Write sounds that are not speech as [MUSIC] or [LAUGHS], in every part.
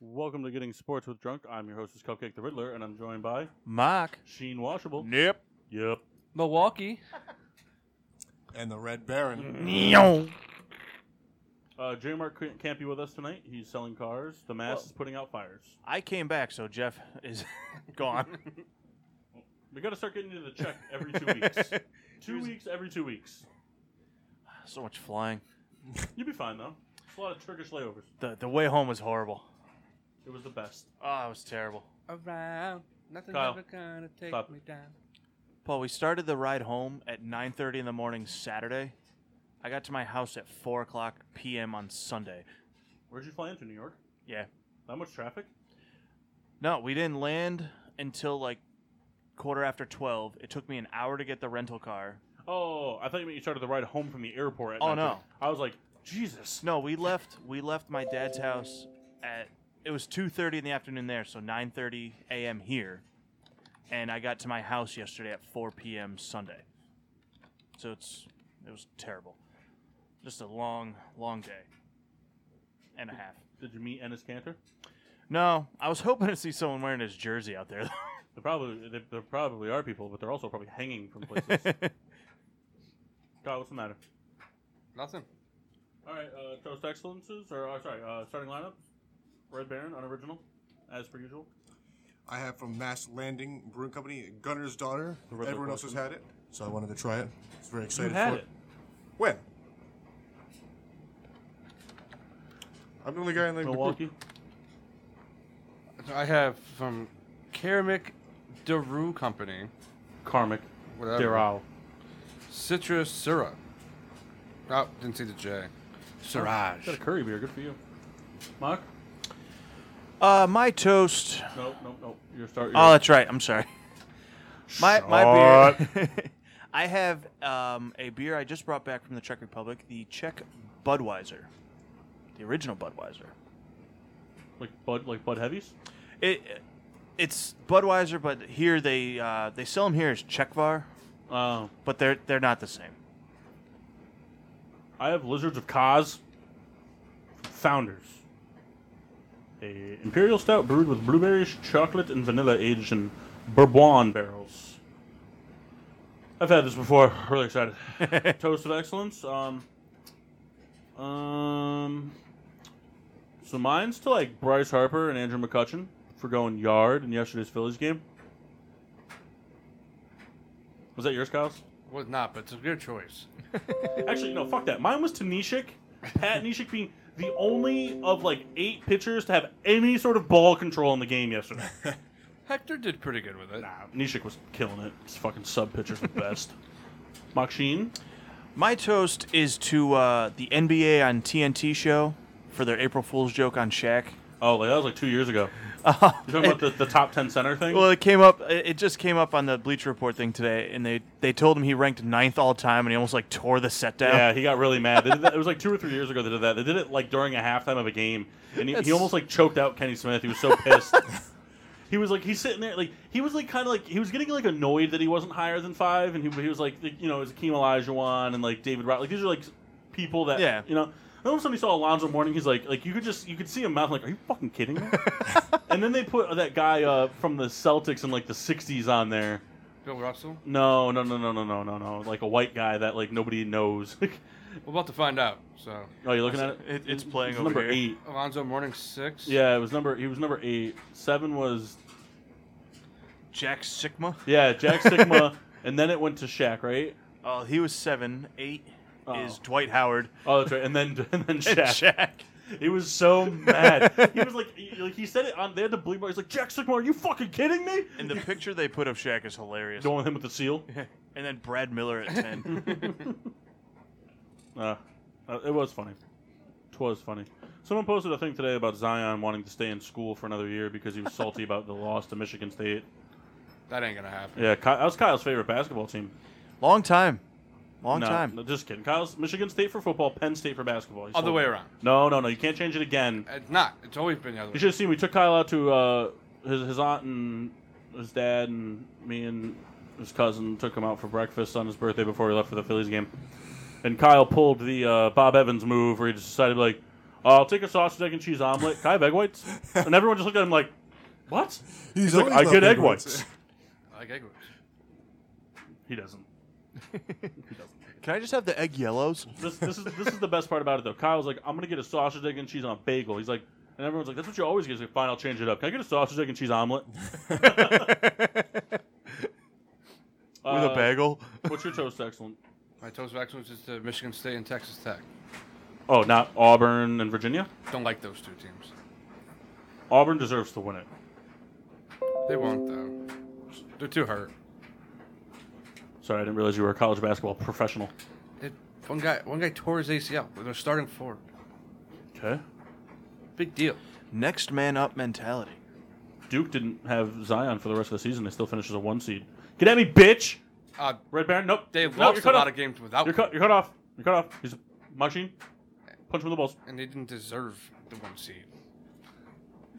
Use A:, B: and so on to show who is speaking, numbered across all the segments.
A: Welcome to Getting Sports with Drunk. I'm your hostess, Cupcake the Riddler, and I'm joined by
B: Mock.
A: Sheen Washable.
B: Yep.
A: Yep.
B: Milwaukee.
C: and the Red Baron.
A: Uh, J Mark couldn't- can't be with us tonight. He's selling cars. The mass
B: Well-
A: is putting out fires.
B: I came back, so Jeff is [LAUGHS] gone.
A: We got to start getting you the check every two
B: [LAUGHS]
A: weeks. two weeks every two weeks.
B: so much flying.
A: You'll be fine though. It's a lot of Turkish layovers.
B: The the way home was horrible.
A: It was the best.
B: Oh, it was terrible.
D: around. Nothing's
A: Kyle,
D: ever gonna take
A: stop.
D: me down.
B: Paul, we started the ride home at 9:30 in the morning Saturday. I got to my house at 4 o'clock p.m. on Sunday.
A: Where'd you fly into New York?
B: Yeah.
A: That much traffic?
B: No, we didn't land until like quarter after 12. It took me an hour to get the rental car.
A: Oh, I thought you meant you started the ride home from the airport. At
B: Oh,
A: 9:30.
B: no.
A: I was like, Jesus.
B: No, we left. We left my dad's house at it was two thirty in the afternoon there, so nine thirty a.m. here, and I got to my house yesterday at four p.m. Sunday. So it's it was terrible. Just a long, long day and a half.
A: Did you meet Ennis Cantor?
B: No, I was hoping to see someone wearing his jersey out there.
A: They probably they, there probably are people, but they're also probably hanging from [LAUGHS] places. Kyle, what's the matter?
D: Nothing.
A: All right, uh, toast excellences, or uh, sorry, uh, starting lineup: Red Baron, unoriginal, as per usual.
C: I have from Mass Landing Brewing Company, Gunner's Daughter.
A: The Red
C: Everyone
A: Bull
C: else has had it, so I wanted to try it. It's very excited
A: had
C: for
A: it.
C: When? I'm the only guy in the
A: Milwaukee.
D: I have from Keramic Daru Company,
A: Karmic.
D: Whatever. Citrus Syrah. Oh, didn't see the J.
A: Got a
D: Siraj.
A: curry beer. Good for you. Mark?
B: [LAUGHS] uh, my toast.
A: No, no, no. You're starting.
B: Oh, that's right. I'm sorry. [LAUGHS] My my beer. [LAUGHS] I have um, a beer I just brought back from the Czech Republic, the Czech Budweiser, the original Budweiser.
A: like Bud, like Bud Heavies.
B: It it's Budweiser, but here they uh, they sell them here as Czechvar,
A: Uh,
B: but they're they're not the same.
A: I have Lizards of Kaz. Founders. A imperial stout brewed with blueberries, chocolate, and vanilla, aged in Bourbon barrels. I've had this before. [LAUGHS] Really excited. Toast of excellence. Um. Um. So mine's to like Bryce Harper and Andrew McCutcheon for going yard in yesterday's Phillies game. Was that yours, Kyle?
D: Was not, but it's a good choice.
A: Actually, no, fuck that. Mine was to Nishik. Pat Nishik being the only of like eight pitchers to have any sort of ball control in the game yesterday.
D: Hector did pretty good with it.
A: Nishik was killing it. His fucking sub pitcher's the best. Makshin,
B: My toast is to uh, the NBA on TNT show for their April Fool's joke on Shaq.
A: oh, like, that was like two years ago. You talking about the, the top ten center thing?
B: Well, it came up. It it just came up on the Bleacher Report thing today, and they they told him he ranked ninth all time, and he almost like tore the set down.
A: yeah, he got really mad. They did that. It was like two or three years ago they did that. They did it like during a halftime of a game, and he, he
B: That's-
A: almost like choked out Kenny Smith. He was so pissed. [LAUGHS] he was like he's sitting there like he was like kind of like he was getting like annoyed that he wasn't higher than five, and he, he was like you know it was Akeem Olajuwon and like David Rod like these are like people that
B: Yeah.
A: you know. And all of a sudden, he saw Alonzo Mourning. He's like, like you could just, you could see him mouth like, "Are you fucking kidding
B: [LAUGHS]
A: me?" and then they put that guy uh, from the Celtics in like the '60s on there.
D: Bill Russell.
A: No, no, no, no, no, no, no, no. Like a white guy that like nobody knows. [LAUGHS]
D: We're about to find out. So
A: Oh, you're looking at it.
B: It- it's playing
A: It's
B: over
A: number
B: here.
A: eight.
D: Alonzo Morning six.
A: Yeah, it was number. He was number eight. Seven was
B: Jack Sigma.
A: yeah, Jack
B: [LAUGHS]
A: Sigma, and then it went to Shaq, right?
B: Oh, he was seven. Eight is
A: Oh. [LAUGHS]
B: Dwight Howard.
A: Oh, that's right. And then and then
B: And
A: Shaq. He was so
B: [LAUGHS]
A: mad. He was like, he, like he said it on. They had to bleep. He's like, Jack Sigma, are you fucking kidding me? [LAUGHS]
B: And the picture they put of Shaq is hilarious.
A: Going with him with the seal.
B: [LAUGHS] And then
A: [LAUGHS]
B: Brad Miller at ten.
A: Uh, uh, it was funny. Twas funny. Someone posted a thing today about Zion wanting to stay in school for another year because he was salty about the loss to Michigan State.
D: That ain't gonna happen.
A: Yeah, Ky- that was Kyle's favorite basketball team.
B: Long time. Long
A: no,
B: time.
A: no, just kidding. Kyle's Michigan State for football, Penn State for basketball. He's
D: Other
A: sold
D: way
A: it.
D: around.
A: No, no, no. You can't change it again.
D: It's not. It's always been the other
A: You
D: way.
A: should have seen. We took Kyle out to uh, his his aunt and his dad and me and his cousin took him out for breakfast on his birthday before he left for the Phillies game. And Kyle pulled the uh, Bob Evans move where he just decided like, "Oh, "I'll take a sausage, egg, and cheese omelet. Can I have egg
B: [LAUGHS]
A: whites?" And everyone just looked at him like, "What?"
C: He's
A: like,
C: always
A: "I
C: loved
A: get egg
C: big ones."
A: whites."
D: I like egg whites.
A: He doesn't.
B: Can I just have the
A: [LAUGHS]
B: egg yellows? [LAUGHS]
A: This this is this is the best part about it though. Kyle's like, "I'm gonna get a sausage, egg, and cheese on a bagel." He's like. And everyone's like, "That's what you always get." He's like, "Fine, I'll change it up. Can I get a sausage, egg, and cheese omelet?"
B: With a
A: Uh,
B: bagel? [LAUGHS]
A: What's your toast, excellent?
D: My toast of excellence is to Michigan State and Texas Tech.
A: Oh, not Auburn and Virginia.
D: Don't like those two teams.
A: Auburn deserves to win it.
D: They won't though. They're too hurt.
A: Sorry, I didn't realize you were a college basketball professional.
D: It, one guy, one guy tore his ACL. They're starting four.
A: Okay.
D: Big deal.
B: Next man up mentality.
A: Duke didn't have Zion for the rest of the season. They still finished as a one seed. Get at me, bitch!
D: Uh,
A: Red Baron, nope.
D: they
A: Nope,
D: lost
A: you're
D: a
A: cut
D: lot
A: off.
D: of games without.
A: You're
D: him,
A: cut. You're cut off. You're cut off. He's a machine. Punch him in the balls.
D: and they didn't deserve the
A: [LAUGHS]
D: one seed.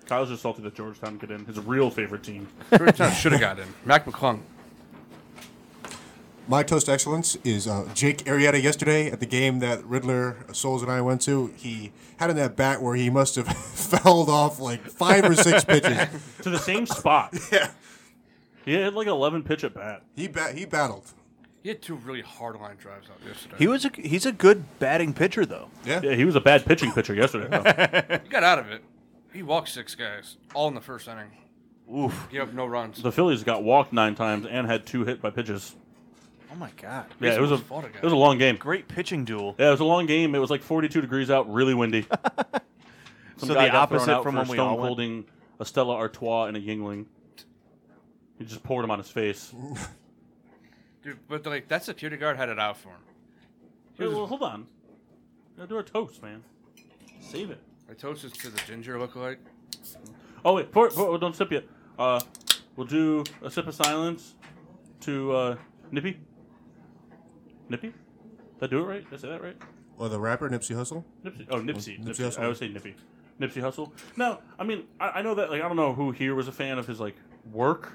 A: Kyle's just salty that Georgetown could in. His real favorite team.
D: Georgetown should have got in. Mac McClung.
C: [LAUGHS] My toast to excellence is uh, Jake Arietta yesterday at the game that Riddler, uh, Souls, and I went to. He had in that bat where he must have [LAUGHS] fouled off like five
A: [LAUGHS]
C: or six pitches.
A: to the same spot.
C: Yeah.
A: He had like 11 pitch at bat.
C: He bat- he battled.
D: He had two really hard line drives out yesterday.
B: He was a, he's a good batting pitcher though.
C: Yeah.
A: Yeah, he was a bad pitching pitcher yesterday. though.
D: He got out of it. He walked six guys, all in the first inning.
B: Oof.
D: He up no runs.
A: the Phillies got walked nine times and had two hit by pitches.
B: Oh my god.
A: Yeah, it was a
D: almost fought a guy.
A: it was a long game.
B: Great pitching duel.
A: Yeah, it was a long game. It was like 42 degrees out, really
B: [LAUGHS]
A: windy. Some
B: So
A: guy got
B: the
A: thrown
B: opposite
A: out
B: from
A: for
B: when we
A: stone
B: all went?
A: holding a Stella Artois and a Yingling. He just poured him on his face.
D: Dude, but like that security guard had it out for him.
A: Hey, well, hold on. Gotta do our toast, man. Save it.
D: My toast is to the ginger lookalike.
A: Oh wait, pour, pour, don't sip yet. Uh, we'll do a sip of silence to uh, Nippy. Nippy, did I do it right? Did I say that right?
C: Or the rapper Nipsey Hussle.
A: Nipsey. Oh, Nipsey.
C: Nipsey
A: Nipsey.
C: Hussle.
A: I always say Nippy. Nipsey Hustle. No, I mean, I, I know that, like, I don't know who here was a fan of his, like, work,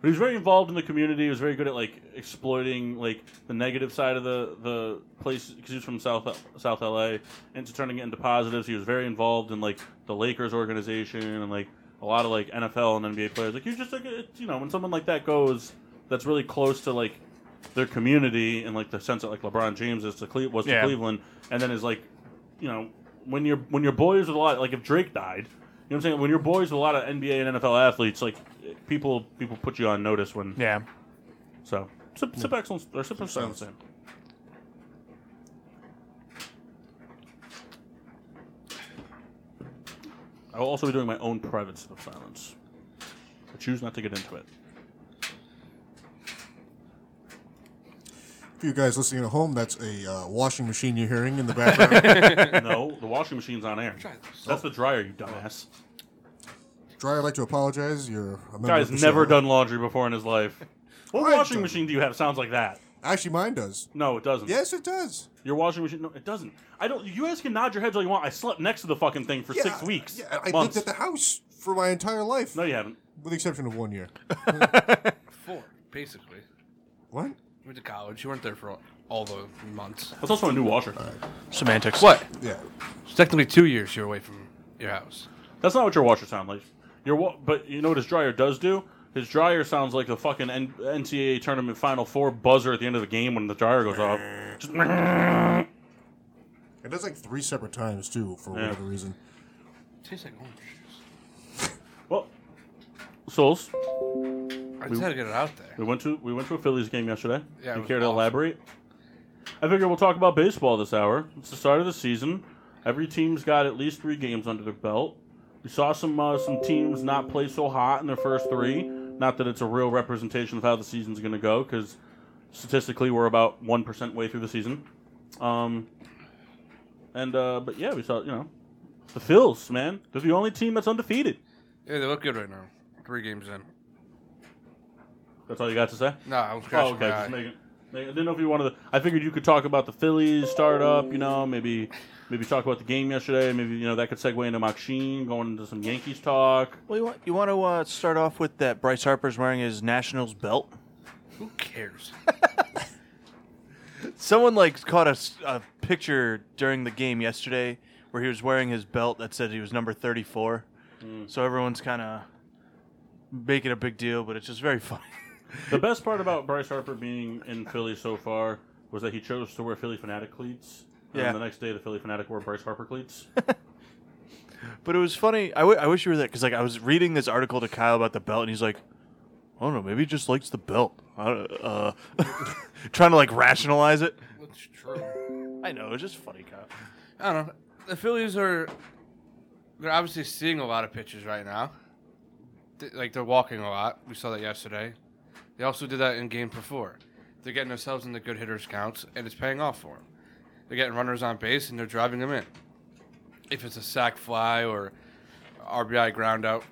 A: but he was very involved in the community. He was very good at, like, exploiting, like, the negative side of the, the place, because he was from South, South LA, into turning it into positives. He was very involved in, like, the Lakers organization and, like, a lot of, like, NFL and NBA players. Like, he was just, like, it's, you know, when someone like that goes, that's really close to, like, their community and like the sense that like LeBron James is to Cle- was to
B: Yeah.
A: Cleveland, and then is like you know, when you're when your boys with a lot like if Drake died, you know what I'm saying? When your boys with a lot of NBA and NFL athletes, like people people put you on notice when
B: Yeah.
A: so sip, sip excellence or sip of silence. Sam. I will also be doing my own private sip of silence. I choose not to get into
C: [LAUGHS]
A: it.
C: For you guys listening at home, that's a uh, washing machine you're hearing in
A: [LAUGHS]
C: the background.
A: no, the washing machine's on air.
D: Try this.
A: That's the dryer, you dumbass.
C: Dryer, I'd like to apologize. You're a member
A: Guy's
C: of the
A: never
C: show.
A: done laundry before in his
C: [LAUGHS]
A: life. What
C: I've
A: washing
C: done-
A: machine do you have? Sounds like that.
C: Actually, mine does.
A: No, it doesn't.
C: Yes, it does.
A: Your washing machine? No, it doesn't. I don't. You guys can nod your heads all you want. I slept next to the fucking thing for
C: Yeah,
A: six weeks.
C: Yeah, I
A: months.
C: lived at the house for my entire life,
A: no, you haven't.
C: with the exception of one
A: [LAUGHS]
C: year.
D: Four, basically.
C: what?
D: You went to college. You weren't there for all, all the months.
A: That's also a new washer.
B: Semantics.
D: What?
C: Yeah.
D: It's technically two years you're away from your house.
A: That's not what your washer sounds like. Your wa- but you know what his dryer does do? His dryer sounds like the fucking N- NCAA tournament final four buzzer at the end of the game when the dryer goes off. Just-
C: It does like three separate times too, for
A: Yeah.
C: whatever reason.
D: tastes like orange juice.
A: well, souls.
D: I just had to get it out there.
A: We went to we went to a Phillies game yesterday.
D: Yeah, it
A: you
D: was
A: care to
D: awesome.
A: elaborate? I figure we'll talk about baseball this hour. It's the start of the season. Every team's got at least three games under their belt. We saw some uh, some teams not play so hot in their first three. Not that it's a real representation of how the season's going to go, because statistically we're about one percent way through the season. Um, And uh, but yeah, we saw you know the Phils, man. They're the only team that's undefeated.
D: Yeah, they look good right now. Three games in.
A: That's all you got to say.
D: No, I'm
A: Oh,
D: scratching
A: okay.
D: my eye.
A: Just making, making- I didn't know if you wanted to. I figured you could talk about the Phillies startup, you know, maybe maybe talk about the game yesterday. Maybe, you know, that could segue into Machine, going into some Yankees talk.
B: Well, you want you want to uh, start off with that Bryce Harper's wearing his Nationals belt.
D: Who [LAUGHS] cares?
B: Someone like caught a, s- a picture during the game yesterday where he was wearing his belt that said he was number 34. So everyone's kind of making a big deal, but it's just very [LAUGHS] funny.
A: The best part about Bryce Harper being in Philly so far was that he chose to wear Philly Fanatic cleats. And
B: Yeah.
A: the next day, the Philly Fanatic wore Bryce Harper
B: [LAUGHS]
A: cleats.
B: But it was funny. I, w- I wish you were there because like I was reading this article to Kyle about the belt, and he's like, "I don't know, maybe he just likes the belt." I don't- uh, [LAUGHS] trying to like rationalize it.
D: That's true.
B: I know it's just funny, Kyle.
D: I don't know. The Phillies are they're obviously seeing a lot of pitches right now. Th- Like they're walking a lot. We saw that yesterday. They also did that in game before. They're getting themselves into good hitters counts, and it's paying off for them. They're getting runners on base, and they're driving them in. If it's a sac fly or RBI ground out,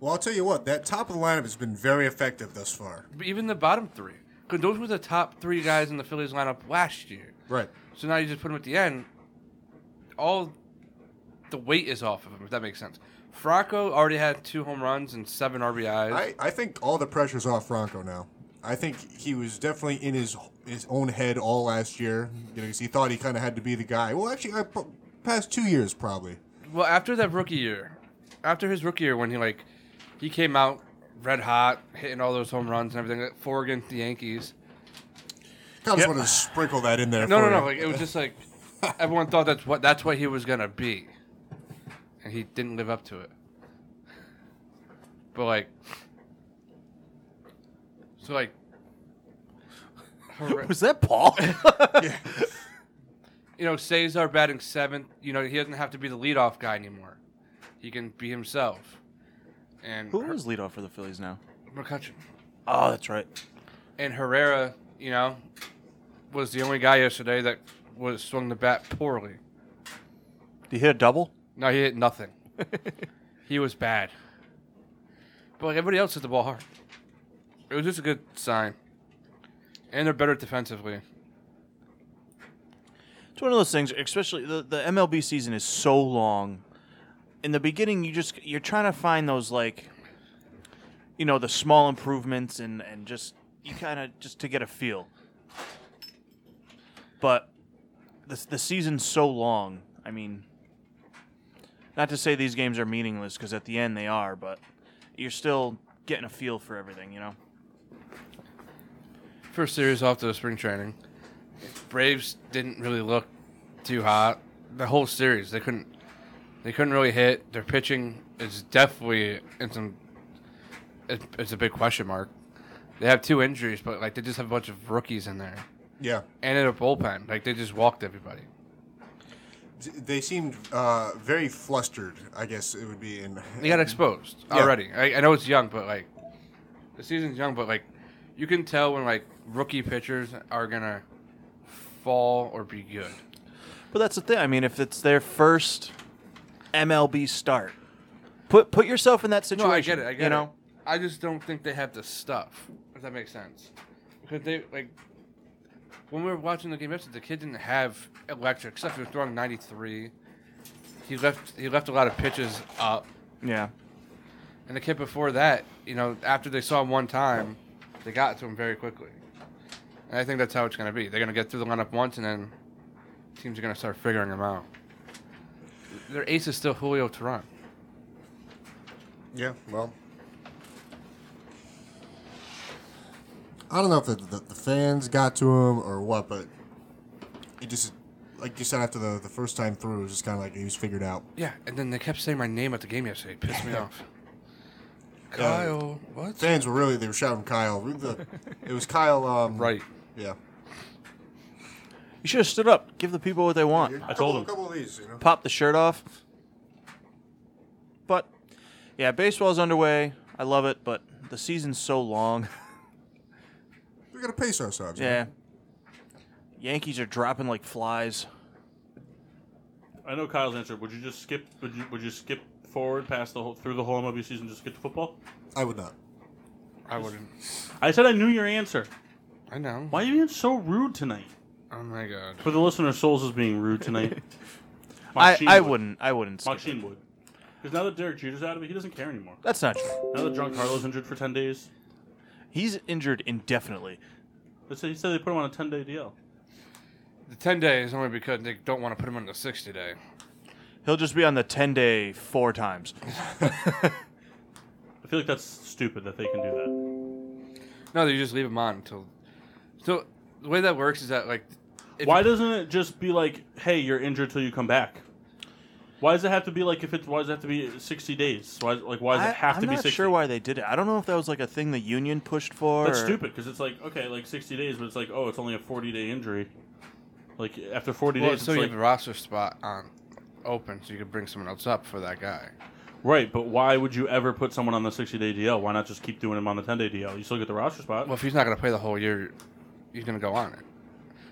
C: Well, I'll tell you what, that top of the lineup has been very effective thus far.
D: but even the bottom three, because those were the top three guys in the Phillies lineup last year.
C: Right.
D: So now you just put him at the end. All the weight is off of him, if that makes sense. Franco already had two home runs and seven RBIs.
C: I, I think all the pressure's off Franco now. I think he was definitely in his his own head all last year. You know, 'cause he thought he kind of had to be the guy. Well, actually, I, pro- past two years probably.
D: Well, after that rookie year, after his rookie year when he like he came out red hot, hitting all those home runs and everything, like, four against the Yankees.
C: Kind of
E: Yep.
C: just wanted to sprinkle that in there.
D: No,
C: for
D: no, no.
C: you.
D: Like it was just like everyone thought that's what that's what he was gonna be, and he didn't live up to it. But like, so like, horri-
B: Was that Paul?
D: you know, Cesar batting seventh. You know, he doesn't have to be the leadoff guy anymore. He can be himself.
B: [LAUGHS]
D: And
B: Who is leadoff for the Phillies now?
D: McCutcheon?
B: Oh, that's right.
D: And Herrera, you know, was the only guy yesterday that was swung the bat poorly.
B: Did he hit a double?
D: No, he hit nothing. he was bad. But like everybody else hit the ball hard. It was just a good sign. And they're better defensively.
B: It's one of those things, especially the, the MLB season is so long. In the beginning, you just you're trying to find those like, you know, the small improvements and and just you kind of just to get a feel. But the the season's so long. I mean, not to say these games are meaningless because at the end they are, but you're still getting a feel for everything, you know.
D: First series off to spring training. Braves didn't really look too hot. The whole series they couldn't they couldn't really hit. Their pitching is definitely in some it, it's a big question mark. They have two injuries, but like they just have a bunch of rookies in there.
C: yeah.
D: And in a bullpen. Like they just walked everybody.
C: They seemed uh, very flustered. I guess it would be in. [LAUGHS]
D: They got exposed
C: Yeah.
D: already. I, I know it's young, but like the season's young, but like you can tell when like rookie pitchers are gonna fall or be good.
B: But that's the thing. I mean, if it's their first MLB start, put put yourself in that
D: No,
B: situation.
D: I get it. I get
B: you know,
D: it. I just don't think they have the stuff. If that makes sense, because they like when we were watching the game yesterday, the kid didn't have electric stuff. He was throwing ninety three. He left. He left a lot of pitches up.
B: yeah.
D: And the kid before that, you know, after they saw him one time, they got to him very quickly. And I think that's how it's going to be. They're going to get through the lineup once, and then teams are going to start figuring him out. Their ace is still Julio Tehran.
C: Yeah, well. I don't know if the, the, the fans got to him or what, but it just, like you said, after the, the first time through, it was just kind of like he was figured out.
D: Yeah, and then they kept saying my name at the game yesterday. It [LAUGHS] pissed me off. Kyle, what?
C: Fans were really, they were shouting Kyle. The- It was Kyle. Um,
D: Right.
C: Yeah.
B: You should have stood up. Give the people what they want.
C: I
A: told him.
C: couple of these, you know.
B: Pop the shirt off. But yeah, baseball's underway. I love it, but the season's so long.
D: [LAUGHS]
C: We got to pace ourselves. you know?
B: yeah. Yankees are dropping like flies.
A: I know Kyle's answer. Would you just skip? Would you would you skip forward past the whole, through the whole MLB season just get to football?
C: I would not.
D: I wouldn't.
A: I said I knew your answer.
D: I know.
A: Why are you being so rude tonight?
D: Oh my god.
A: For the listener, Souls is being rude tonight.
B: [LAUGHS] I,
A: Sheen
B: I
A: would.
B: wouldn't. I wouldn't.
A: Mark
B: skip it.
A: Sheen would. Because now that Derek Jeter's out of it, he doesn't care anymore.
B: That's not true.
A: Now that John Carlo's injured for ten days,
B: He's injured indefinitely.
A: they said- he said they put him on a ten day DL.
D: The 10 day is only because they don't want to put him on the 60 day.
B: He'll just be on the ten day four times.
A: I feel like that's stupid that they can do that.
D: No, you just leave him on until. So the way that works is that, like. if-
A: Why doesn't it just be like, hey, you're injured till you come back? Why does it have to be like if it's why does it have to be sixty days? Why like why does
B: I,
A: it have
B: am
A: to be
B: not
A: sixty?
B: sure why they did it. I don't know if that was like a thing the union pushed for.
A: That's
B: or-
A: stupid because it's like okay, like sixty days, but it's like oh, it's only a forty day injury. Like after forty
D: Well,
A: days,
D: so
A: it's
D: you
A: like,
D: have a roster spot on open, so you could bring someone else up for that guy.
A: right. But why would you ever put someone on the sixty day DL? Why not just keep doing him on the ten day DL? You still get the roster spot.
D: Well, if he's not going to play the whole year, he's going to go on it.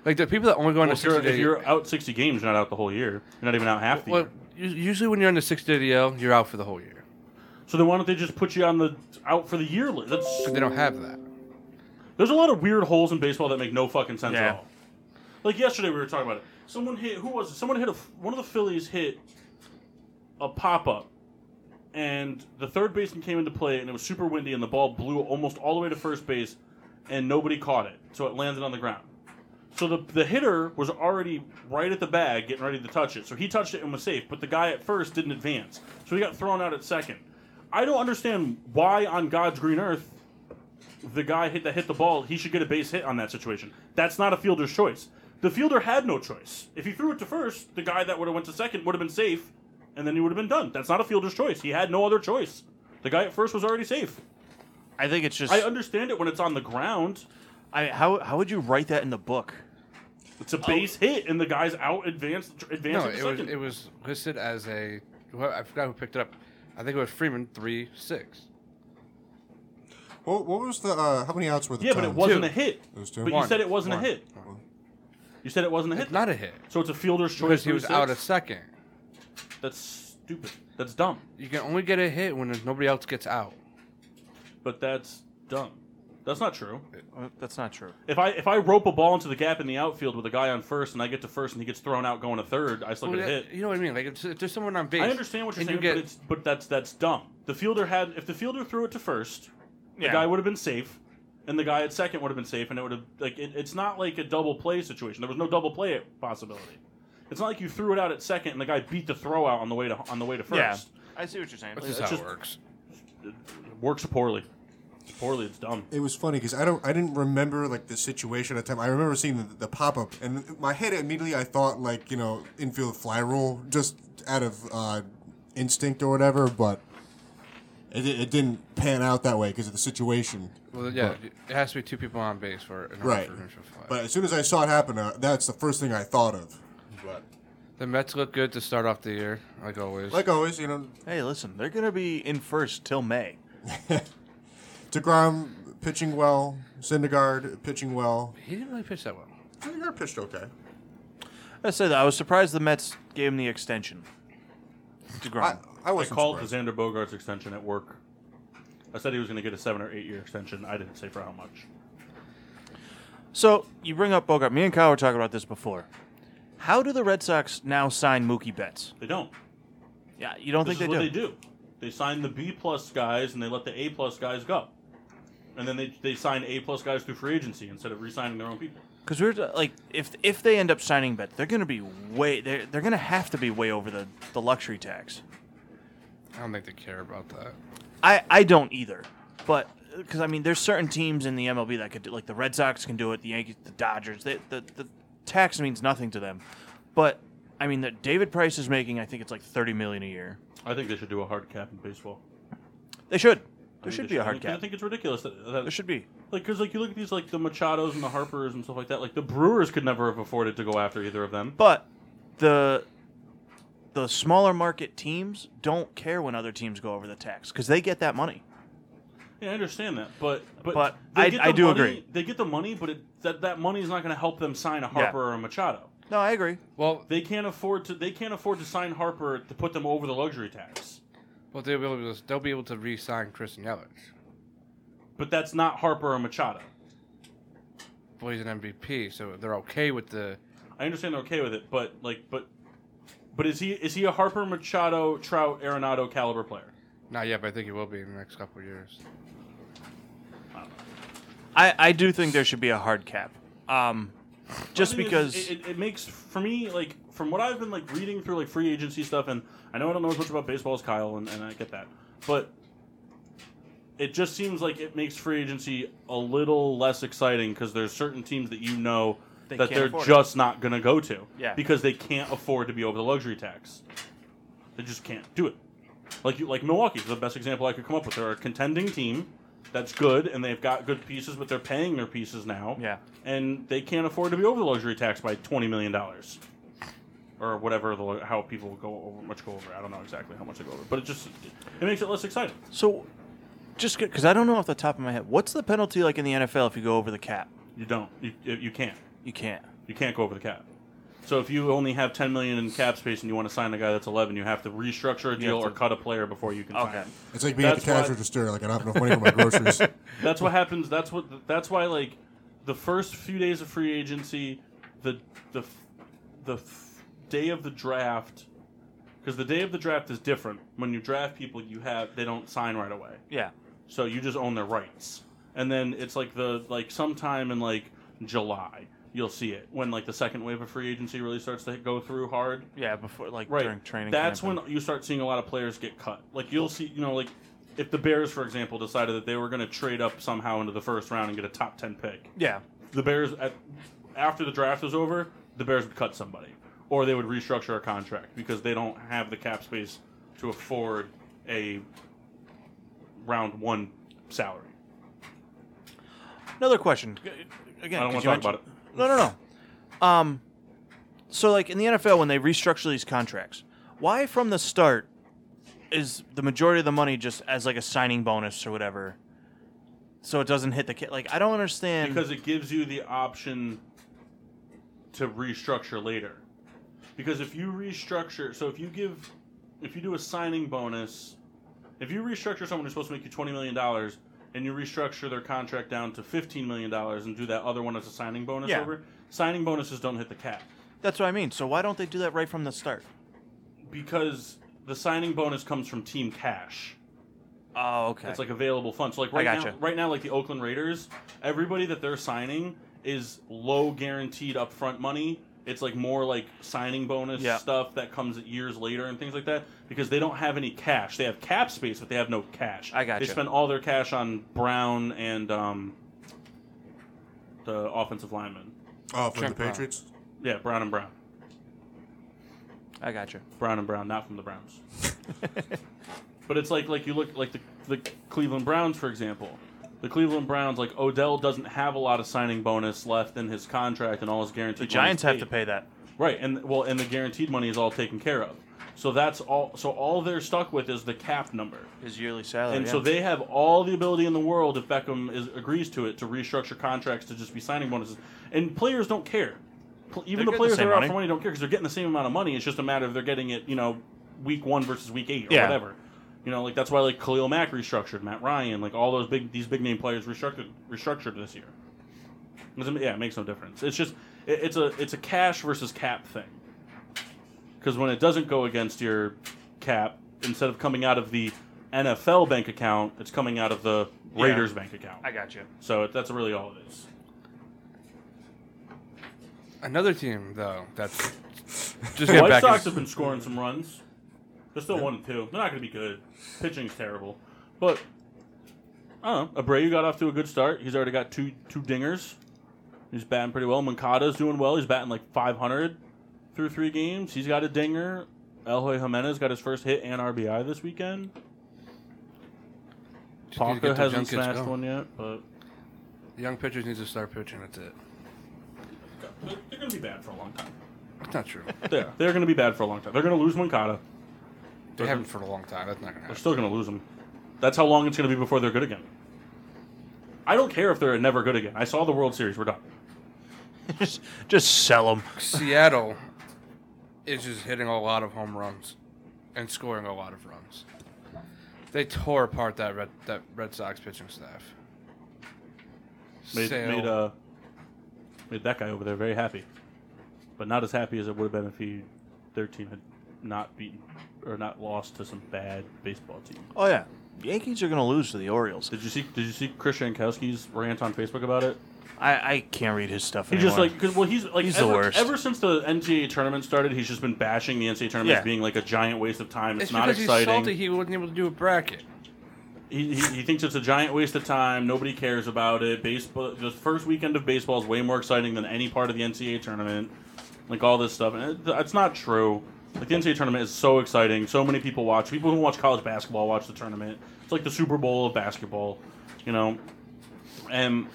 D: Like the people that only go on
A: Well,
D: the
A: if, you're,
D: 60
A: if
D: day.
A: you're out 60 games, you're not out the whole year. You're not even out half the
D: well,
A: year.
D: us- usually when you're on the 60 day DL, you're out for the whole year.
A: So then why don't they just put you on the out for the year list? That's
D: But they don't have that.
A: there's a lot of weird holes in baseball that make no fucking sense
B: Yeah.
A: at all. Like yesterday, we were talking about it. Someone hit who was it? Someone hit a one of the Phillies hit a pop up, and the third baseman came into play, and it was super windy, and the ball blew almost all the way to first base, and nobody caught it, so it landed on the ground. So the the hitter was already right at the bag, getting ready to touch it. So he touched it and was safe, but the guy at first didn't advance, so he got thrown out at second. I don't understand why on God's green earth the guy hit that hit the ball, he should get a base hit on that situation. That's not a fielder's choice. The fielder had no choice. If he threw it to first, the guy that would have went to second would have been safe, and then he would have been done. That's not a fielder's choice. He had no other choice. The guy at first was already safe.
B: I think it's just.
A: I
B: I,
A: understand it when it's on the ground.
B: how how would you write that in the book?
A: It's a base hit, and the guy's out advanced advanced
D: No,
A: to
D: it was,
A: second.
D: it was listed as a. who- I forgot who picked it up. I think it was Freeman 3 6.
C: What, what was the? Uh, how many outs were the?
A: yeah, but it
C: times?
A: wasn't
D: Two.
A: a hit.
C: Those two.
A: But you
D: One.
A: said it wasn't
D: One.
A: a hit.
D: One.
A: You said it wasn't a hit.
D: It's not a hit.
A: so it's a fielder's choice.
D: Because he
A: three
D: was
A: six?
D: out of second.
A: That's stupid. That's dumb.
D: You can only get a hit when there's nobody else gets out.
A: But that's dumb. That's not true.
B: Uh, That's not true.
A: If I if I rope a ball into the gap in the outfield with a guy on first and I get to first and he gets thrown out going to third, I still
D: Well,
A: get a
D: yeah,
A: hit.
D: You know what I mean? Like if, if there's someone on base,
A: I understand what you're
D: and
A: saying,
D: You get,
A: but, it's, but that's that's dumb. The fielder had if the fielder threw it to first, the guy would have been safe, and the guy at second would have been safe, and it would have like it, it's not like a double play situation. There was no double play possibility. It's not like you threw it out at second and the guy beat the throw out on the way to on the way to first.
B: Yeah. I see what you're saying.
D: that's just
A: it's
D: how
A: just-
D: it works.
A: It works poorly. Poorly, it's dumb.
C: It was funny because I don't, I didn't remember like the situation at the time. I remember seeing the, the pop up, and in my head immediately I thought like you know infield fly rule, just out of uh, instinct or whatever. But it, di- it didn't pan out that way because of the situation.
D: Well, yeah, it has to be two people on base for an
C: Right.
D: for an infield fly.
C: But as soon as I saw it happen, uh, that's the first thing I thought of. But
D: the Mets look good to start off the year, like always.
C: like always, you know,
B: Hey, listen, they're gonna be in first till May.
C: Degrom pitching well, Syndergaard pitching well.
D: he didn't really pitch that well.
C: Syndergaard pitched okay.
B: I said that I was surprised the Mets gave him the extension. Degrom.
C: I, I
A: I
C: wasn't
A: called
C: surprised.
A: Xander Bogart's extension at work. I said he was going to get a seven or eight year extension. I didn't say for how much.
B: So you bring up Bogart. Me and Kyle were talking about this before. How do the Red Sox now sign Mookie Betts?
A: They don't.
B: Yeah, you don't
A: This
B: think
A: is
B: they
A: what
B: do.
A: they do. They sign the B plus guys and they let the A plus guys go, and then they they sign A plus guys through free agency instead of re-signing their own people.
B: Because we're like, if if they end up signing Betts, they're gonna be way they're they're gonna have to be way over the the luxury tax.
D: I don't think they care about that.
B: I I don't either, but because I mean, there's certain teams in the MLB that could do like the Red Sox can do it, the Yankees, the Dodgers. They, the the tax means nothing to them, but I mean, the, David Price is making I think it's like thirty million a year.
A: I think they should do a hard cap in baseball.
B: They should.
A: I
B: There
A: think
B: should
A: they
B: be a hard
A: I think-
B: cap.
A: I think it's ridiculous that,
B: There
A: that
B: should be.
A: like because like you look at these like the Machados and the Harpers and stuff like that. Like the Brewers could never have afforded to go after either of them.
B: But the the smaller market teams don't care when other teams go over the tax because they get that money.
A: Yeah, I understand that, but but,
B: But
A: they
B: I-
A: get
B: I
A: the
B: do
A: money-
B: agree.
A: They get the money, but it, that that money is not going to help them sign a Harper or a Machado.
B: No, I agree.
D: Well,
A: They can't afford to. They can't afford to sign Harper to put them over the luxury tax.
D: well, they'll be able to, they'll be able to re-sign Chris Yelich.
A: But that's not Harper or Machado.
D: Well, he's an MVP, so they're okay with the.
A: I understand they're okay with it, but like, but, but is he is he a Harper Machado Trout Arenado caliber player?
D: Not yet, but I think he will be in the next couple of years.
B: I, I do think there should be a hard cap. Um, just
A: I mean,
B: because
A: it's- it, it, it makes for me like from what I've been like reading through like free agency stuff, and I know I don't know as much about baseball as Kyle, and, and I get that, but it just seems like it makes free agency a little less exciting because there's certain teams that you know
B: They
A: that
B: can't
A: they're
B: afford it.
A: just not going to go to,
B: Yeah.
A: because they can't afford to be over the luxury tax. They just can't do it. Like you, like Milwaukee's the best example I could come up with. They're a contending team that's good, and they've got good pieces, but they're paying their pieces now
B: yeah,
A: and they can't afford to be over the luxury tax by twenty million dollars, or whatever the lu- how people go over much go over. I don't know exactly how much they go over, but it just it makes it less exciting.
B: so just because I don't know off the top of my head, what's the penalty like in the NFL if you go over the cap?
A: You don't you you can't
B: You can't.
A: you can't go over the cap. So if you only have ten million in cap space and you want to sign a guy that's eleven, you have to restructure a deal
B: have
A: or
B: to-
A: cut a player before you can sign.
B: Okay.
A: him.
C: It's like being at the
A: That's why-
C: cash register, like I don't have enough money for my groceries.
A: That's what happens. That's what. That's why like the first few days of free agency, the the f- the f- day of the draft, because the day of the draft is different. When you draft people, you have they don't sign right away,
B: Yeah.
A: so you just own their rights. And then it's like the like sometime in like July, you'll see it when like the second wave of free agency really starts to go through hard
B: Yeah. Before like
A: right.
B: during training.
A: That's
B: camp and-
A: when you start seeing a lot of players get cut. Like you'll see, you know, like if the Bears, for example, decided that they were going to trade up somehow into the first round and get a top ten pick,
B: Yeah.
A: the Bears at, after the draft was over, the Bears would cut somebody, or they would restructure a contract because they don't have the cap space to afford a round one salary.
B: Another question. G- Again,
A: I don't
B: 'cause
A: want
B: you
A: to talk
B: mentioned-
A: about it.
B: No, no, no. Um, so like in the NFL when they restructure these contracts, why from the start is the majority of the money just as like a signing bonus or whatever? So it doesn't hit the kid. Like I don't understand.
A: because it gives you the option to restructure later. Because if you restructure, so if you give, if you do a signing bonus, if you restructure someone who's supposed to make you twenty million dollars, and you restructure their contract down to fifteen million dollars, and do that other one as a signing bonus
B: Yeah.
A: over, signing bonuses don't hit the cap
B: that's what I mean. So why don't they do that right from the start?
A: because the signing bonus comes from team cash.
B: Oh, okay.
A: It's like available funds. So like right
B: gotcha.
A: now, right now, like the Oakland Raiders, everybody that they're signing is low guaranteed upfront money. It's like more like signing bonus
B: Yeah.
A: stuff that comes years later and things like that because they don't have any cash. They have cap space, but they have no cash.
B: I gotcha.
A: They spend all their cash on Brown and um, the offensive lineman.
C: [LAUGHS] Oh, for the
D: Check that.
C: Patriots.
A: Yeah, Brown and Brown.
B: I got you.
A: Brown and Brown, not from the Browns. but it's like like you look like the the Cleveland Browns, for example. The Cleveland Browns, like Odell, doesn't have a lot of signing bonus left in his contract, and all his guaranteed.
B: The
A: money's
B: Giants have
A: paid.
B: to pay that.
A: right? And well, and the guaranteed money is all taken care of. So that's all. So all they're stuck with is the cap number,
B: His yearly salary.
A: and
B: Oh, yeah.
A: so they have all the ability in the world if Beckham is, agrees to it to restructure contracts to just be signing bonuses. And players don't care. Pl- Even
B: They're
A: the
B: getting
A: players
B: the same
A: that are out
B: money.
A: for money don't care because they're getting the same amount of money. It's just a matter of they're getting it, you know, week one versus week eight or
B: Yeah.
A: whatever. You know, like that's why like Khalil Mack restructured, Matt Ryan, like all those big these big name players restructured restructured this year. Doesn't- Yeah, it makes no difference. It's just it, it's a it's a cash versus cap thing. Because when it doesn't go against your cap, instead of coming out of the NFL bank account, it's coming out of the
B: Yeah.
A: Raiders bank account.
B: I got you.
A: So it, that's really all it is.
D: Another team though that's just
A: The
D: get
A: White
D: back.
A: Sox
D: in-
A: have been scoring some runs. They're still one and two. They're not going to be good. Pitching's terrible, but I don't know. Abreu got off to a good start. He's already got two two dingers. He's batting pretty well. Mancada's doing well. He's batting like 500 through three games. He's got a dinger. Elhoy Jimenez got his first hit and RBI this weekend.
D: just need to
A: Paco
D: get the young
A: hasn't
D: kids
A: smashed
D: going.
A: one yet, but
D: The young pitchers need to start pitching. That's it.
A: they're, going to be bad for a long time.
D: That's not true.
A: They're, they're going to be bad for a long time. They're going to lose Mancada.
D: they haven't for a long time. That's not gonna
A: They're
D: happen.
A: still going to lose them. That's how long it's going to be before they're good again. I don't care if they're never good again. I saw the World Series. We're done.
B: just, just sell them.
D: Seattle is just hitting a lot of home runs and scoring a lot of runs. They tore apart that Red, that Red Sox pitching staff.
A: Made,
D: Sale.
A: made, uh, made that guy over there very happy. But not as happy as it would have been if he, their team had not beaten or not lost to some bad baseball team.
B: Oh yeah, Yankees are gonna lose to the Orioles.
A: Did you see? Did you see Chris Jankowski's rant on Facebook about it?
B: I, I can't read his stuff
A: He
B: anymore.
A: just like 'cause, well, he's like
B: He's the
A: ever,
B: worst.
A: ever since the NCAA tournament started, he's just been bashing the NCAA tournament
B: Yeah.
A: as being like a giant waste of time. It's,
D: It's
A: not
D: because he's
A: exciting.
D: salty he wasn't able to do a bracket.
A: he, he, he thinks it's a giant waste of time. Nobody cares about it. Baseball, the first weekend of baseball is way more exciting than any part of the NCAA tournament. Like all this stuff, and it, it's not true. Like the NCAA tournament is so exciting. So many people watch. People who watch college basketball watch the tournament. It's like the Super Bowl of basketball, you know. And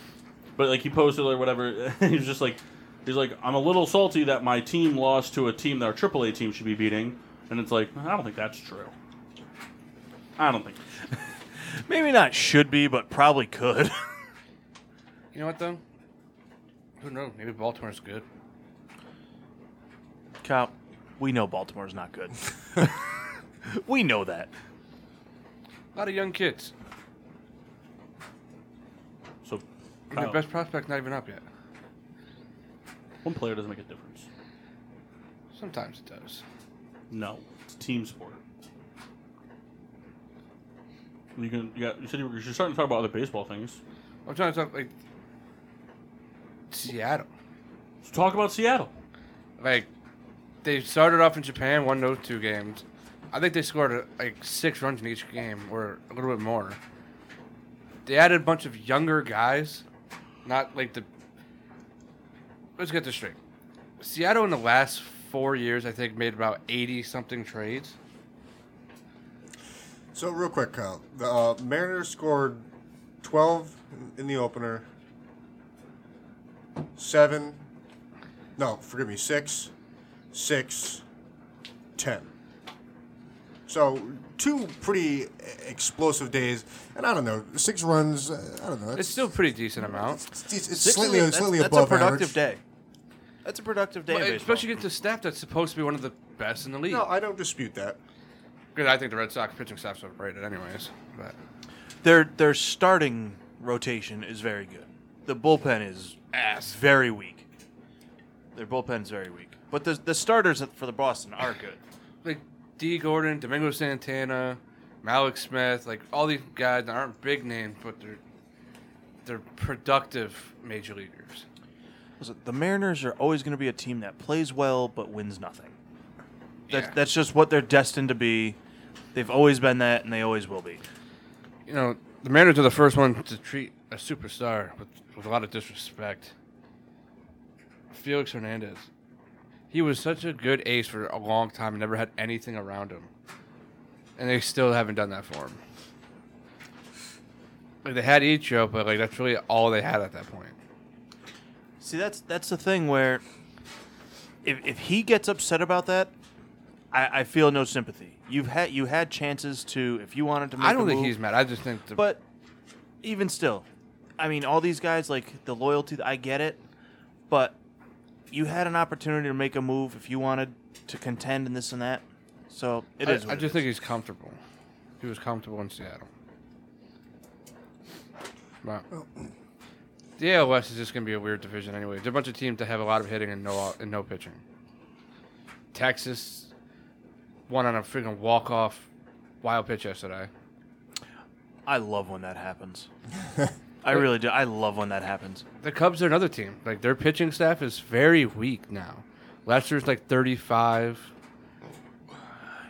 A: but like he posted or whatever, [LAUGHS] he was just like, he's like, I'm a little salty that my team lost to a team that our AAA team should be beating, and it's like I don't think that's true. I don't think.
B: maybe not should be, but probably could. [LAUGHS]
D: You know what though? Who knows? Maybe Baltimore's good.
B: Cop, we know Baltimore's not good. [LAUGHS] we know that.
D: A lot of young kids.
A: So
D: And their
A: Kyle,
D: best prospect not even up yet.
A: one player doesn't make a difference.
D: Sometimes it does.
A: No, it's a team sport. You can you, got, you said you were you're starting to talk about other baseball things.
D: I'm trying to talk like Seattle.
A: So talk about Seattle.
D: Like they started off in Japan, won those two games. I think they scored uh, like six runs in each game, or a little bit more. They added a bunch of younger guys, not like the. Let's get this straight. Seattle in the last four years, I think, made about eighty something trades.
C: So real quick, Kyle, the uh, Mariners scored twelve in the opener, seven, no, forgive me, six, six, ten. So two pretty explosive days, and I don't know, six runs. uh, I don't know.
D: It's still a pretty decent amount,
C: it's, it's, it's
B: Six
C: slightly,
B: is a-
C: slightly
B: that's,
C: above
B: that's a productive
C: average.
B: day. That's a productive day.
D: But
B: of baseball.
D: especially against the staff that's supposed to be one of the best in the league.
C: No, I don't dispute that.
D: Good, I think the Red Sox pitching staff's overrated, anyways. But
B: their their starting rotation is very good. The bullpen is ass very weak. Their bullpen's very weak. But the the starters for the Boston are good.
D: like D. Gordon, Domingo Santana, Malik Smith, like all these guys that aren't big names, but they're they're productive major leaguers.
B: Was it- The Mariners are always going to be a team that plays well but wins nothing. That,
D: Yeah.
B: That's just what they're destined to be. They've always been that, and they always will be.
D: You know, the Mariners are the first one to treat a superstar with, with a lot of disrespect. Felix Hernandez. He was such a good ace for a long time and never had anything around him. And they still haven't done that for him. Like they had Ichiro, but like that's really all they had at that point.
B: See, that's that's the thing where if, if he gets upset about that, I, I feel no sympathy. You've had you had chances to if you wanted to. Make
D: I
B: a
D: don't think
B: move-
D: he's mad. I just think the
B: But even still, I mean, all these guys like the loyalty. I get it, but you had an opportunity to make a move if you wanted to contend and this and that. So it
D: I,
B: is.
D: I
B: what it
D: just
B: is.
D: think he's comfortable. He was comfortable in Seattle. But the AL West is just going to be a weird division anyway. There's a bunch of teams that have a lot of hitting and no and no pitching. Texas won on a freaking walk off wild pitch yesterday.
B: I love when that
D: [LAUGHS]
B: happens. I really do. I love when that happens.
D: The Cubs are another team. Like their pitching staff is very weak now. Last year's like 35.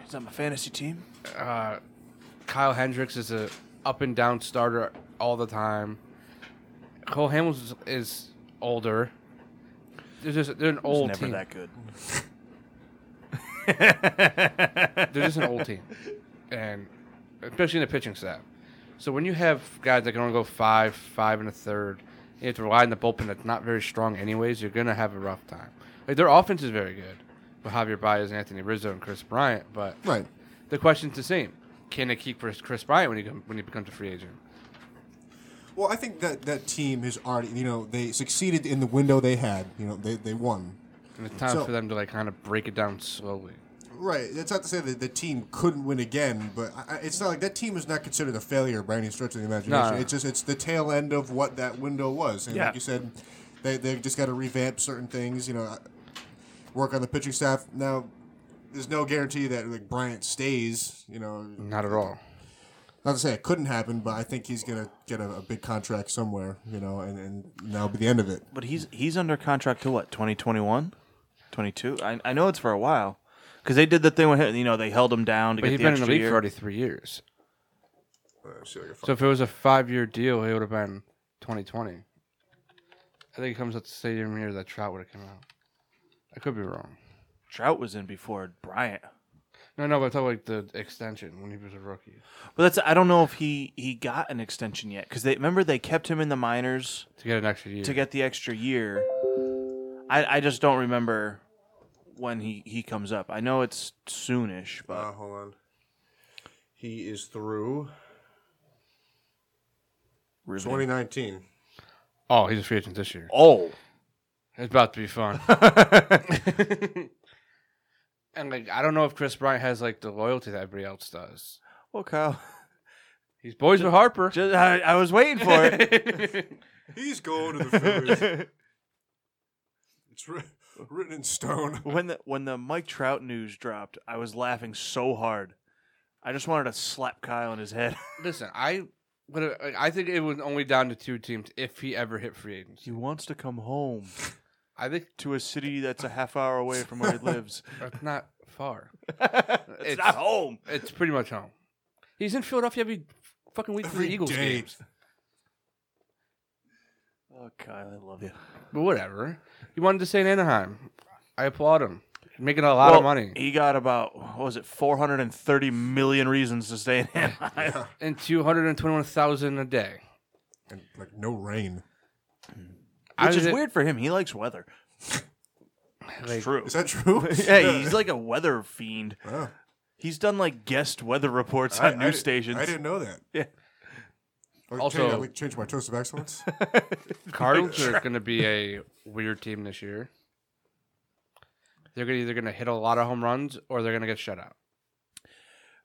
B: Is that my fantasy team?
D: Kyle Hendricks is a up and down starter all the time. Cole Hamels is, is older. They're just they're an
B: It's
D: old
B: never
D: team.
B: that good.
D: They're just an old team, and especially in the pitching staff. So when you have guys that can only go five, five and a third, you have to rely on the bullpen that's not very strong. Anyways, you're gonna have a rough time. Like their offense is very good with Javier Baez, Anthony Rizzo, and Chris Bryant, but
C: Right.
D: the question's the same: Can they keep Chris Chris Bryant when he come- when he becomes a free agent?
C: Well, I think that that team has already, you know, they succeeded in the window they had. You know, they, they won.
D: And it's time
C: So-
D: for them to like kind of break it down slowly.
C: Right. That's not to say that the team couldn't win again, but I, I- it's not like that team is not considered a failure by any stretch of the imagination.
D: No, no, no.
C: It's just it's the tail end of what that window was, and
B: Yeah.
C: like you said, they they just got to revamp certain things. You know, uh, work on the pitching staff now. There's no guarantee that like Bryant stays. You know,
D: Not at all.
C: not to say it couldn't happen, but I think he's gonna get a, a big contract somewhere. You know, and and that'll be the end of it.
B: But he's he's under contract to what? 2021, 22. I, I know it's for a while because they did the thing with him. You know, they held him down to
D: But
B: get
D: he's
B: the
D: been in the
B: extra
D: league
B: year.
D: for already three years. So if it was a five-year deal, it would have been 2020. I think it comes out the stadium year that Trout would have come out. I could be wrong.
B: Trout was in before Bryant.
D: No, no, but I thought like the extension when he was a rookie.
B: But that's I don't know if he he got an extension yet because they remember they kept him in the minors
D: to get an extra year.
B: to get the extra year. I I just don't remember when he he comes up. I know it's soonish, but
F: Uh, hold on. He is through.
B: Ruben-
C: [LAUGHS] 2019.
D: oh, he's a free agent this year.
B: oh
D: It's about to be fun.
B: [LAUGHS]
D: [LAUGHS] and like, I don't know if Chris Bryant has like the loyalty that everybody else does.
B: well, Kyle, [LAUGHS]
D: He's boys with Harper.
B: just, I, I was waiting for
D: [LAUGHS]
B: it.
C: He's going to the Phillies. it's writ- [LAUGHS] written in stone. [LAUGHS]
B: when the when the Mike Trout news dropped, I was laughing so hard. I just wanted to slap Kyle in his head. [LAUGHS]
D: Listen, I would. have- like, I think it was only down to two teams if he ever hit free agency.
B: he wants to come home
D: I think
B: to a city that's a half hour away from where he lives.
D: that's not far.
B: it's,
D: It's-
B: not home.
D: It's pretty much home. He's in Philadelphia every fucking week for the
C: Every
D: Eagles
C: day.
D: games.
B: Oh, Kyle, I love you.
D: But whatever. He wanted to stay in Anaheim. I applaud him. Making a lot of
B: Well,
D: money.
B: He got about what was it, four hundred and thirty million reasons to
C: [LAUGHS]
B: stay in Anaheim.
D: and two hundred and twenty-one thousand a day.
C: And like no rain.
D: I
B: Which is
D: did-
B: weird for him. He likes weather.
D: Like,
B: True.
C: Is
B: [LAUGHS]
C: that true?
B: yeah, he's like a weather fiend.
C: Wow.
B: He's done like guest weather reports
C: I-
B: on
C: I
B: news
C: di-
B: stations.
C: I didn't know that.
B: Yeah.
C: I'll
D: Also-
C: change, I'll change my toast
B: [LAUGHS]
C: of excellence.
D: Cardinals are going to be a weird team this year. They're gonna either going to hit a lot of home runs or they're going to get shut out.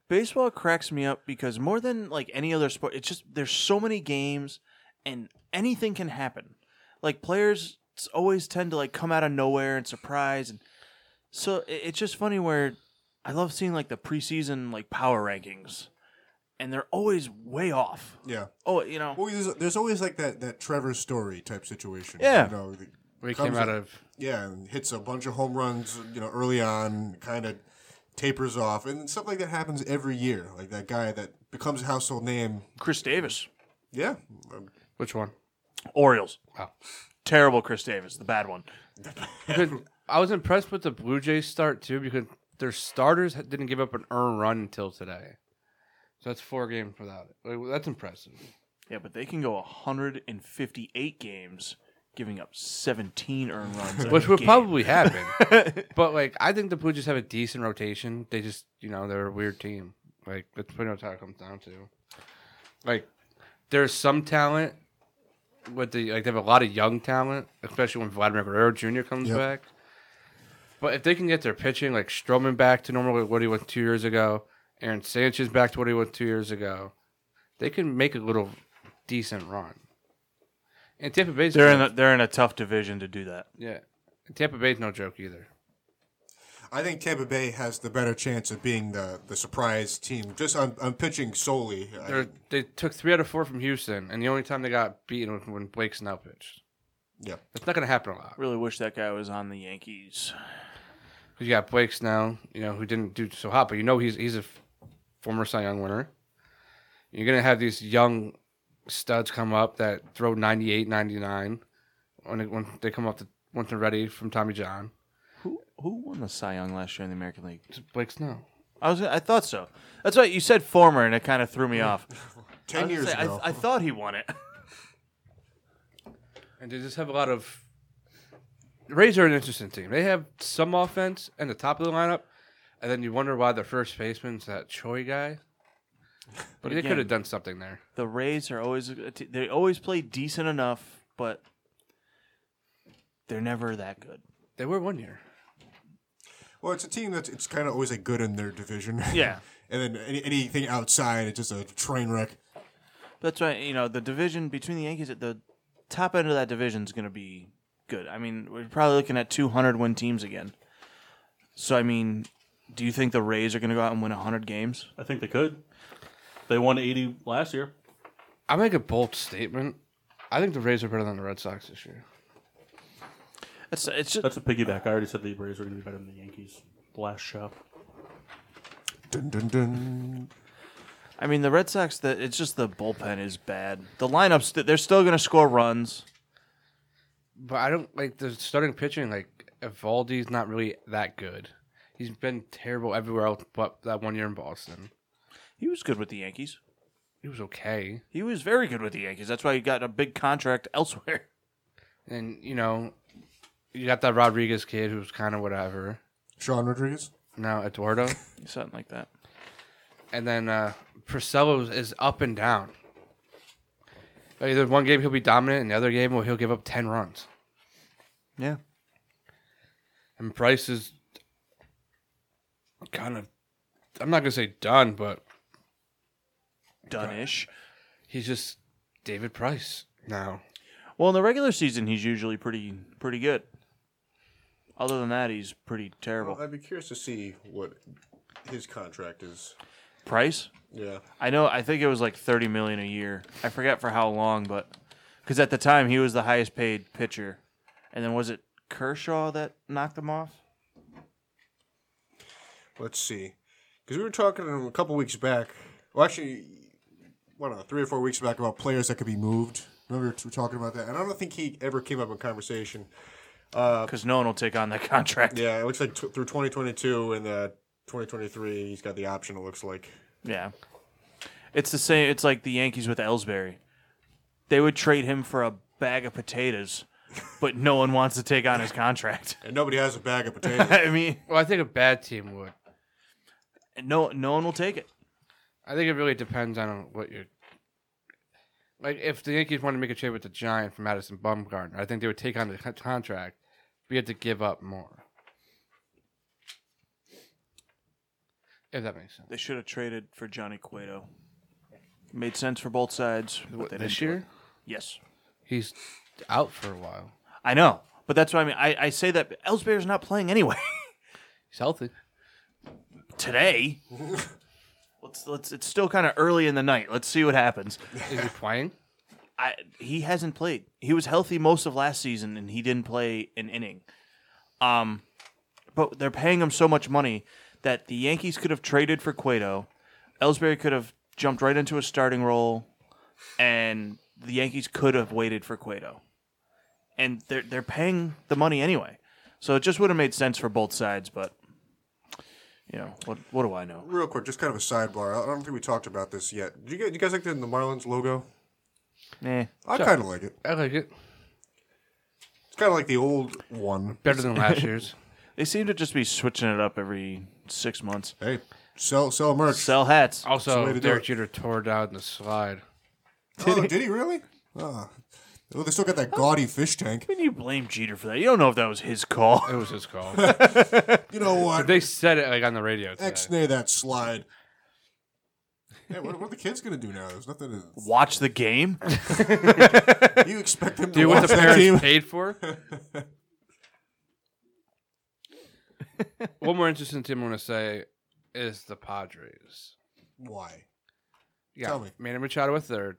B: Baseball cracks me up because more than like any other sport, it's just there's so many games and anything can happen. Like players s- always tend to like come out of nowhere and surprise and so i- it's just funny where I love seeing like the preseason like power rankings and they're always way off.
C: yeah.
B: Oh, you know.
C: Well, there's, there's always like that, that Trevor Story type situation.
B: Yeah.
C: You know, the-
D: We
C: Comes
D: came out
C: in-
D: of
C: yeah, and hits a bunch of home runs, you know, early on, kind of tapers off. And stuff like that happens every year. Like that guy that becomes a household name.
B: Chris Davis,
C: Yeah. Um,
D: which one?
B: Orioles.
D: Wow.
B: Terrible Chris Davis, the bad one.
D: Because I was impressed with the Blue Jays start too because their starters ha- didn't give up an earned run until today. So that's four games without it. Like, that's impressive.
B: Yeah, but they can go 158 games giving up 17 earned runs.
D: Which
B: a
D: will
B: game.
D: probably happen.
B: [LAUGHS]
D: but like I think the Blue Jays have a decent rotation. They just you know, they're a weird team. Like that's pretty much how it comes down to. Like there's some talent with the like they have a lot of young talent, especially when Vladimir Guerrero Jr. comes
C: Yep.
D: back. But if they can get their pitching, like Stroman back to normal what he was two years ago, Aaron Sanchez back to what he was two years ago, they can make a little decent run. And Tampa Bay's
B: They're in a, they're in a tough division to do that.
D: yeah. Tampa Bay's no joke either.
C: I think Tampa Bay has the better chance of being the, the surprise team just on, on pitching solely. I-
D: They're, they took three out of four from Houston, and the only time they got beaten was when Blake Snell pitched.
C: Yeah.
D: That's not going to happen a lot.
B: Really wish that guy was on the Yankees.
D: 'Cause You got Blake Snell, you know, who didn't do so hot, but you know he's he's a f- former Cy Young winner. You're going to have these young studs come up that throw 98, 99 when, it, when they come up to once they're ready from Tommy John.
B: Who who won the Cy Young last year in the American League?
D: It's Blake Snell.
B: I was I thought so. That's right. You said former, and it kind of threw me [LAUGHS] off. I,
C: 10
B: was
C: years
B: gonna say,
C: ago.
B: I, I thought he won it. [LAUGHS]
D: And they just have a lot of. The Rays are an interesting team. They have some offense and the top of the lineup, and then you wonder why the first baseman's that Choi guy.
B: But
D: they could
B: again,
D: have done something there.
B: the Rays are always they always play decent enough, but they're never that good.
D: They were one year.
C: Well, it's a team that's it's kind of always like good in their division. [LAUGHS]
B: Yeah.
C: and then any, anything outside, it's just a train wreck.
B: That's right. You know, the division between the Yankees at the top end of that division is going to be good. I mean, we're probably looking at 200 win teams again. So, I mean, do you think the Rays are going to go out and win 100 games?
A: I think they could. They won 80 last year.
D: I make a bold statement. I think the Rays are better than the Red Sox this year.
B: It's, it's just,
A: That's a piggyback. I already said the Braves were going to be better than the Yankees. The last show.
C: Dun dun dun.
B: I mean, the Red Sox, the, it's just the bullpen is bad. The lineups, th- they're still going to score runs.
D: But I don't like the starting pitching. Like Evaldi's not really that good. He's been terrible everywhere else but that one year in Boston.
B: He was good with the Yankees.
D: He was okay,
B: He was very good with the Yankees. That's why he got a big contract [LAUGHS] elsewhere.
D: and you know, you got that Rodriguez kid who's kind of whatever.
C: Sean Rodriguez.
D: Now [LAUGHS] Eduardo,
B: Something like that.
D: and then uh, Priscilla is up and down. Like, Either one game he'll be dominant, and the other game well he'll give up ten runs.
B: Yeah.
D: And Price is kind of, I'm not gonna say done, but
B: Done-ish.
D: he's just David Price now.
B: Well, in the regular season, he's usually pretty pretty good. Other than that, he's pretty terrible.
F: Well, I'd be curious to see what his contract is.
B: Price?
F: Yeah.
B: I know. I think it was like thirty million a year. I forget for how long, but because at the time he was the highest paid pitcher, and then was it Kershaw that knocked him off?
F: Let's see. Because we were talking a couple weeks back. Well, actually,
C: What, uh, three or four weeks back about players that could be moved. Remember we were talking about that, and I don't think he ever came up in conversation.
B: Because no one will take on that [LAUGHS] contract.
F: Uh, yeah, it looks like t- through 2022 and uh, 2023, he's got the option, it looks like.
B: Yeah, it's the same. It's like the Yankees with Ellsbury. They would trade him for a bag of potatoes, but no one wants to take on his contract. [LAUGHS]
C: And nobody has a bag of potatoes.
B: I mean,
D: Well, I think a bad team would.
B: no, no one will take it.
D: I think it really depends on what you're. Like, if the Yankees want to make a trade with the Giant for Madison Bumgarner, I think they would take on the con- contract. We had to give up more. If that makes sense.
B: They should have traded for Johnny Cueto. Made sense for both sides. but they didn't do it. Yes.
D: He's out for a while.
B: I know. But that's what I mean. I, I say that Ellsbury's not playing anyway [LAUGHS]
D: He's healthy.
B: today. let's let's it's still kind of early in the night. Let's see what happens.
D: Is
C: [LAUGHS]
D: he playing?
B: I he hasn't played. He was healthy most of last season and he didn't play an inning. Um but they're paying him so much money that the Yankees could have traded for Cueto. Ellsbury could have jumped right into a starting role and the Yankees could have waited for Cueto. And they're they're paying the money anyway. So it just would have made sense for both sides, but you know, what what do I know?
C: Real quick, just kind of a sidebar. I don't think we talked about this yet. Do you guys, you guys like the, the Marlins logo?
B: Eh.
C: I kind of like it.
D: I like it.
C: It's kind of like the old one.
D: Better than
C: [LAUGHS]
D: last year's.
B: They seem to just be switching it up every six months.
C: Hey, sell sell merch.
B: Sell hats.
D: Also,
C: way to do
D: Derek
C: it.
D: Jeter tore down the slide.
C: oh, did he really? Oh. Well, they still got that gaudy fish tank.
B: Can you blame Jeter for that? You don't know if that was his call. [LAUGHS]
D: It was
C: [LAUGHS]
D: his call.
C: You know what?
D: they said it like on the radio. Today.
C: Ex-nay that slide. Hey, what, what are the kids gonna do now? There's nothing. To,
B: Watch the
C: [LAUGHS]
B: game.
C: you expect them to
D: Do what
C: watch
D: the
C: that
D: parents
C: team?
D: paid for. One more interesting team I want to say is the Padres.
C: Why? [LAUGHS]
D: Yeah,
C: Tell me.
D: Manny Machado at third,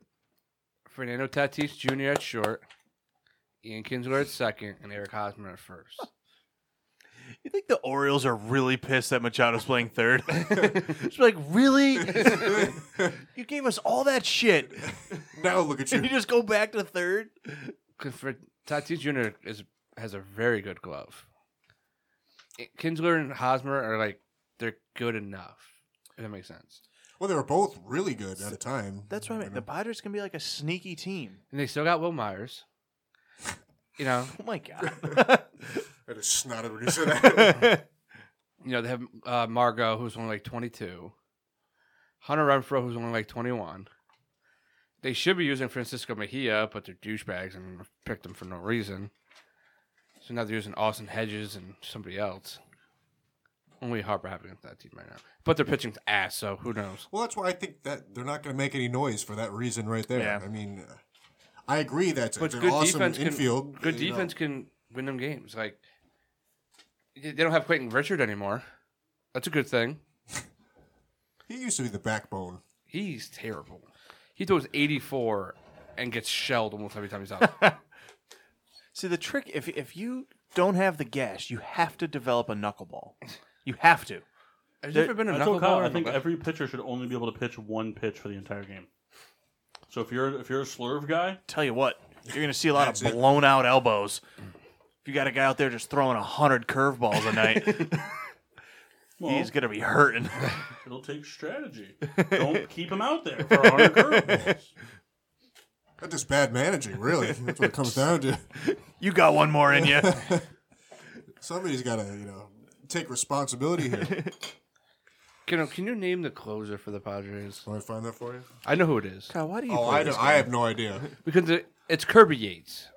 D: Fernando Tatis Jr. at short, Ian Kinsler at second, and Eric Hosmer at first.
B: You think the Orioles are really pissed that Machado's playing
C: [LAUGHS]
B: third? it's like, really? [LAUGHS] you gave us all that shit.
C: Now look at
B: And [LAUGHS] you
C: you.
B: just go back to third?
D: 'Cause for Tatis Jr. is has a very good glove. I- Kinsler and Hosmer are like they're good enough. If that makes sense.
C: Well, they were both really good at a time.
B: That's what I mean. The Padres can be like a sneaky team.
D: And they still got Will Myers. You know,
B: Oh my God. [LAUGHS]
C: I just snotted when you said that.
D: you know, they have uh, Margot, who's only like 22. Hunter Renfro, who's only like 21. They should be using Francisco Mejia, but they're douchebags and picked him for no reason. So now they're using Austin Hedges and somebody else. Only Harper happening with that team right now. But they're pitching ass, so who knows?
C: Well, that's why I think that they're not going to make any noise for that reason right there.
B: Yeah.
C: I mean, uh, I agree that's
D: But
C: an
D: good
C: awesome
D: defense can-
C: infield.
D: Good
C: you know.
D: defense can win them games. Like they they don't have Clayton Richard anymore. That's a good thing.
C: He used to be the backbone.
D: He's terrible. He throws 84 and gets shelled almost every time he's [LAUGHS] out.
B: See, the trick if if you don't have the gas, you have to develop a knuckleball. You have to.
D: Has there ever been a
A: I told Kyle
D: knuckleball?
A: I think every pitcher should only be able to pitch one pitch for the entire game. So if you're if you're a slurve guy,
B: Tell you what, you're gonna see a lot
C: That's
B: of
C: it.
B: blown out elbows. If you got a guy out there just throwing hundred curveballs a
C: [LAUGHS]
B: night,
A: well,
B: he's gonna be hurting. [LAUGHS]
A: it'll take strategy. Don't keep him out there for 100 curveballs.
C: That's just bad managing, really. that's what it comes down to.
B: You got one more in [LAUGHS] you.
C: Somebody's got to, you know, take responsibility here.
D: Can, uh, can you name the closer for the Padres?
C: Can I find that for you?
D: I know who it is.
B: God, why do you?
C: Oh,
B: play
C: I,
B: this
C: don't-
B: game?
C: I have no idea.
D: Because it, it's Kirby Yates.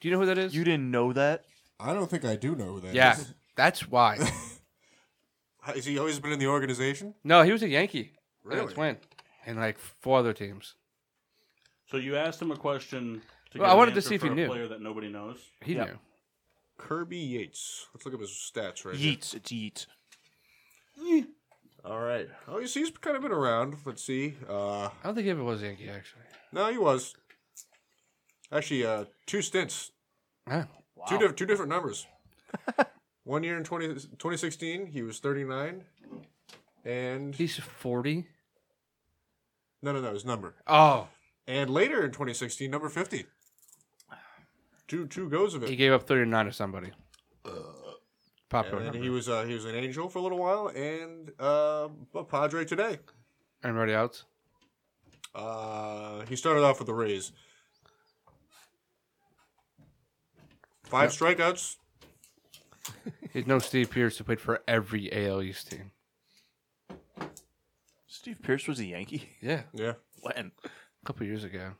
D: Do you know who that is?
B: You didn't know that?
C: [LAUGHS] I don't think I do know who that.
D: yeah,
C: is.
D: that's [LAUGHS] why.
C: Has he always been in the organization?
D: No, he was a Yankee. Really?
C: Really?
D: Twin. And like four other teams.
A: So you asked him a question. To
D: Well,
A: get
D: I
A: an
D: wanted to
A: answer
D: see if
A: for
D: he
A: a
D: knew.
A: player that nobody knows.
D: He
B: Yeah.
D: knew.
F: Kirby Yates. Let's look at his stats right here.
B: Yeats, it's Yeats.
F: All right. Oh, you see, he's kind of been around. Let's see. Uh,
D: I don't think he ever was a Yankee, actually.
F: no, he was. Actually, uh, two stints.
D: Yeah.
F: Two, diff- two different numbers. [LAUGHS] One year in 20, 2016, he was 39. And
D: He's 40.
F: no, no, no, his number.
D: Oh,
F: And later in 2016, number 50. Two two goes of
D: he
F: it.
D: gave up 39 to somebody.
A: Uh,
D: Popular.
F: And
D: number.
F: he was uh, he was an angel for a little while, and uh, a Padre today.
D: Anybody else?
F: Uh, he started off with the Rays. Five strikeouts.
D: He's no Steve Pierce who played for every AL East team.
B: Steve Pierce was a Yankee. [LAUGHS]
D: Yeah.
F: Yeah.
B: When?
D: A couple years ago.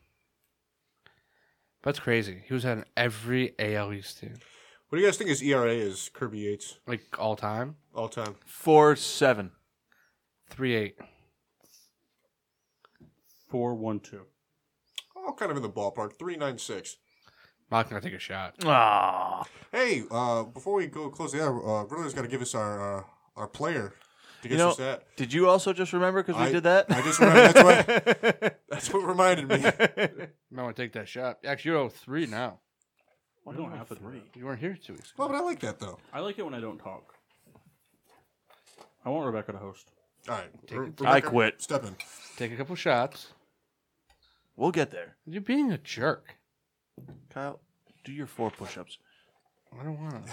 D: That's crazy. He was on every AL East team.
F: What do you guys think his ERA is? Kirby Yates
D: Like all time?
F: all time.
B: Four seven.
D: 3 8.
A: Four one two.
F: All Oh, kind of in the ballpark. Three nine six.
D: Mock gonna take a shot.
B: Ah,
C: Hey, uh, before we go close the hour, uh, Riddler's got to give us our uh, our player to get
B: you know.
C: us that.
B: Did you also just remember because we
C: I-
B: did that? [LAUGHS]
C: I just remember, that's what that's what reminded me.
D: You might want to take that shot. Actually, you're 03 now.
A: We don't have to do that.
D: You weren't here two weeks ago.
C: Well, but I like that though.
A: I like it when I don't talk. I want Rebecca to host.
C: All right, Re-
B: I
C: Rebecca,
B: quit.
C: Step in.
D: Take a couple shots.
B: We'll get there.
D: You're being a jerk.
B: Kyle, do your four push-ups.
D: I don't want to.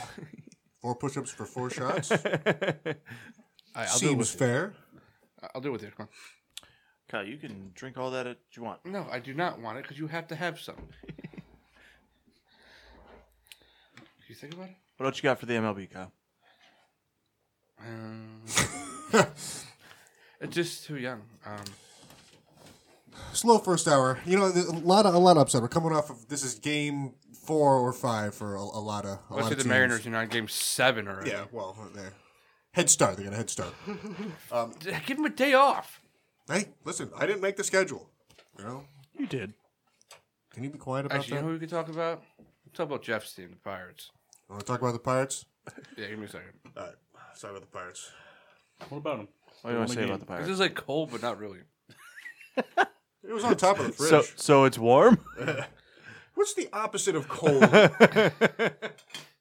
C: Four push-ups for
D: [LAUGHS]
C: four shots
D: I'll do it
C: seems
D: with
C: fair.
D: you. I'll do it with you. Come
B: Kyle, you can drink all that that you want.
D: on. No, I do not want it because you have to have some. Do you think about it?
B: What else you got for the MLB, Kyle?
D: Um, [LAUGHS] it's just too young. Um,
C: Slow first hour. You know, there's a lot of a lot of upset. We're coming off of this is game four or five for a, a lot of. A lot
D: let's say
C: of
D: the
C: teams.
D: Mariners are now in game seven already. [LAUGHS]
C: Yeah, well, uh, they're head start. They got a head start.
D: Give them a day off.
C: hey, listen, I didn't make the schedule. You know,
E: You did.
C: can you be quiet about
D: Actually, you
C: that?
D: know who we could talk about? Let's talk about Jeff's team, the Pirates.
C: Want to talk about the Pirates?
D: Yeah, give me a second.
F: All right. Sorry about the Pirates.
A: What about him?
B: What do you want to say
A: game.
B: about the
D: This
B: Pirates?
D: is like cold, but not really.
F: It was on top of the fridge.
B: So, so it's warm. [LAUGHS]
F: What's the opposite of cold?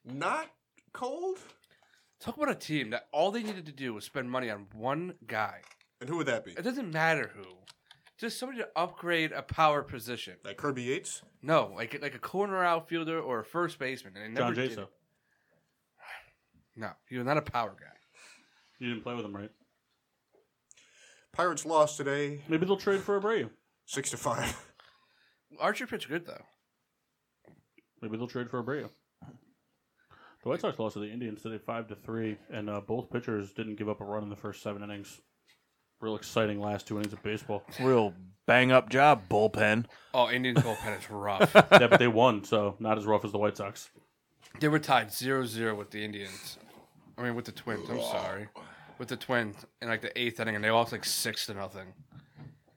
F: Not cold.
D: Talk about a team that all they needed to do was spend money on one guy.
F: And who would that be?
D: It doesn't matter who. Just somebody to upgrade a power position.
F: Like Kirby Yates.
D: No, like like a corner outfielder or a first baseman. And they
A: John
D: never did
A: Jaso.
D: it. No, you're not a power guy.
A: You didn't play with him, right?
F: Pirates lost today,
A: Maybe they'll trade for Abreu.
F: six to five.
D: Archer pitched good though.
A: Maybe they'll trade for Abreu. The White Sox lost to the Indians today, five to three, and uh, both pitchers didn't give up a run in the first seven innings. Real exciting last two innings of
D: [LAUGHS]
A: baseball.
B: Real bang up job, bullpen.
D: Oh, Indian bullpen is rough.
A: yeah, but they won, so not as rough as the White Sox.
D: They were tied 0-0 with the Indians. I mean, with the Twins. I'm sorry, with the Twins in like the eighth inning, and they lost like six to nothing.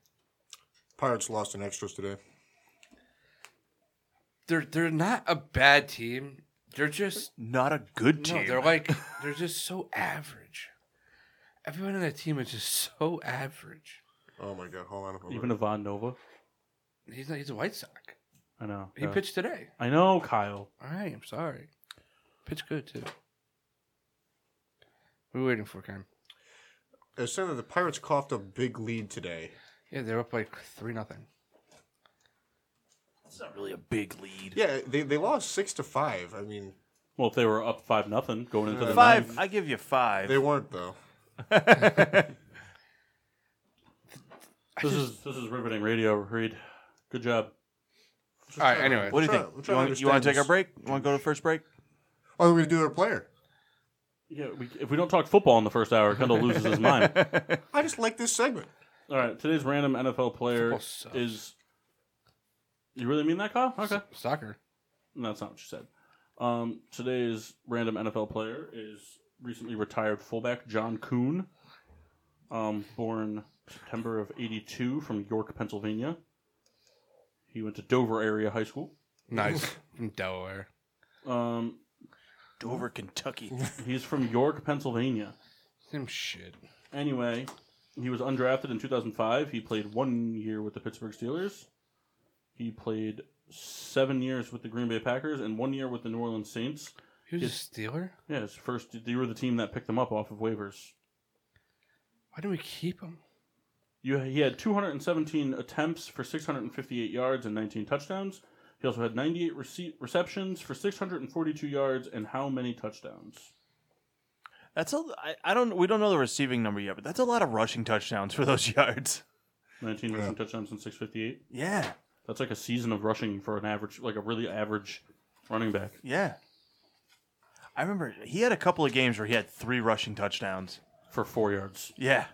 C: [LAUGHS] Pirates lost in extras today.
D: They're they're not a bad team. They're just
B: Not a good
D: no.
B: team.
D: They're like they're just so average. Everyone on that team is just so average.
C: Oh my god, hold on. Hold
A: Even Ivan Nova.
D: He's not. He's a White Sox.
A: I know.
D: He
A: yeah.
D: pitched today.
A: I know, Kyle.
D: All right. I'm sorry. Pitched good too. What are we waiting for, Ken?
C: It said that the Pirates coughed a big lead today.
D: Yeah, they're up like three nothing.
B: It's not really a big lead.
C: Yeah, they, they lost six to five. I mean,
A: Well, if they were up five nothing going into the
B: Five.
A: ninth-
B: I give you five.
C: they weren't though.
A: this is this is riveting radio, Reed. Good job.
D: All right. Anyway,
B: what do you
C: Try-
B: think?
C: try to
B: you wanna- you
C: understand
B: want to take our
C: this.
B: break? You want to go to the first break?
C: Oh, we're gonna do their player.
A: Yeah, we, if we don't talk football in the first hour, Kendall loses his
D: [LAUGHS]
A: mind.
C: I just like this segment.
A: All right, today's random NFL player
D: Football sucks.
A: is. You really mean that, Kyle? Okay,
D: soccer.
A: No, that's not what you said. Um, today's random NFL player is recently retired fullback John Kuhn, um, born September of '82 from York, Pennsylvania. He went to Dover area high school.
D: Nice from Delaware.
A: Um,
B: Dover, Kentucky.
A: he's from York, Pennsylvania.
D: Same shit.
A: Anyway, he was undrafted in 2005. He played one year with the Pittsburgh Steelers. He played seven years with the Green Bay Packers and one year with the New Orleans Saints.
D: He was a Steeler.
A: Yeah, his first. You were the team that picked him up off of waivers.
D: Why do we keep him?
A: You, he had 217 attempts for 658 yards and 19 touchdowns. He also had 98 rece- receptions for 642 yards and how many touchdowns?
B: That's a. I, I don't. We don't know the receiving number yet, but that's a lot of rushing touchdowns for those [LAUGHS] yards.
A: 19 rushing touchdowns and 658.
B: Yeah.
A: That's like a season of rushing for an average, like a really average running back.
B: Yeah. I remember he had a couple of games where he had three rushing touchdowns.
A: for four yards.
B: Yeah.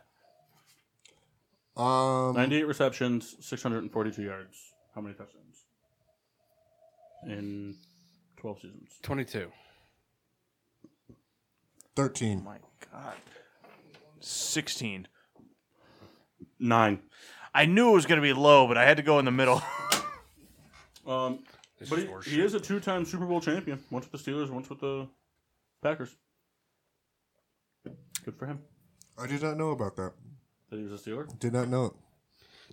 C: Um,
A: 98 receptions, 642 yards. How many touchdowns? In 12 seasons.
D: Twenty-two.
C: thirteen.
B: My God. Sixteen.
A: Nine.
B: I knew it was going to be low, but I had to go in the middle. [LAUGHS]
A: Um,
D: This
A: but
D: is
A: he,
D: horseshit.
A: he is a two time Super Bowl champion. Once with the Steelers, once with the Packers. Good for him.
C: I did not know about that.
A: That he was a Steeler.
C: Did not know it.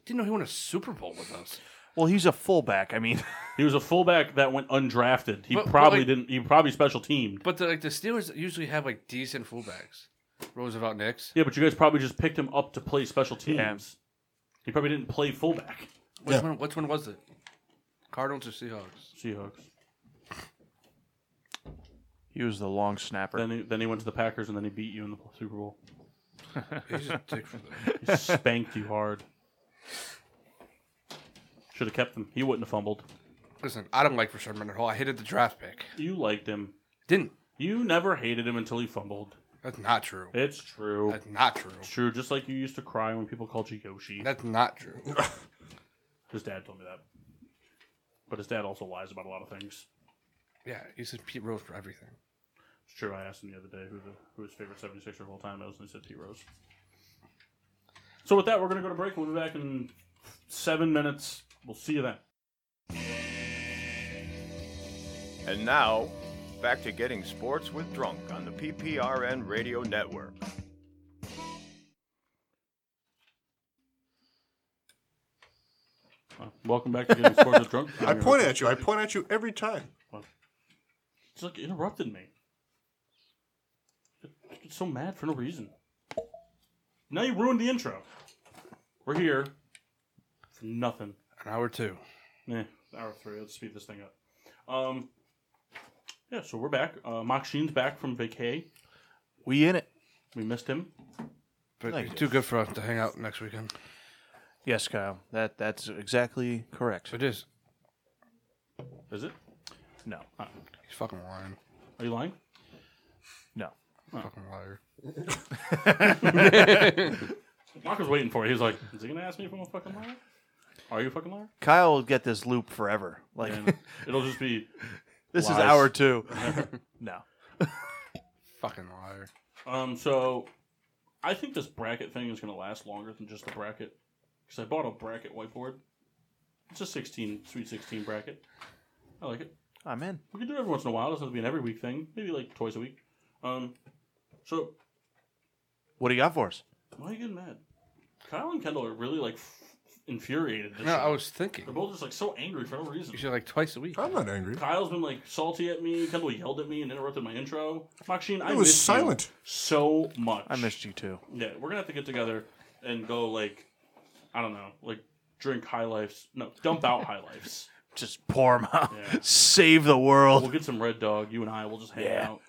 D: Didn't know he won a Super Bowl with us.
B: well, he's a fullback. I mean, [LAUGHS]
A: He was a fullback that went undrafted. He
D: But- but
A: probably
D: like-
A: didn't. He probably special teamed.
D: But the, like the Steelers usually have like decent fullbacks. Roosevelt Nix.
A: Yeah, but you guys probably just picked him up to play special teams. He probably didn't play fullback.
D: Which
C: Yeah.
D: one? Which one was it? Cardinals or Seahawks?
A: Seahawks.
B: he was the long snapper.
A: Then he, then he went to the Packers, and then he beat you in the Super Bowl.
D: He's a dick for
A: [LAUGHS]
D: that.
A: He spanked you hard. Should have kept him. He wouldn't have fumbled.
D: Listen, I don't like Rashard Leonard Hall. I hated the draft pick.
A: You liked him.
D: Didn't.
A: You never hated him until he fumbled.
D: That's not true.
A: It's true.
D: That's not true.
A: It's true. Just like you used to cry when people called you Yoshi.
D: That's not true.
A: His dad told me that. But his dad also lies about a lot of things.
D: Yeah, he said Pete Rose for everything.
A: It's true. I asked him the other day who the who his favorite 76er of all time is, and he said Pete Rose. So with that, we're going to go to break. We'll be back in seven minutes. We'll see you then.
G: And now, back to getting sports with Drunk on the PPRN
B: [LAUGHS]
G: Radio Network.
A: Uh, welcome back to Getting Sports with Drunk. [LAUGHS]
C: I point at you. I point at you every time.
A: It's like interrupted me. I get so mad for no reason. Now you ruined the intro. We're here for nothing.
D: An hour two.
A: Eh, hour three. Let's speed this thing up. Um, yeah, so we're back. Uh, Mock Sheen's back from vacay.
B: We in it.
A: We missed him.
D: But
B: Like-
D: too good for us to hang out next weekend.
B: Yes, Kyle. That that's exactly correct.
D: So it is.
A: Is it?
B: No,
D: He's fucking lying.
A: Are you lying?
B: no.
D: Fucking liar.
A: Mark was waiting for it. He was like, "Is he gonna ask me if I'm a fucking liar? Are you a fucking liar?"
B: Kyle will get this loop forever. Like [LAUGHS]
A: And it'll just be
B: this
A: lies.
B: is hour [LAUGHS] two. no.
D: Fucking liar.
A: Um, so I think this bracket thing is going to last longer than just the bracket because I bought a bracket whiteboard. It's a 16, sweet 16 bracket. I like it.
B: I'm in.
A: We can do it every once in a while. It doesn't have to be an every week thing. Maybe like twice a week. Um, so
B: What do you got for us?
A: why are you getting mad? Kyle and Kendall are really like f- infuriated. This
D: No,
A: year.
D: I was
A: They're
D: thinking.
A: both just like so angry for no reason.
D: You should like twice a week.
C: I'm not angry.
A: Kyle's been like salty at me. Kendall yelled at me and interrupted my intro. Makshin, I
C: It
A: miss
C: was
A: you
C: silent.
A: so much.
B: I missed you too.
A: Yeah, we're gonna have to get together and go like, I don't know, like drink high lifes. No, dump out high lifes.
B: Just pour 'em out.
A: Yeah.
B: [LAUGHS] Save the
A: We'll
B: world.
A: get some red dog. You and I will just hang
B: Yeah.
A: out.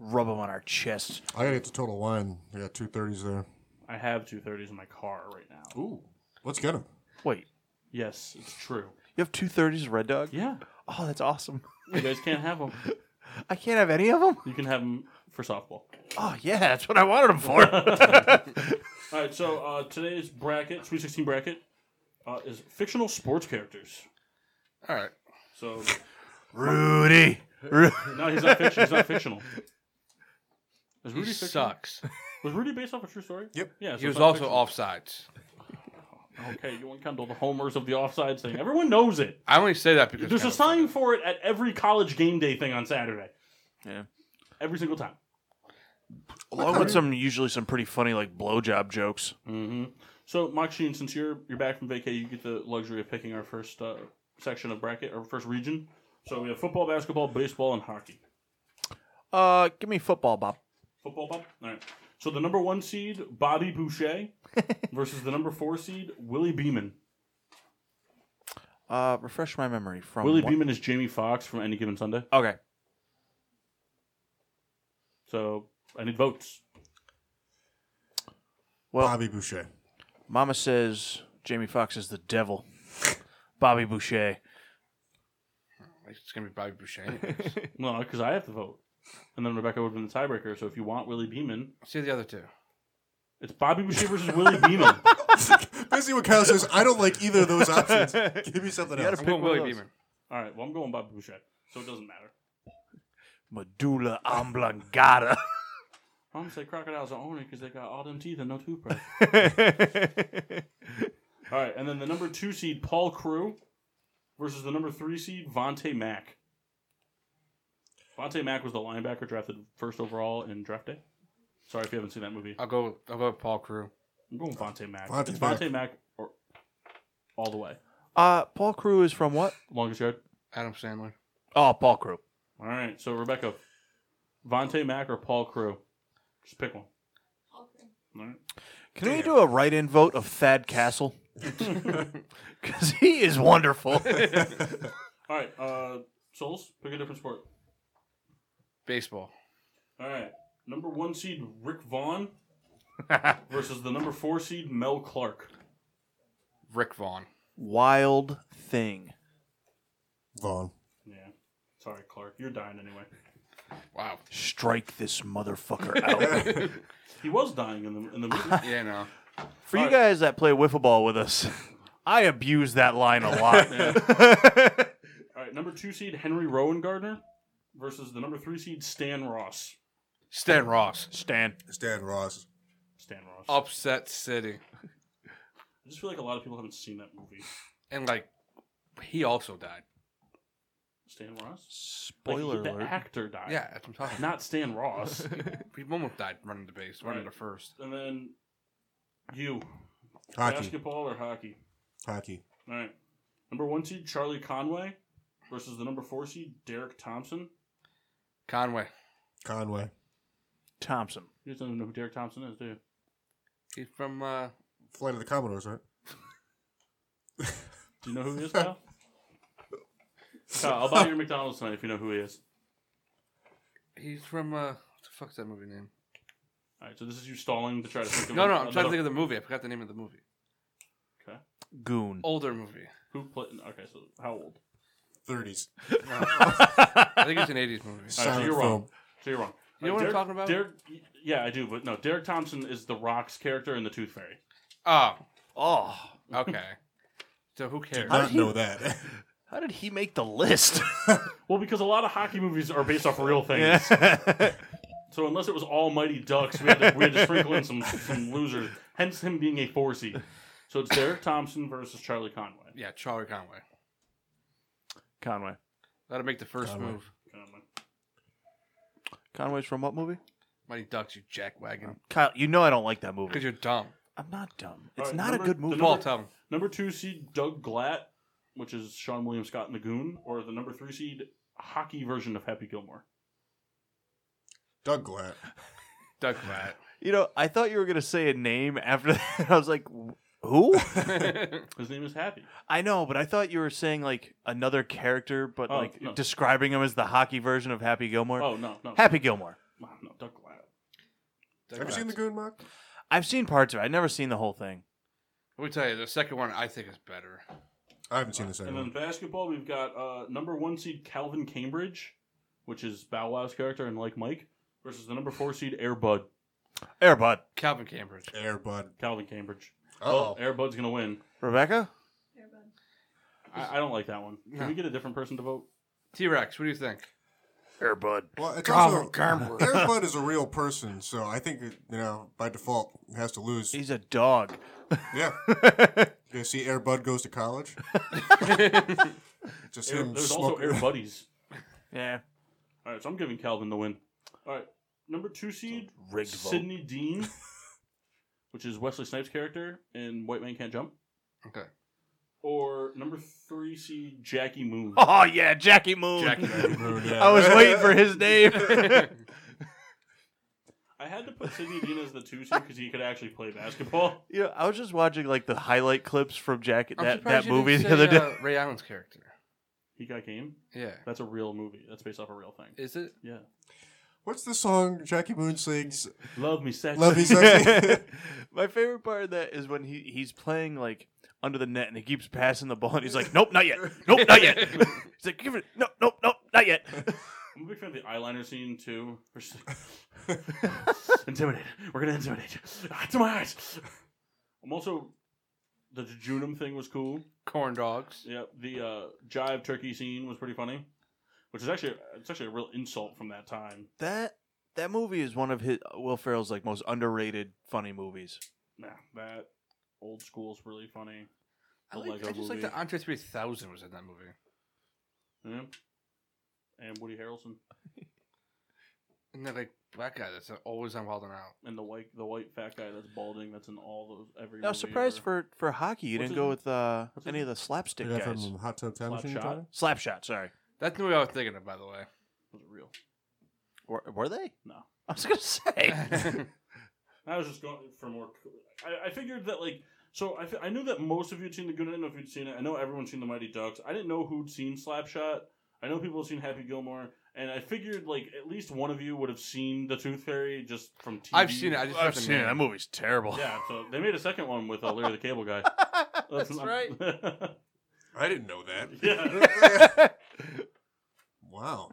B: Rub them on our chest.
C: I gotta get to total wine. I got two thirties there.
A: I have two thirties in my car right now.
C: Ooh, let's get him.
B: Wait,
A: Yes, it's true.
B: you have two thirties Red Dog?
A: Yeah,
B: Oh, that's awesome.
A: you guys can't have them.
B: I can't have any of them.
A: You can have them for softball.
B: Oh yeah, that's what I wanted them for. [LAUGHS]
A: All right, so uh, today's bracket, Sweet Sixteen bracket, uh, is fictional sports characters.
D: All right.
A: So
B: Rudy. Ru-
A: no, he's not fictional. He's not fictional. Is
D: He
A: Rudy fictional?
D: sucks.
A: Was Rudy based off a true story?
C: Yep.
A: Yeah. so
D: He
A: it's
D: was
A: not
D: also
A: fictional.
D: offsides.
A: Okay, you and Kendall, the homers of the offsides thing. Everyone knows it.
D: I only say that because
A: There's a
D: Kendall
A: sign
D: said
A: for it at every college game day thing on Saturday.
B: Yeah.
A: Every single time.
B: Along with some usually some pretty funny like blowjob jokes.
A: Mm-hmm. So, Moxine, since you're you're back from vacay, you get the luxury of picking our first uh, section of bracket or first region. So we have football, basketball, baseball, and hockey.
B: Uh, give me football, Bob.
A: Football, Bob. All right. So the number one seed Bobby Boucher versus the number four seed Willie Beeman.
B: Uh, refresh my memory from
A: Willie
B: what-
A: Beeman is Jamie Foxx from Any Given Sunday.
B: Okay,
A: So I need votes.
B: Well-
C: Bobby Boucher. [LAUGHS]
B: Mama says Jamie Foxx is the devil. Bobby Boucher.
D: that. It's gonna be Bobby [LAUGHS] Boucher.
A: No, because I have to vote. And then Rebecca would have been the tiebreaker. So if you want Willie Beeman,
D: See the other two.
A: it's Bobby Boucher versus Willie Beeman.
C: Basically, what Kyle says, I don't like either of those options. Give me something else.
D: I'm going Willie Beeman.
A: All right, well, I'm going Bobby Boucher. So it doesn't matter.
B: Medulla oblongata. [LAUGHS]
A: I'm going to say crocodiles are ornery because they got all them teeth and no toothbrush. all right, and then the number two seed, Paul Crew, versus the number three seed, Vontae Mack. Vontae Mack was the linebacker drafted first overall in draft day. Sorry if you haven't seen that movie.
D: I'll go. I'll go with Paul Crew.
A: I'm going Vontae Mack.
C: Vontae
A: it's
C: Mack.
A: Vontae Mack or all the way.
B: uh, Paul Crew is from what?
A: Longest yard.
D: Adam Sandler.
B: Oh, Paul Crew.
A: All right, so Rebecca, Vontae Mack or Paul Crew? Just pick one. All right.
B: Can we do a write-in vote of Thad [LAUGHS] Castle? Because he is wonderful.
A: All right, uh, Souls, pick a different sport.
D: Baseball.
A: All right, number one seed Rick
B: [LAUGHS]
A: Vaughn versus the number four seed Mel Clark.
D: Rick Vaughn.
B: Wild thing.
C: Vaughn.
A: Yeah, sorry, Clark, you're dying anyway.
D: Wow.
B: Strike this motherfucker [LAUGHS] out.
A: He was dying in the in the movie.
B: [LAUGHS]
D: Yeah. No.
B: For you guys that play wiffle ball with us, I abuse that line a lot.
A: All right, number two seed Henry Rowan Gardner versus the number three seed Stan Ross.
D: Stan Ross.
B: [LAUGHS] Stan.
C: Stan Ross.
A: Stan Ross.
D: Upset City.
A: I just feel like a lot of people haven't seen that movie.
D: And like, he also died.
A: Stan Ross. Like,
B: Spoiler
A: the
B: alert.
A: actor died.
D: Yeah, that's what I'm talking.
A: Not Stan
B: [LAUGHS]
A: Ross.
D: [LAUGHS] He almost died running the base, running
A: Right.
D: the first.
A: and then you.
C: Hockey.
A: Basketball or hockey?
C: Hockey.
A: All right. Number one seed, Charlie Conway versus the number four seed, Derek Thompson.
D: Conway.
C: Conway.
B: Thompson.
A: You guys don't even know who Derek Thompson is, do you?
D: He's from. uh
C: Flight of the Commodores, right?
A: Do you know who he is,
C: [LAUGHS]
A: Kyle? Kyle, I'll buy your McDonald's tonight if you know who he is.
D: He's from. uh What the fuck's that movie name?
A: All right, so this is you stalling to try to think of
D: No, no.
A: an-
D: I'm trying to
A: another-
D: think of the movie. I forgot the name of the movie.
B: Goon.
D: Older movie.
A: who played. Okay, so how old?
C: 30s.
D: I think it's an '80s movie.
A: All right, so
C: Silent
A: Uh, you're
C: film.
A: wrong. So you're wrong.
D: You know what I'm
A: Derek-
D: talking about?
A: Derek, yeah, I do, but no, Derek Thompson is the Rock's character in the Tooth Fairy.
D: Oh,
G: Oh,
D: okay. so who cares?
C: Not know that. [LAUGHS]
G: how did he make
B: [LAUGHS]
G: the list?
A: Well, because a lot of hockey movies are based off real things. [LAUGHS] So unless it was Almighty Ducks, we had to, we had to sprinkle in some, some losers. Hence him being a four seed. So it's Derek Thompson versus Charlie Conway.
D: Yeah, Charlie Conway.
B: Conway.
D: That'll make the first
C: Conway.
D: move.
A: Conway.
B: Conway's from what movie?
D: Mighty Ducks, you jackwagon.
B: Kyle, you know I don't like that
D: Because
B: movie.
D: you're dumb.
B: I'm not dumb.
A: All
B: It's
A: right,
B: not
A: number-
B: a good
A: the
B: movie.
A: number-
D: Paul, tell him.
A: Number two seed Doug Glatt, which is Sean William Scott and the Goon, or the number three seed hockey version of Happy Gilmore.
C: Doug Glatt.
D: Doug Glatt.
B: You know, I thought you were gonna say a name after [LAUGHS] that. I was like, who?
D: [LAUGHS]
A: His name is Happy.
B: I know, but I thought you were saying like another character, but
A: Oh,
B: like
A: no.
B: describing him as the hockey version of Happy Gilmore.
A: Oh no, no,
B: Happy Gilmore.
A: no, no, Doug Glatt.
D: Doug
C: Have you seen
D: Glatt.
C: the Goon Mock?
B: I've seen parts of it. I've never seen the whole thing.
D: Let me tell you, the second one I think is better.
C: I haven't seen the second
A: Uh, And then
C: one.
A: basketball, we've got uh, number one seed Calvin Cambridge, which is Bow Wow's character and like Mike, versus the number four seed Airbud
B: Airbud.
D: Calvin Cambridge.
C: Airbud.
A: Calvin Cambridge.
C: Oh,
A: Airbud's gonna win.
B: Rebecca?
A: I, I don't like that one. Can
D: No.
A: we get a different person to vote?
D: T Rex, what do you think? [LAUGHS]
B: Airbud.
C: well, it's also Airbud is a real person, so I think it, you know by default it has to lose.
B: He's a dog. [LAUGHS]
C: Yeah, you see, Airbud goes to college. Just
A: Air-
C: him
A: there's also
C: smoking.
A: Air
C: [LAUGHS]
A: Buddies.
B: Yeah.
A: All right, so I'm giving Calvin the win. All right, number two seed
B: Rigged vote.
A: Sydney Dean, which is Wesley Snipes' character in White Man Can't Jump,
D: Okay.
A: or number three seed Jackie Moon.
B: Oh yeah, Jackie Moon.
D: Jackie
C: Moon, yeah.
B: [LAUGHS] I was waiting for his name. [LAUGHS]
A: I had to put Sydney Dean as the two seed because he could actually play basketball.
B: you know, I was just watching like the highlight clips from Jack
D: I'm
B: that, that
D: surprised you didn't
B: movie the
D: say,
B: other day.
D: uh, Ray Allen's character.
A: He got game.
D: Yeah.
A: That's a real movie. That's based off a real thing.
D: Is it?
A: Yeah.
C: What's the song Jackie Moon sings?
A: Love me sexy.
C: Love me
B: [LAUGHS]
C: sexy.
B: My favorite part of that is when he, he's playing like under the net and he keeps passing the ball and he's like, Nope, not yet. Nope, not [LAUGHS] yet. he's like, give it nope, nope, nope, not yet.
A: I'm a big fan of the eyeliner scene too. We're just like, intimidate. We're gonna intimidate you. Ah, to my eyes. I'm also the jejunum thing was cool.
D: [LAUGHS] Corn dogs.
A: Yep. The uh, jive turkey scene was pretty funny, which is actually it's actually a real insult from that time.
B: That that movie is one of his Will Ferrell's like most underrated funny movies.
A: Nah, that old school's really funny.
D: I,
A: The
D: like,
A: Lego
D: I just like
A: Movie.
D: that Andre 3000 was in that movie.
A: Yeah. And Woody Harrelson
D: And that like black guy that's always on Wild and Out.
A: and the white the white fat guy that's balding that's in all those every.
B: I was surprised for for hockey you
A: What's
B: didn't
A: his
B: go
A: name?
B: with uh,
A: What's his
B: any of the slapstick
C: Yeah,
B: guys.
C: from Hot Tub Time
A: Slap
C: Machine.
A: Shot.
C: Time?
B: Slapshot, sorry.
D: That's the movie I was thinking of, by the
A: was it real.
B: Were, were they?
A: No.
B: I was
A: [LAUGHS]
B: gonna say.
D: way.
A: I was just going for more. I, I figured that like so. I, fi- I knew that most of you'd seen the Goon. I didn't know if you'd seen it. I know everyone's seen the Mighty Ducks. I didn't know who'd seen Slapshot. I know people have seen Happy Gilmore, and I figured like at least one of you would have seen the Tooth Fairy just from TV.
D: I've seen it. I just
B: [LAUGHS] I've
D: forgot the
B: seen it.
D: name.
B: That movie's terrible.
A: [LAUGHS] Yeah, so they made a second one with uh, Larry the Cable
D: [LAUGHS]
A: Guy.
B: That's
A: not-
B: right.
C: I didn't know [LAUGHS] that.
A: yeah.
C: [LAUGHS] Wow.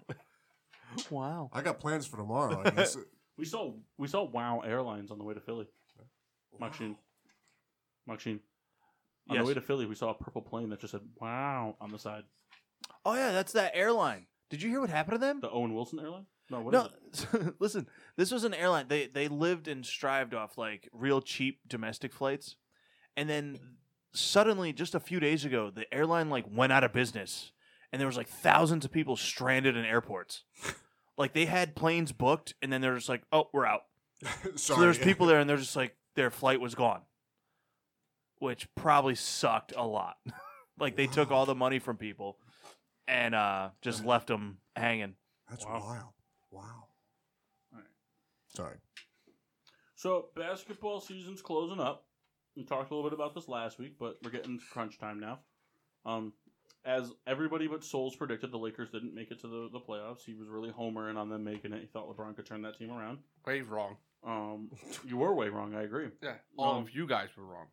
B: Wow.
C: I got plans for tomorrow, I guess.
A: [LAUGHS]
C: [LAUGHS]
A: We saw we saw Wow Airlines on the way to Philly. Machine. Machine. On
B: Yes.
A: the way to Philly, we saw a purple plane that just said "Wow" on the side.
B: Oh yeah, that's that airline. Did you hear what happened to them?
A: The Owen Wilson airline? No, what is
B: no, [LAUGHS] listen. This was an airline. They they lived and strived off like real cheap domestic flights, and then suddenly, just a few days ago, the airline like went out of business, and there was like thousands of people stranded in airports. [LAUGHS] like they had planes booked, and then they're just like, "Oh, we're out."
C: Sorry.
B: So there's [LAUGHS] people there, and they're just like, their flight was gone, which probably sucked a lot. [LAUGHS] like they took all the money from people, and uh, just left them hanging.
C: That's
A: Wow.
C: wild. Wow.
A: Alright.
C: Sorry.
A: So basketball season's closing up. We talked a little bit about this last week, but we're getting to crunch time now. Um, as everybody but Souls predicted, the Lakers didn't make it to the, the playoffs. He was really homering on them making it. He thought LeBron could turn that team around.
D: way wrong.
A: Um, you were way wrong. I agree.
D: Yeah. All
A: Um,
D: of you guys were wrong.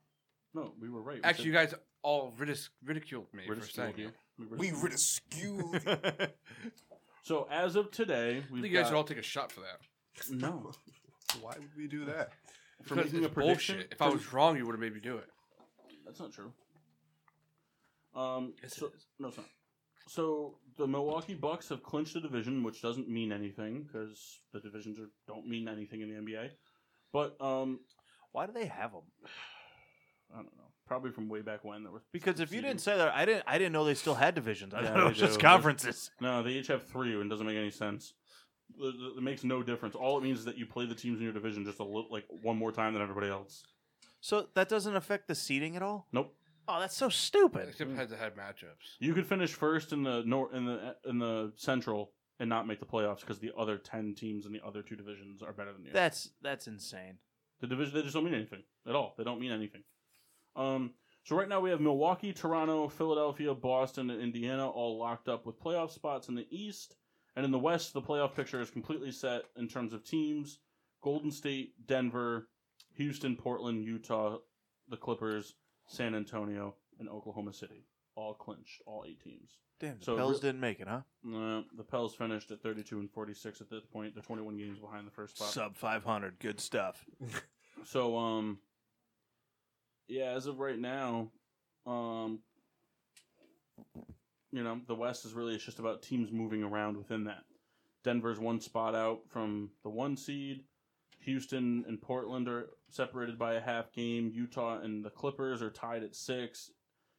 A: No, we were right. We
D: Actually, you
A: said-
D: guys all ridic- ridiculed me
A: we're
D: for
A: just-
D: saying it.
A: we were-
C: We ridiculed.
A: So as of today,
D: I
A: we've
D: think you guys
A: got,
D: should all take a shot for that.
A: No.
C: [LAUGHS] Why would we do that?
A: For
D: Because
A: making a
D: it's
A: prediction.
D: bullshit. If I was wrong, you would have made me do it.
A: That's not true. Um,
D: Yes, it
A: so,
D: is.
A: No, it's not. So the Milwaukee Bucks have clinched the division, which doesn't mean anything because the divisions are, don't mean anything in the NBA. But um,
B: Why do they have them?
A: I don't know. Probably from way back when there was
B: Because if you didn't
A: seedings.
B: say that, I didn't. I didn't know they still had divisions. I [LAUGHS]
A: Yeah,
B: thought it
A: they
B: was just
A: do.
B: conferences.
A: No, they each have three, and it doesn't make any sense. It it- it makes no difference. All it means is that you play the teams in your division just a little, like one more time than everybody else.
B: So that doesn't affect the seeding at all.
A: Nope.
B: Oh, that's so stupid.
A: mm.
D: Except head-to-head matchups.
A: You could finish first in the nor- in the in the Central and not make the playoffs because the other ten teams in the other two divisions are better than you.
B: That's that's insane.
A: the division they just don't mean anything at all. They don't mean anything. Um, so right now we have Milwaukee, Toronto, Philadelphia, Boston, and Indiana all locked up with playoff spots in the East. And in the West, the playoff picture is completely set in terms of teams: Golden State, Denver, Houston, Portland, Utah, the Clippers, San Antonio, and Oklahoma City. All clinched, all eight teams.
B: Damn, the
A: So
B: Pels
A: real-
B: didn't make it, huh?
A: Uh, the Pels finished at 32 and 46 at this point. They're 21 games behind the first spot.
B: Sub five hundred, good stuff.
A: So um yeah, as of right now, um you know, the West is really it's just about teams moving around within that. Denver's one spot out from the one seed. Houston and Portland are separated by a half game. Utah and the Clippers are tied at six.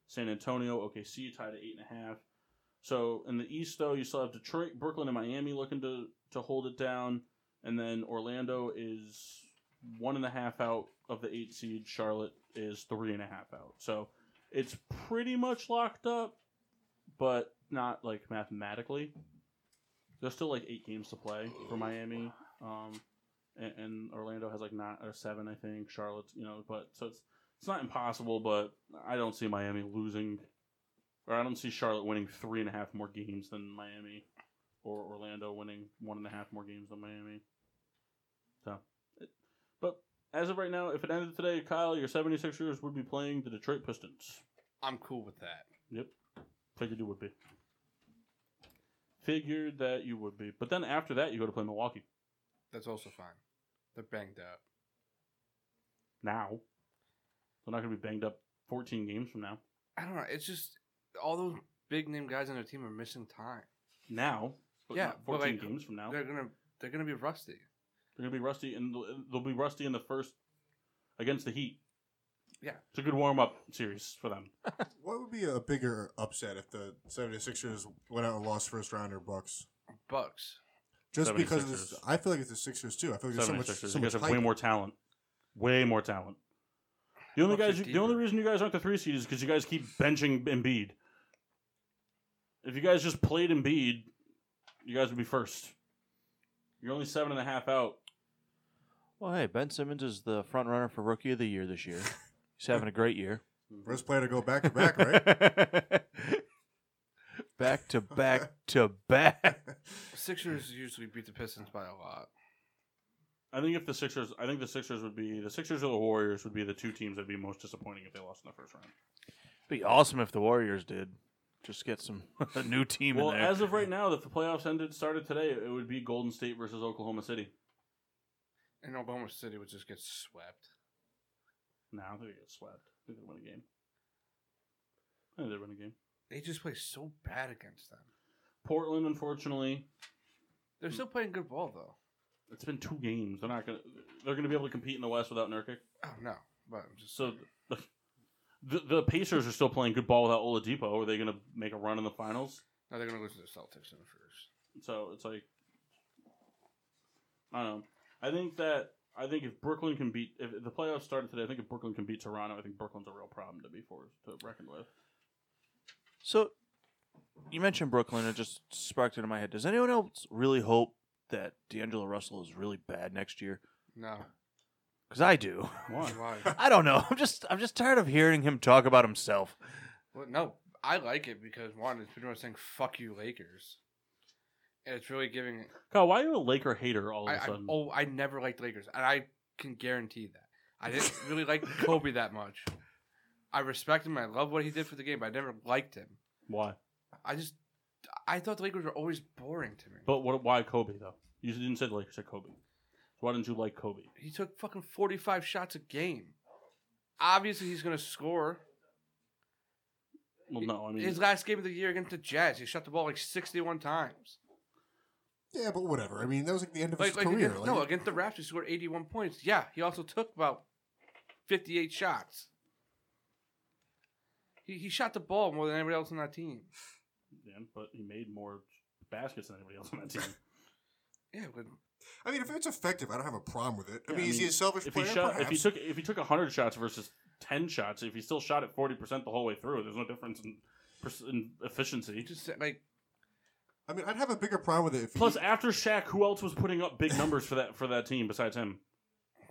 A: San Antonio, OKC tied at eight and a half. So in the East, though, you still have Detroit, Brooklyn, and Miami looking to to hold it down, and then Orlando is one and a half out of the eight seed. Charlotte is three and a half out. So it's pretty much locked up, but not like mathematically. There's still like eight games to play for Miami, um, and, and Orlando has like nine or seven, I think. Charlotte's, you know, but so it's it's not impossible, but I don't see Miami losing, or I don't see Charlotte winning three and a half more games than Miami, or Orlando winning one and a half more games than Miami. So, it, but as of right now, if it ended today, Kyle, your 76ers would be playing the Detroit Pistons.
D: I'm cool with that.
A: Yep. Figured you would be. Figured that you would be. But then after that, you go to play Milwaukee.
D: That's also fine. They're banged up.
A: Now. They're not going to be banged up 14 games from now.
D: I don't know. It's just all those big name guys on their team are missing time.
A: Now. But
D: Yeah,
A: not
D: but,
A: 14
D: like,
A: games from now.
D: They're gonna they're gonna be rusty.
A: They're gonna be rusty, and they'll- they'll be rusty in the first against the Heat.
D: Yeah.
A: it's a good warm up series for them.
C: What would be a bigger upset if the 76ers went out and lost first round or Bucks?
D: Bucks.
C: Just because of this,
A: 76ers.
C: I feel like it's the Sixers too. I feel like there's so much,
A: 76ers.
C: so
A: you
C: much
A: guys have
C: hype.
A: way more talent, way more talent. The only
D: Bucks are
A: guys, you- the only
D: deeper.
A: reason you guys aren't the three seed is because you guys keep benching Embiid. If you guys just played Embiid, you guys would be first. You're only seven and a half out.
B: Well, hey, Ben Simmons is the front runner for Rookie of the Year this [LAUGHS] year. He's having a great year.
C: First player to go back to
A: [LAUGHS]
C: back, right?
B: [LAUGHS] back to back to back.
D: Sixers usually beat the Pistons by a lot.
A: I think if the Sixers, I think the Sixers would be the Sixers or the Warriors would be the two teams that'd be most disappointing if they lost in the first round.
B: Be awesome if the Warriors did. Just get some [LAUGHS] a new team
A: Well,
B: in there.
A: as of right now, if the playoffs ended started today, it would be Golden State versus Oklahoma City.
D: And Oklahoma City would just get swept.
A: Now nah, they get swept. I think they win a game. I think they win a game.
D: They just play so bad against them.
A: Portland, unfortunately,
D: They're still playing good ball though.
A: it's been two games. They're not gonna. They're gonna be able to compete in the West without Nurkic.
D: Oh no, but I'm just
A: So. The, the Pacers are still playing good ball without Oladipo. Are they going to make a run in the finals?
D: no, they're gonna lose to the Celtics in the first.
A: So it's like I don't know. I think that I think if Brooklyn can beat if the playoffs started today, I think if Brooklyn can beat Toronto, I think Brooklyn's a real problem to be forced to reckon with.
B: So you mentioned Brooklyn, it just sparked into my head. Does anyone else really hope that D'Angelo Russell is really bad next year?
D: No,
B: Because I do. [LAUGHS]
D: why?
A: [LAUGHS]
B: I don't know. I'm just I'm just tired of hearing him talk about himself.
D: Well, no, I like it because one, it's pretty much saying "fuck you, Lakers," and it's really giving.
A: Kyle, why are you a Laker hater all
D: I,
A: of a
D: I,
A: sudden?
D: oh, I never liked Lakers, and I can guarantee that I didn't
A: [LAUGHS]
D: really like Kobe that much. I respect him. I love what he did for the game, but I never liked him.
A: why?
D: I just, I thought the Lakers were always boring to me.
A: But what? Why Kobe though? You didn't say the Lakers. Said Kobe. Why didn't you like Kobe?
D: He took fucking 45 shots a game. Obviously, he's going to score.
A: Well, no, I mean,
D: His last game of the year against the Jazz, he shot the ball like 61 times.
C: Yeah, but whatever. I mean, that was like the end of
D: Like,
C: his
D: like
C: career.
D: against-
C: like,
D: no, against the Raptors, he scored 81 points. Yeah, he also took about 58 shots. He, he shot the ball more than anybody else on that team.
A: yeah, but he made more baskets than anybody else on that team.
D: Yeah, but
C: I mean, if it's effective, I don't have a problem with it. [LAUGHS] I
A: Yeah,
C: mean, is he a selfish
A: if
C: player?
A: He shot, if he
C: Perhaps.
A: took if he took hundred shots versus ten shots, if he still shot at forty percent the whole way through, there's no difference in, perc- in efficiency.
D: just said, like
C: I mean, I'd have a bigger problem with it if
A: Plus,
C: he,
A: after Shaq, who else was putting up big numbers for that for that team besides him?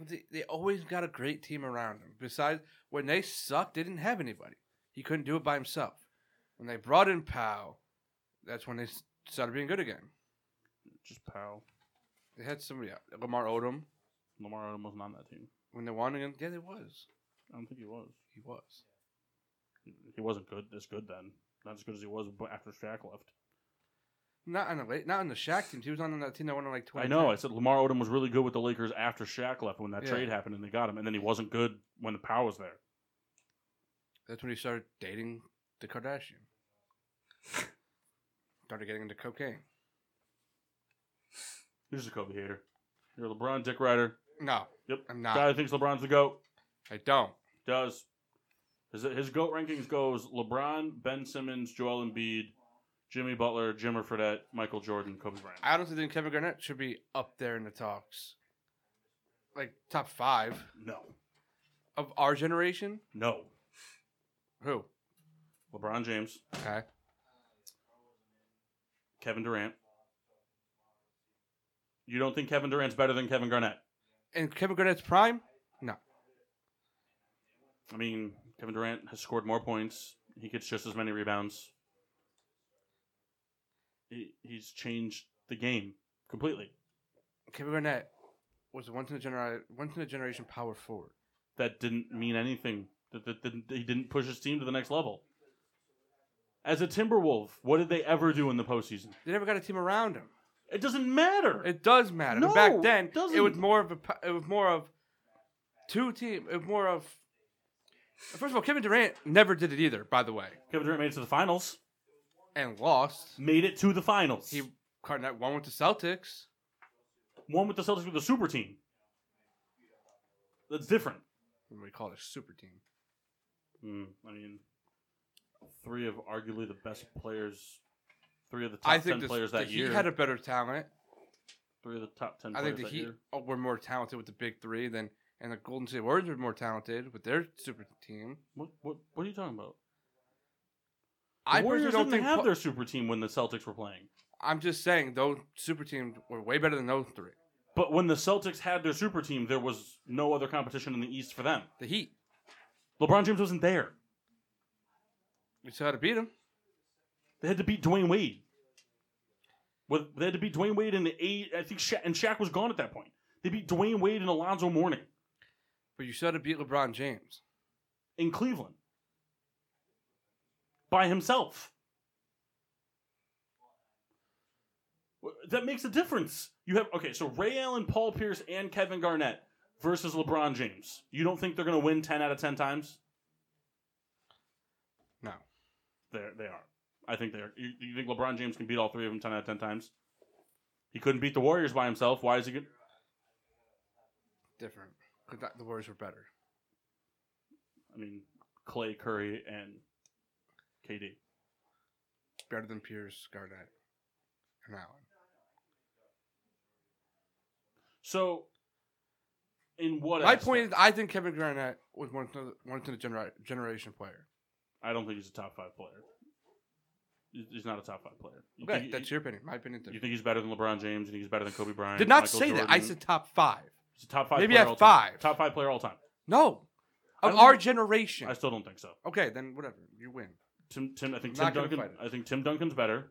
D: they, they always got a great team around him. Besides, when they sucked, they didn't have anybody. He couldn't do it by himself. When they brought in Powell, that's when they s- started being good again.
A: Just Powell.
D: They had somebody out. Lamar Odom.
A: Lamar Odom wasn't on that team.
D: When they won again, yeah, they was.
A: I don't think he was.
D: He was.
A: He, he wasn't good. This good then. Not as good as he was bu- after Shaq left.
D: Not on the late, not on the Shaq teams. He was on that team that won in like twenty.
A: I know. I said Lamar Odom was really good with the Lakers after Shaq left when that
D: Yeah.
A: trade happened and they got him, and then he wasn't good when the Powell was there.
D: That's when he started dating the Kardashian. started getting into cocaine.
A: You're just a Kobe hater. You're a LeBron dick rider.
D: No,
A: Yep.
D: I'm not.
A: Guy who thinks LeBron's the goat.
D: I don't.
A: does. His, his GOAT rankings goes LeBron, Ben Simmons, Joel Embiid, Jimmy Butler, Jimmer Fredette, Michael Jordan, Kobe Bryant.
D: I honestly think Kevin Garnett should be up there in the talks, like top five
A: No.
D: of our generation.
A: No.
D: Who?
A: LeBron James,
D: Okay.
A: Kevin Durant. You don't think Kevin Durant's better than Kevin Garnett?
D: And Kevin Garnett's prime? No.
A: I mean, Kevin Durant has scored more points. He gets just as many rebounds. He, he's changed the game completely.
D: Kevin Garnett was a once in a generation, once in a generation power forward.
A: that didn't mean anything. That, that, that he didn't push his team to the next level. As a Timberwolf, what did they ever do in the postseason?
D: They never got a team around him.
A: It doesn't matter.
D: It does matter.
A: No,
D: but back then,
A: it
D: it,
A: doesn't.
D: was more of a. pa- It was more of two team. It was more of. First of all, Kevin Durant never did it either. By the way,
A: Kevin Durant made it to the finals.
D: and lost.
A: Made it to the finals.
D: He Garnett won with the Celtics.
A: won with the Celtics with a super team. That's different.
D: We call it a super team.
A: Hmm, I mean, three of arguably the best players, three of the top
D: I think
A: ten
D: this,
A: players
D: the
A: that
D: Heat
A: year.
D: had a better talent.
A: three of the top ten.
D: I
A: players
D: think the
A: that
D: Heat
A: year.
D: oh, were more talented with the big three than, and the Golden State Warriors were more talented with their super team.
A: What, what what are you talking about? The
D: I personally
A: Warriors
D: don't
A: didn't
D: think.
A: have
D: Pau-
A: their super team when the Celtics were playing.
D: I'm just saying those super teams were way better than those three.
A: But when the Celtics had their super team, there was no other competition in the East for them.
D: The Heat.
A: LeBron James wasn't there.
D: We still had to beat them.
A: They had to beat Dwayne Wade. With, they had to beat Dwayne Wade in the eight. I think Sha and Shaq was gone at that point. They beat Dwayne Wade and Alonzo Mourning
D: But you still had to beat LeBron James.
A: in Cleveland by himself. Wh- That makes a difference. You have okay, so Ray Allen, Paul Pierce, and Kevin Garnett versus LeBron James. You don't think they're going to win ten out of ten times?
D: No.
A: They they are. I think they are. You, you think LeBron James can beat all three of them ten out of ten times? He couldn't beat the Warriors by himself. Why is he? Good?
D: different. 'Cause that- the Warriors were better.
A: I mean, Clay, Curry, and KD.
D: Better than Pierce, Garnett, and Allen.
A: So, in what?
D: My
A: aspect-
D: point is, I think Kevin Garnett was one of the, one of the genera- generation player.
A: I don't think he's a top five player. He- He's not a top five player. You
D: Okay,
A: think,
D: that's
A: you,
D: your opinion. My opinion.
A: you
D: Different.
A: think he's better than LeBron James? You think he's better than Kobe Bryant?
D: Did not
A: Michael
D: say that. I
A: Jordan?
D: said top five.
A: he's a top five.
D: maybe
A: player
D: at
A: all time.
D: five.
A: Top five player all time.
D: No,
A: I
D: of
A: don't
D: our
A: think-
D: generation.
A: I still don't think so.
D: okay, then whatever. You win.
A: Tim, Tim I think
D: I'm
A: Tim
D: not gonna
A: Duncan.
D: fight it.
A: I think Tim Duncan's better.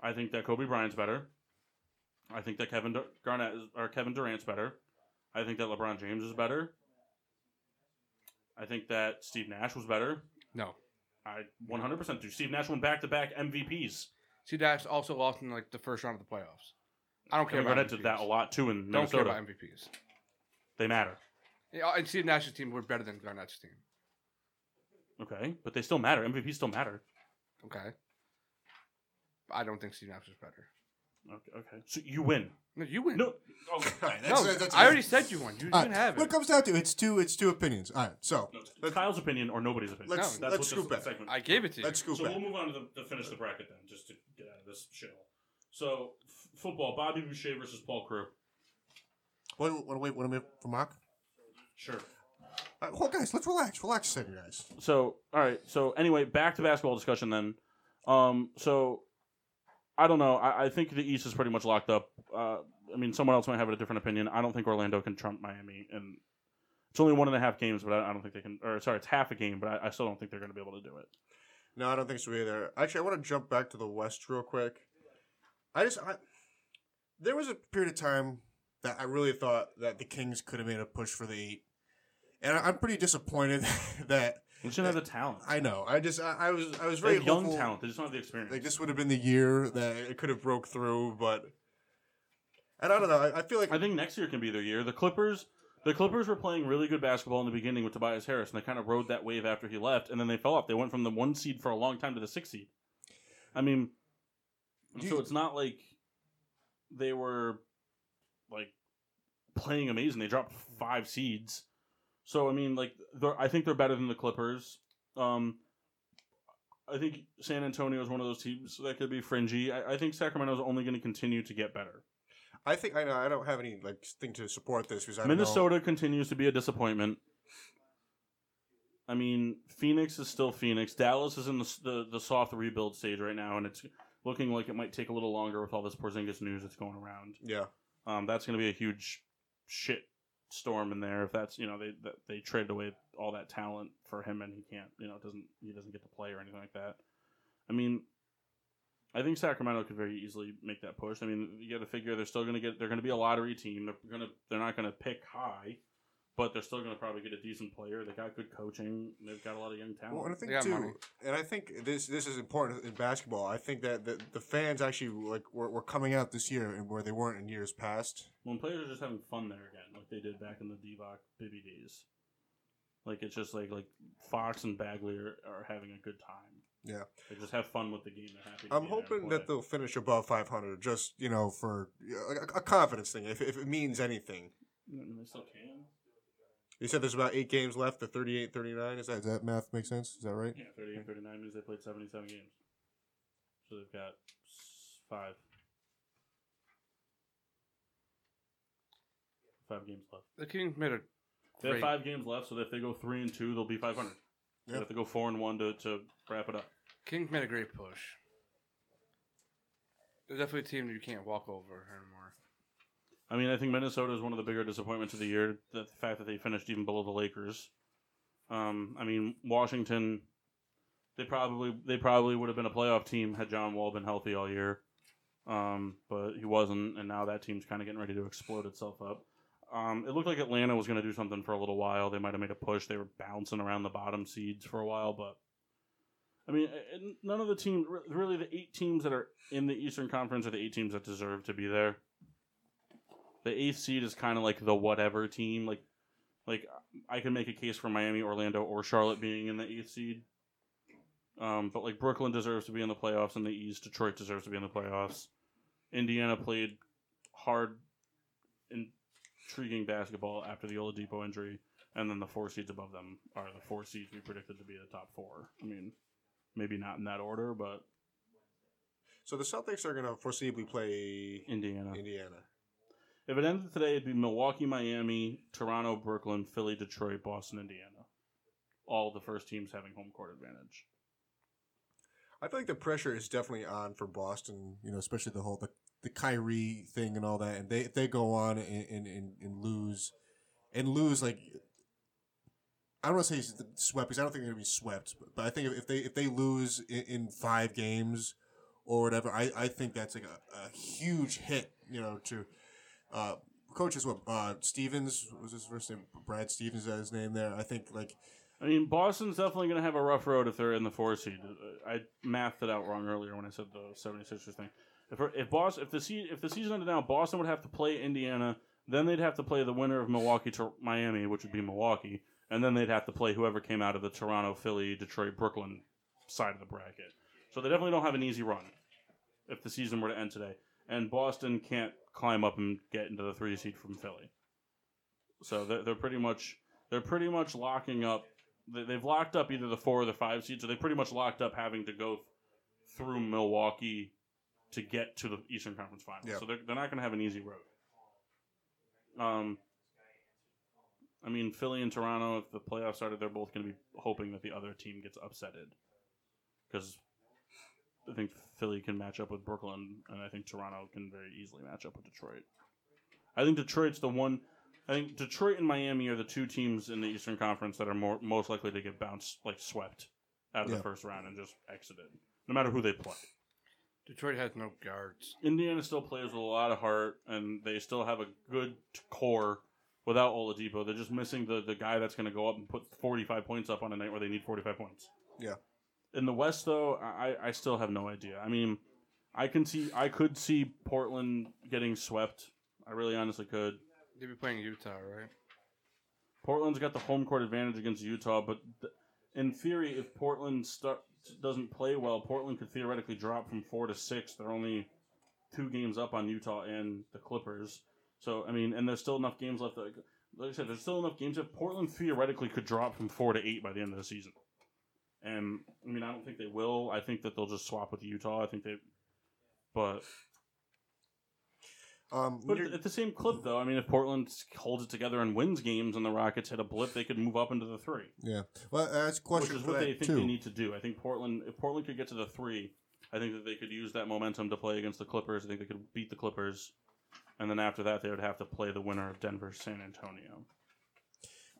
A: I think that Kobe Bryant's better. I think that Kevin Dur- Garnett is, or Kevin Durant's better. I think that LeBron James is better. I think that Steve Nash was better.
D: No.
A: I 100% do. Steve Nash won back-to-back MVPs.
D: See, Dash also lost in like the first round of the playoffs. I don't care
A: Kevin
D: about
A: Garnett
D: MVPs.
A: did that a lot too in
D: Don't care
A: Minnesota.
D: about MVPs.
A: They matter.
D: Yeah, and Steve Nash's team were better than Garnett's team.
A: Okay, but they still matter. MVPs still matter.
D: Okay. I don't think Steve Nash is better.
A: Okay, okay. so you win.
D: No, you win.
A: No,
C: All
A: [LAUGHS]
C: right,
D: No,
C: that's, that's-
D: I already said you won. You
C: All right,
D: didn't have
C: What it
D: it.
C: comes down to, it's two. It's two opinions. All right, so
A: it's Kyle's opinion or nobody's opinion.
C: Let's-
A: That's
C: let's
A: what this
C: scoop back.
A: segment-
D: I gave it to you.
C: let's scoop
A: So
C: back.
A: we'll move on to the, the finish the bracket then, just to get out of this shithole. So f- football: Bobby Boucher versus Paul Crewe.
C: Wait, wait, wait, wait a minute for Mark.
A: Sure.
C: All right, well, guys, let's relax. Relax a second, guys.
A: So all right. So anyway, back to basketball discussion then. Um. So I don't know. I, I think the East is pretty much locked up. Uh. I mean, someone else might have a different opinion. I don't think Orlando can trump Miami, and it's only one and a half games, but I, I don't think they can. Or sorry, it's half a game, but I, I still don't think they're going to be able to do it.
C: No, I don't think so either.
F: Actually, I want to jump back to the West real quick.
C: I just, I, there was a period of time that I really thought that the Kings could have made a push for the eight, and I, I'm pretty disappointed [LAUGHS] that
A: They just don't have the talent.
C: I know. I just, I, I was, I was
A: They
C: very
A: have young
C: hopeful-
A: talent. They just don't have the experience.
C: Like this would have been the year that it could have broke through, but and I don't know. I, I feel like
A: I think next year can be their year. The Clippers, the Clippers were playing really good basketball in the beginning with Tobias Harris, and they kind of rode that wave after he left, and then they fell off. They went from the one seed for a long time to the six seed. I mean,
C: Do
A: so
C: you-
A: it's not like they were like playing amazing. They dropped five seeds, so I mean, like they're, I think they're better than the Clippers. Um, I think San Antonio is one of those teams that could be fringy. I, I think Sacramento's only going to continue to get better.
C: I think I know. I don't have any like thing to support this because I don't know.
A: Minnesota continues to be a disappointment. I mean, Phoenix is still Phoenix. Dallas is in the, the the soft rebuild stage right now, and it's looking like it might take a little longer with all this Porzingis news that's going around.
C: Yeah,
A: Um, that's going to be a huge shit storm in there if that's you know they that they traded away all that talent for him and he can't you know doesn't he doesn't get to play or anything like that. I mean, I think Sacramento could very easily make that push. I mean, you got to figure they're still going to get they're going to be a lottery team. They're going to they're not going to pick high, but they're still going to probably get a decent player. They got good coaching. They've got a lot of young talent.
C: well, and I think
D: got
C: too,
D: money.
C: and I think this this is important in basketball. I think that the, the fans actually like were, were coming out this year and where they weren't in years past.
A: when players are just having fun there again, like they did back in the Divock Bibby days. Like it's just like like Fox and Bagley are, are having a good time.
C: Yeah.
A: they just have fun with the game. They're happy. to
C: I'm
A: be there and
C: hoping
A: play.
C: that they'll finish above 500, just you know, for a, a confidence thing, if, if it means anything.
A: I mean, Mm, they still can.
C: You said there's about eight games left. The 38, 39. Is that does that math make sense? Is that right?
A: Yeah, 38, 39 means they played seventy seven games, so they've got s- five five games left.
D: The Kings made a
A: They have
D: great.
A: five games left, so if they go three and two, they'll be five hundred. They
C: Yeah.
A: have to go four and one to, to wrap it up.
D: Kings made a great push. They're definitely a team that you can't walk over anymore.
A: I mean, I think Minnesota is one of the bigger disappointments of the year. The fact that they finished even below the Lakers. Um, I mean, Washington, they probably they probably would have been a playoff team had John Wall been healthy all year, um, but he wasn't, and now that team's kind of getting ready to explode itself up. Um, it looked like Atlanta was going to do something for a little while. They might have made a push. They were bouncing around the bottom seeds for a while, but I mean, uh, uh, none of the teams really the eight teams that are in the Eastern Conference are the eight teams that deserve to be there the eighth seed is kind of like the whatever team. Like, like I can make a case for Miami, Orlando, or Charlotte being in the eighth seed. Um, but like Brooklyn deserves to be in the playoffs in the East. Detroit deserves to be in the playoffs. Indiana played hard, intriguing basketball after the Oladipo injury, and then the four seeds above them are the four seeds we predicted to be the top four. I mean, maybe not in that order, but
C: So the Celtics are going to foreseeably play
A: Indiana.
C: Indiana.
A: If it ended today, it'd be Milwaukee, Miami, Toronto, Brooklyn, Philly, Detroit, Boston, Indiana. All the first teams having home court advantage.
C: I feel like the pressure is definitely on for Boston, you know, especially the whole the, the Kyrie thing and all that. And they if they go on and and, and, and lose and lose like I don't want to say s- swept because I don't think they're going to be swept, but, but I think if, if they if they lose in, in five games or whatever, I, I think that's like a, a huge hit, you know, to uh, coach is what uh, Stevens what was his first name Brad Stevens is that his name there. I think like
A: I mean, Boston's definitely going to have a rough road if they're in the four seed. I mathed it out wrong earlier when I said the 76ers thing. If if Boston, if the se- if the season ended now, Boston would have to play Indiana. Then they'd have to play the winner of Milwaukee to Miami, which would be Milwaukee, and then they'd have to play whoever came out of the Toronto, Philly, Detroit, Brooklyn side of the bracket. So they definitely don't have an easy run if the season were to end today. And Boston can't climb up and get into the three seed from Philly. So they're, they're pretty much they're pretty much locking up. they- They've locked up either the four or the five seed. So they pretty much locked up having to go through Milwaukee to get to the Eastern Conference Finals.
C: Yeah.
A: So they're, they're not going to have an easy road. Um, I mean, Philly and Toronto, if the playoffs started, they're both going to be hoping that the other team gets upsetted because I think Philly can match up with Brooklyn, and I think Toronto can very easily match up with Detroit. I think Detroit's the one. I think Detroit and Miami are the two teams in the Eastern Conference that are more most likely to get bounced, like swept out of
C: Yeah.
A: the first round and just exited, no matter who they play.
D: Detroit has no guards.
A: Indiana still plays with a lot of heart, and they still have a good core. Without Oladipo, they're just missing the, the guy that's going to go up and put 45 points up on a night where they need 45 points.
C: Yeah.
A: In the West, though, I, I still have no idea. I mean, I can see I could see Portland getting swept. I really honestly could.
D: They'd be playing Utah, right?
A: Portland's got the home court advantage against Utah, but th- in theory, if Portland start, doesn't play well, Portland could theoretically drop from four to six. They're only two games up on Utah and the Clippers. So I mean, and there's still enough games left. Like, like I said, there's still enough games left. Portland theoretically could drop from four to eight by the end of the season. And I mean, I don't think they will. I think that they'll just swap with Utah. I think they, but
C: Um,
A: but
C: you're-
A: at the same clip though, I mean, if Portland holds it together and wins games, and the Rockets hit a blip, they could move up into the three.
C: yeah. Well, that's a
A: which
C: question
A: is
C: for
A: what they
C: that
A: think
C: too.
A: they need to do. I think Portland, if Portland could get to the three, I think that they could use that momentum to play against the Clippers. I think they could beat the Clippers, and then after that, they would have to play the winner of Denver, San Antonio.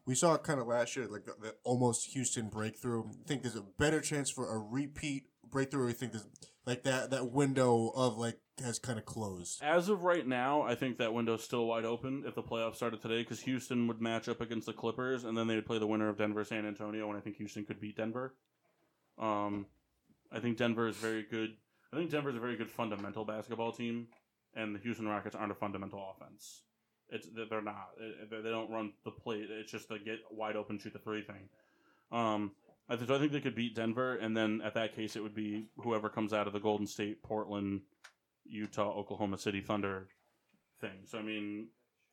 C: We saw it kind of last year, like the, the almost Houston breakthrough. I think there's a better chance for a repeat breakthrough. I think there's like that that window of like has kind of closed. [LAUGHS]
A: As of right now, I think that window's still wide open if the playoffs started today, because Houston would match up against the Clippers, and then they would play the winner of Denver, San Antonio, and I think Houston could beat Denver. Um, I think Denver is very good. I think Denver's a very good fundamental basketball team, and the Houston Rockets aren't a fundamental offense. It's they- they're not. It- They they don't run the play. It's just the get wide open, shoot the three thing. Um, I th- so I think they could beat Denver, and then at that case, it would be whoever comes out of the Golden State, Portland, Utah, Oklahoma City Thunder thing. So I mean,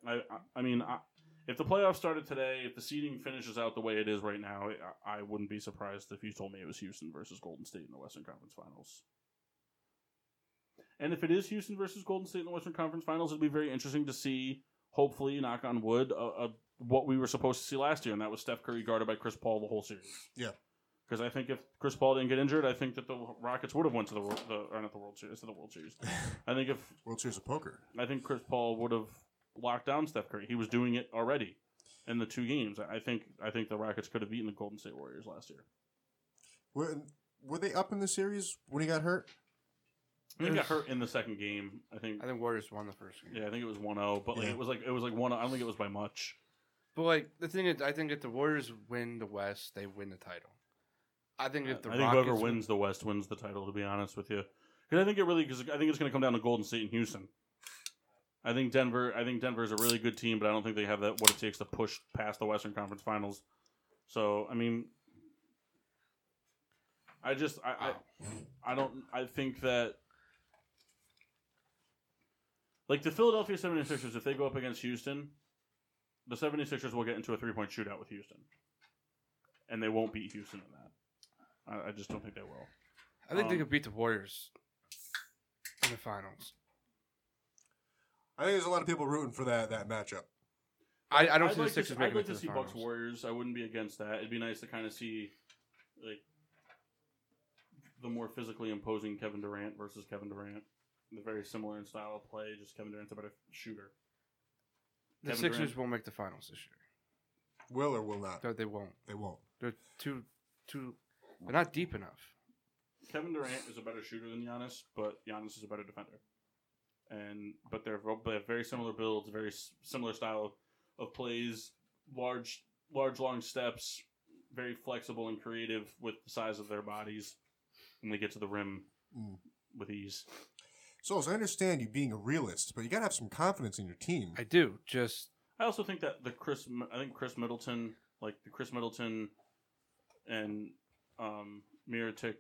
A: I I, I mean, I, if the playoffs started today, if the seeding finishes out the way it is right now, I, I wouldn't be surprised if you told me it was Houston versus Golden State in the Western Conference Finals. And if it is Houston versus Golden State in the Western Conference Finals, it'd be very interesting to see. Hopefully, knock on wood, uh, uh, what we were supposed to see last year, and that was Steph Curry guarded by Chris Paul the whole series.
C: Yeah.
A: Because I think if Chris Paul didn't get injured, I think that the Rockets would have went to the, Wor- the or not the World Series, to the World Series. I think if
C: World Series of Poker.
A: I think Chris Paul would have locked down Steph Curry. He was doing it already in the two games. I I think I think the Rockets could have beaten the Golden State Warriors last year.
C: Were, were they up in the series when he got hurt?
A: I think he got hurt in the second game. I think
D: I think Warriors won the first game.
A: yeah, I think it was 1-0, but like
C: Yeah.
A: it was like it was like 1 I don't think it was by much.
D: But like the thing is, I think if the Warriors win the West, they win the title. I think if the
A: I think
D: Rockets
A: whoever wins the West wins the title. To be honest with you, because I think it really because I think it's going to come down to Golden State and Houston. I think Denver. I think Denver is a really good team, but I don't think they have that what it takes to push past the Western Conference Finals. So I mean, I just I I, I don't I think that. Like the Philadelphia 76ers, if they go up against Houston, the 76ers will get into a three point shootout with Houston. And they won't beat Houston in that. I, I just don't think they will.
D: I think they
A: um,
D: could beat the Warriors in the finals.
C: I think there's a lot of people rooting for that that matchup.
D: I, I don't
A: I'd like
D: see the
A: to,
D: Sixers
A: see- I'd
D: making
A: like
D: it
A: to
D: to the
A: see
D: finals.
A: Bucks Warriors. I wouldn't be against that. It'd be nice to kind of see, like, the more physically imposing Kevin Durant versus Kevin Durant. They're very similar in style of play. Just Kevin Durant's a better shooter.
D: the
A: Kevin
D: Sixers
A: Durant.
D: won't make the finals this year.
C: Will or will not?
D: No, they won't.
C: They won't.
D: They're too too. They're not deep enough.
A: Kevin Durant is a better shooter than Giannis, but Giannis is a better defender. And but they're, vo- they have very similar builds, very s- similar style of plays, large, large, long steps, very flexible and creative with the size of their bodies, and they get to the rim
C: Mm.
A: with ease.
C: Souls, I understand you being a realist, but you gotta have some confidence in your team.
D: I do. Just
A: I also think that the Chris, I think Chris Middleton, like the Chris Middleton and um, Miritic,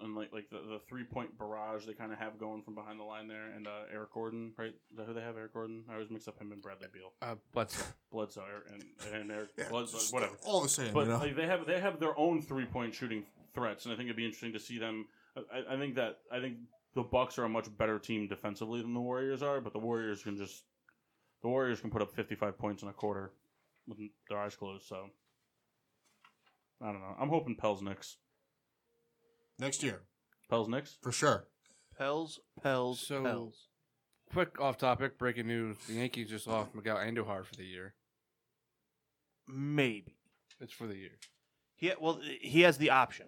A: and like like the, the three point barrage they kind of have going from behind the line there, and uh, Eric Gordon, right? Is that who they have? Eric Gordon. I always mix up him and Bradley Beal,
D: uh, but
A: Bledsoe Eric- and and Eric
C: Yeah, just
A: Bledsoe, whatever.
C: All the same,
A: But
C: you know.
A: like, they have they have their own three point shooting threats, and I think it'd be interesting to see them. I- I, I think that I think the Bucks are a much better team defensively than the Warriors are, but the Warriors can just the Warriors can put up fifty five points in a quarter with their eyes closed. So I don't know. I'm hoping Pels Knicks.
C: Next year,
A: Pels Knicks.
C: for sure.
B: Pels, Pels,
D: So-
B: Pels.
D: quick off topic, breaking news: the Yankees just lost Miguel Andujar for the year.
B: Maybe.
D: It's for the year.
B: He well, he has the option.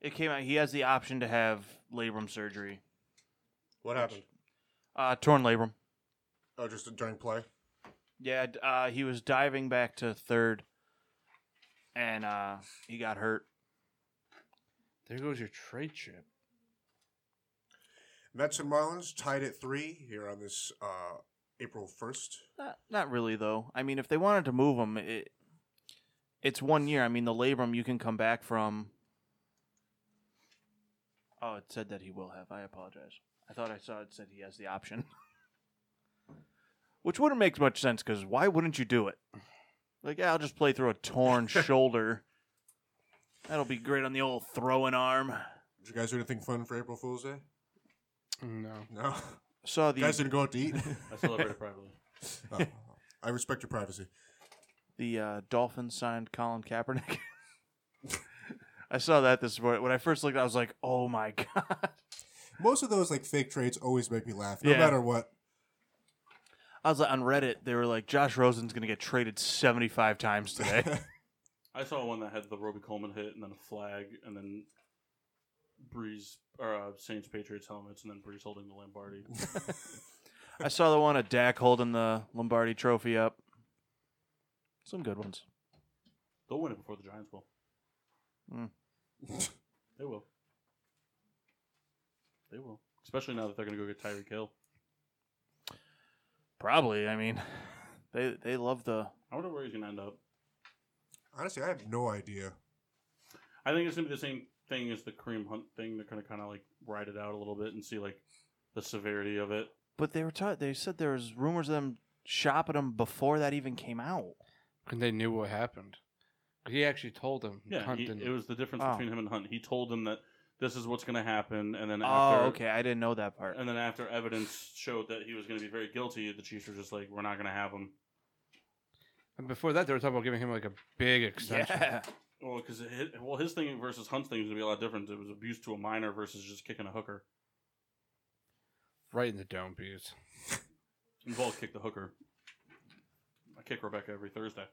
B: It came out. He has the option to have labrum surgery,
C: What happened?
B: uh, torn labrum.
C: Oh, just during play.
B: Yeah, d- uh, he was diving back to third, and uh, he got hurt.
D: There goes your trade chip.
C: Mets and Marlins tied at three here on this uh, April first.
B: Not, not really though. I mean, if they wanted to move him, it, it's one year. I mean, the labrum you can come back from. Oh, it said that he will have. I apologize. I thought I saw it said he has the option, [LAUGHS] which wouldn't make much sense because why wouldn't you do it? Like, yeah, I'll just play through a torn shoulder. That'll be great on the old throwing arm.
C: Did you guys do anything fun for April Fool's Day?
D: No.
C: No, [LAUGHS]
B: Saw the
C: you guys didn't go out to eat.
A: I celebrated privately.
C: Oh, I respect your privacy.
B: the uh, Dolphins signed Colin Kaepernick. [LAUGHS] I saw that this morning. When I first looked, I was like, "Oh my [LAUGHS] god!"
C: Most of those like fake trades always make me laugh, no
B: Yeah.
C: matter what.
B: I was like, on Reddit, they were like, "Josh Rosen's gonna get traded seventy-five times today." [LAUGHS]
A: I saw one that had the Roby Coleman hit and then a flag and then Breeze or uh, Saints Patriots helmets and then Breeze holding the Lombardi.
B: I saw the one of Dak holding the Lombardi Trophy up. Some good ones.
A: They'll win it before the Giants will.
B: Mm.
A: [LAUGHS] they will. They will. Especially now that they're going to go get Tyreek Hill.
B: Probably. I mean, they they love the.
A: I wonder where he's going to end up.
C: [LAUGHS] Honestly, I have no idea.
A: I think it's going to be the same thing as the Kareem Hunt thing. They're going to kind of like ride it out a little bit and see like the severity of it.
B: But they were ta- They said there was rumors of them shopping him before that even came out.
D: And they knew what happened. He actually told them.
A: Yeah,
D: Hunt
A: he,
D: didn't.
A: it was the difference
B: Oh.
A: between him and Hunt. He told him that this is what's going to happen, and then after,
B: Oh, okay. I didn't know that part.
A: and then after evidence showed that he was going to be very guilty, the Chiefs were just like, "We're not going to have him."
D: And before that, they were talking about giving him like a big extension.
B: [LAUGHS] Yeah.
A: Well, because well, his thing versus Hunt's thing is gonna be a lot different. It was abuse to a minor versus just kicking a hooker.
D: [LAUGHS] Right in the dome piece.
A: We've all kicked the hooker. I kick Rebecca every Thursday.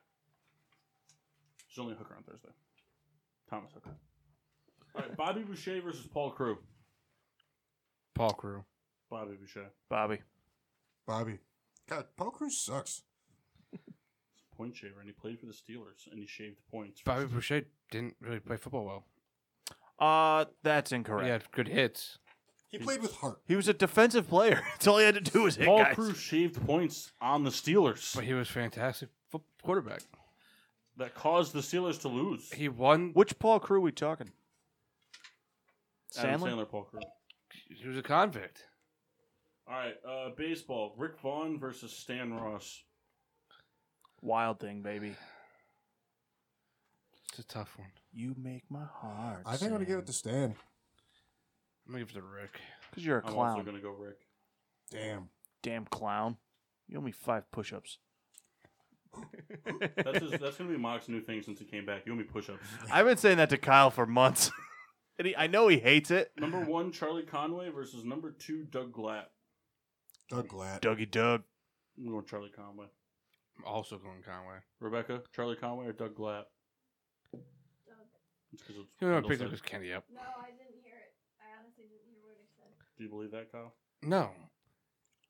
A: She's only a hooker on Thursday. Thomas Hooker. All right, Bobby Boucher versus Paul Crew.
D: Paul Crew.
A: Bobby Boucher.
B: Bobby.
C: Bobby, God, Paul Cruz sucks.
A: He's a point shaver, and he played for the Steelers, and he shaved points.
D: Bobby Boucher didn't really play football well.
B: Uh, that's incorrect.
D: He had good hits.
C: He played with heart.
B: He was a defensive player. [LAUGHS] That's all he had to do was hit
A: Paul
B: guys.
A: Crew shaved points on the Steelers
D: But he was fantastic fo- quarterback.
A: that caused the Steelers to lose.
D: He won.
B: Which Paul Crew we talking?
A: Adam
B: Sandler?
A: Sandler, Paul Crew.
D: He was a convict.
A: All right, uh, baseball. Rick Vaughn versus Stan Ross.
B: Wild thing, baby.
D: It's a tough one.
B: You make my heart.
C: I think I'm gonna give it to Stan.
D: I'm gonna give it to Rick.
B: because you're a
A: I'm
B: clown.
A: also going to go Rick.
C: Damn.
B: Damn clown. You owe me five push-ups.
A: That's his, that's gonna be Mock's new thing since he came back. You owe me push-ups.
B: I've been saying that to Kyle for months, [LAUGHS] and he, I know he hates it.
A: Number one, Charlie Conway versus number two, Doug Glatt.
C: Doug Glatt.
B: Dougie Doug.
A: I'm going Charlie Conway.
D: I'm also going Conway.
A: Rebecca, Charlie Conway or Doug Glatt? It's 'cause it's
D: You know, I
A: Kendall
D: picked
A: said
D: this
A: it.
D: candy up.
H: No, I didn't hear it. I honestly didn't hear what it said.
A: Do you believe that, Kyle?
D: [LAUGHS] No.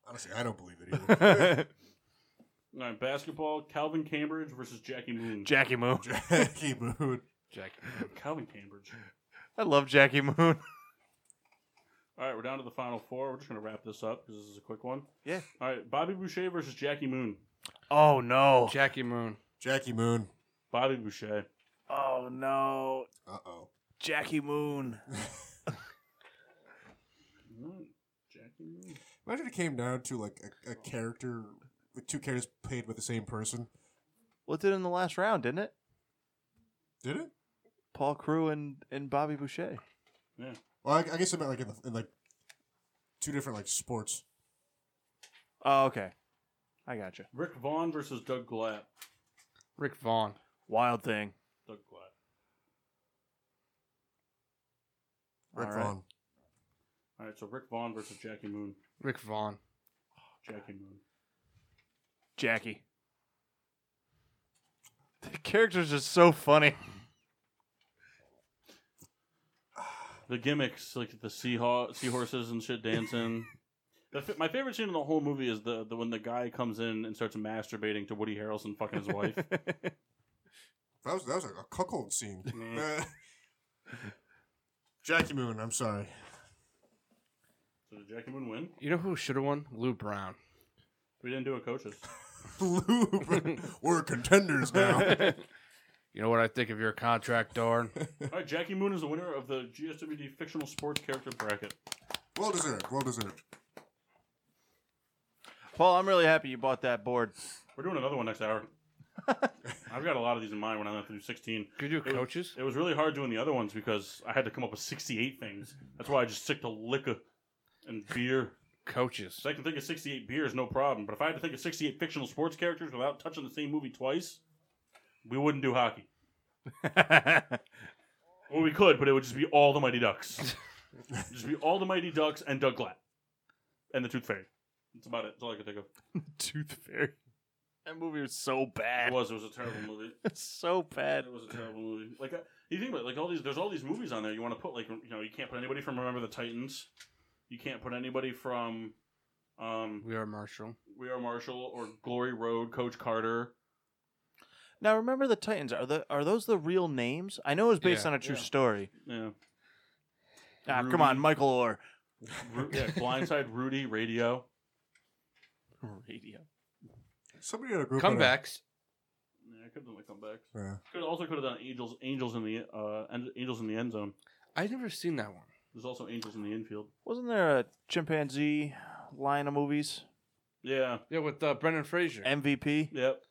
C: Honestly, I don't believe it either.
D: [LAUGHS]
C: [LAUGHS]
A: All right, basketball. Calvin Cambridge versus Jackie Moon.
B: Jackie Moon.
C: Jackie Moon.
D: Jack.
A: Calvin Cambridge.
B: [LAUGHS] I love Jackie Moon.
A: All All right, we're down to the final four. We're just going to wrap this up because this is a quick one.
B: Yeah.
A: All right, Bobby Boucher versus Jackie Moon.
B: Oh no.
D: Jackie Moon.
C: Jackie Moon.
A: Bobby Boucher.
B: Oh no.
C: Uh oh.
B: Jackie Moon.
A: Mm, Jackie Moon.
C: Imagine it came down to like a, a character, like two characters played by the same person.
B: Well, it did in the last round, didn't it?
C: Did it?
B: Paul Crew and, and Bobby Boucher.
C: Well, I, I guess it meant like in, the, in like two different like sports.
B: Oh, okay. I got you.
A: Rick Vaughn versus Doug Glatt.
D: Rick Vaughn.
B: Wild thing.
A: Doug Glatt.
C: Rick
B: All right.
C: Vaughn.
A: All right, so Rick Vaughn versus Jackie Moon.
D: Rick Vaughn.
A: Jackie Moon.
B: Jackie. The characters are so funny. [LAUGHS]
A: The gimmicks, like the seahaw- seahorses and shit dancing. The f- my favorite scene in the whole movie is the, the when the guy comes in and starts masturbating to Woody Harrelson fucking his wife.
C: That was that was like a
B: [LAUGHS]
C: cuckold scene.
A: Mm.
C: Uh, Jackie Moon. I'm sorry. [LAUGHS]
A: So did Jackie Moon win?
D: You know who should have won? Lou Brown.
A: We didn't do a coaches.
C: Lube. [LAUGHS] We're contenders
B: [LAUGHS]
C: now.
D: You know what I think of your contract, Darn? [LAUGHS]
A: All right, Jackie Moon is the winner of the GSWD fictional sports character bracket.
C: Well deserved. Well deserved.
B: Paul, I'm really happy you bought that [LAUGHS] board.
A: We're doing another one next hour. I've got a lot of these in mind when I have to do 16.
D: Could you do
A: It was-
D: coaches?
A: It was really hard doing the other ones because I had to come up with 68 things. That's why I just stick to liquor and beer.
D: Coaches.
A: So I can think of 68 beers, no problem. But if I had to think of 68 fictional sports characters without touching the same movie twice, we wouldn't do hockey. Well, we could, but it would just be all the Mighty
B: [LAUGHS]
A: Ducks. just be all the Mighty Ducks and Doug Glatt. And the Tooth Fairy. That's about it. That's all I could think of.
B: [LAUGHS] Tooth Fairy. That movie was so
A: It
B: bad.
A: was. It was a terrible movie.
B: so [LAUGHS] bad.
A: It was a terrible movie. Like uh, you think about it, like all these. There's all these movies on there. You want to put like you know you can't put anybody from Remember the Titans. You can't put anybody from um,
D: We are Marshall.
A: We Are Marshall or Glory Road, Coach Carter.
B: Now remember the Titans. Are the are those the real names? I know it was based
D: Yeah.
B: on a true
F: Yeah.
B: story.
A: Yeah,
B: Ah,
A: Rudy.
B: come on, Michael Orr.
A: Ru- yeah. Blindside, Rudy, Radio.
B: Radio.
C: Somebody had a group. had a-
D: Comebacks.
A: Yeah, I could have done the comebacks.
C: Yeah.
A: Could also could have done Angels, Angels in the uh, End- Angels in the End Zone.
D: I've never seen that one.
A: There's also Angels in the Infield.
B: Wasn't there a chimpanzee line of movies?
A: Yeah.
D: Yeah, with uh, Brendan Fraser. Is
B: MVP.
A: Yep.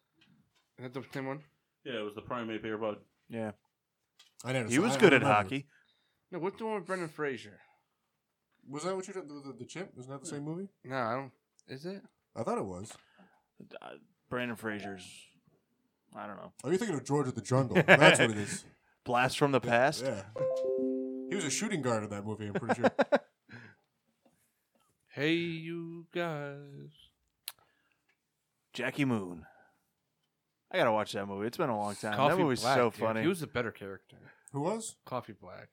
D: that the same one?
A: Yeah, it was the primate beer bud.
B: Yeah,
C: I never
B: he
C: saw-
B: was
C: I- I
B: good at
C: remember.
B: hockey.
D: No, what's the one with Brendan Fraser?
C: Was that what you did? The, the, the chimp? Wasn't that the same movie?
D: No, I don't. Is it?
C: I thought it was.
B: Uh, Brandon Fraser's. I don't know.
C: Oh, you're thinking of George of
B: [LAUGHS]
C: the Jungle. That's what it is.
B: Blast from the past.
C: Yeah. He was a shooting guard in that movie, I'm pretty sure.
D: Hey, you guys.
B: Jackie Moon. I gotta watch that movie. It's been a long time. that movie's
D: Black,
B: so
D: dude.
B: funny.
D: He was the better character.
C: Who was?
D: Coffee Black.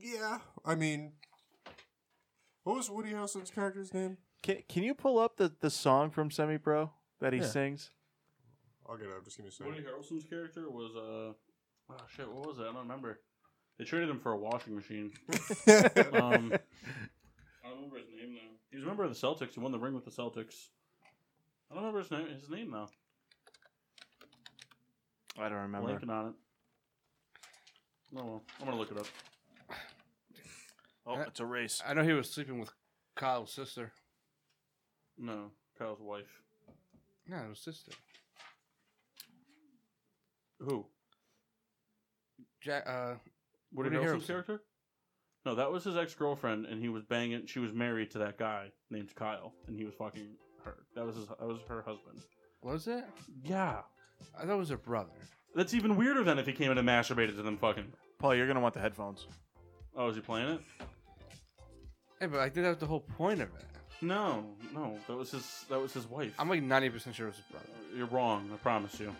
C: Yeah. I mean, what was Woody Harrelson's character's name?
B: Can, can you pull up the, the song from Semi Pro that he
D: Yeah.
B: sings?
C: I'll get it up. Just give me a
A: Woody
C: second.
A: Harrelson's character was uh, oh shit, what was it? I don't remember. They traded him for a washing machine. Um, I don't remember his name now. He was a member of the Celtics. He won the ring with the Celtics. I don't remember his name. His name now.
B: I don't remember.
A: Blanking on it. Oh well, I'm gonna look it up.
B: Oh, it's a race.
D: I know he was sleeping with Kyle's sister.
A: No, Kyle's wife.
D: No, it was sister.
A: Who?
D: Jack. Uh,
A: Woody,
D: Woody
A: Harrelson's
D: Harrelson.
A: character? No, that was his ex girlfriend, and he was banging. She was married to that guy named Kyle, and he was fucking her. That was his, that was her husband.
D: was it?
A: Yeah,
D: I thought it was her brother.
A: that's even weirder than if he came in and masturbated to them fucking.
B: Paul, you're gonna want the headphones.
A: Oh, is he playing it?
D: Hey, but I think that was the whole point of it.
A: No, no, that was his that was his wife.
D: I'm like 90% sure it was his brother.
A: You're wrong. I promise you.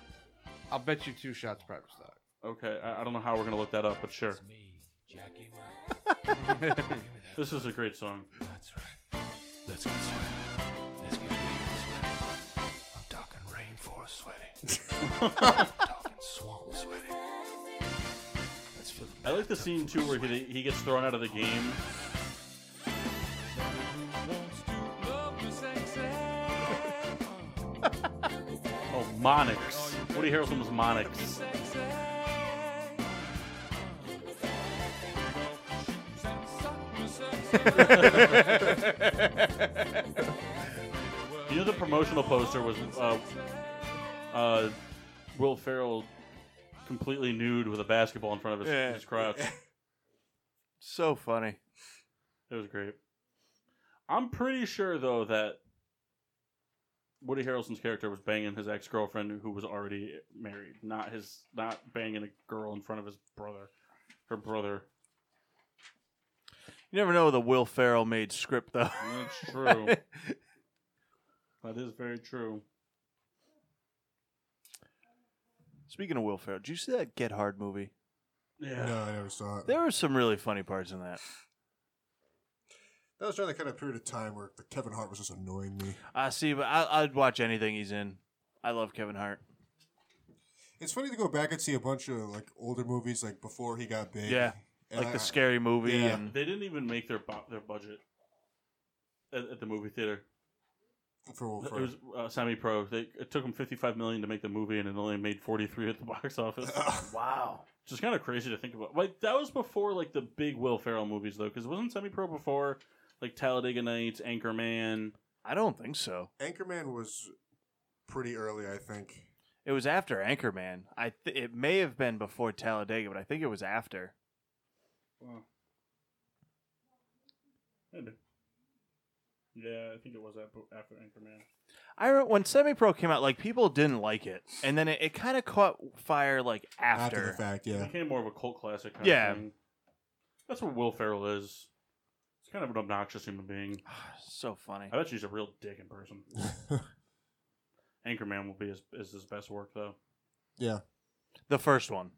D: I'll bet you two shots private stock.
A: Okay, I, I don't know how we're gonna look that up, but sure. [LAUGHS] this is a great song.
I: Let's get sweaty. Let's get real sweaty. I'm talking rainforest sweaty. I'm talking swamp sweaty. Let's fill the
A: I like the scene too where he, he gets thrown out of the game. oh, Monix. Woody Harrelson was Monix. You know the promotional poster was uh, uh, Will Ferrell completely nude with a basketball in front of his,
B: Yeah. [LAUGHS]
A: his crotch.
B: So funny.
A: It was great. I'm pretty sure though that Woody Harrelson's character was banging his ex girlfriend who was already married, not his not banging a girl in front of his brother, her brother.
B: You never know the Will Ferrell made script though. [LAUGHS]
A: That's true. that is very true.
B: Speaking of Will Ferrell, did you see that Get Hard movie?
A: Yeah.
C: No, I never saw it.
B: There were some really funny parts in that.
C: That was during the kind of period of time where the Kevin Hart was just annoying me.
B: I see, but I, I'd watch anything he's in. I love Kevin Hart.
C: It's funny to go back and see a bunch of like older movies like before he got big.
B: Yeah,
C: And
B: like
C: I-
B: the scary movie
C: Uh, yeah.
B: and
A: They didn't even make their bu- their budget at, at the movie theater.
C: for, for
A: It was uh, semi pro. They it took them 55 million to make the movie, and it only made 43 at the [LAUGHS] box
C: [LAUGHS]
A: office.
B: wow.
A: Which is kind of crazy to think about. Like that was before like the big Will Ferrell movies though, because wasn't Semi Pro before like Talladega Nights, Anchorman?
B: I don't think so.
C: Anchorman was pretty early, I think.
B: It was after Anchorman. I th- it may have been before Talladega, but I think it was after.
A: Yeah, I think it was after Anchorman.
B: I re- when Semi Pro came out, like people didn't like it, and then it, it kind of caught fire like after.
C: the fact,
A: It
B: [LAUGHS]
C: yeah.
A: became more of a cult classic. Kind
B: Yeah.
A: of thing. that's what Will Ferrell is. He's kind of an obnoxious human being.
B: so funny.
A: I bet you he's a real dick in person.
C: [LAUGHS]
A: Anchorman will be his, is his best work though.
C: yeah.
B: The first one,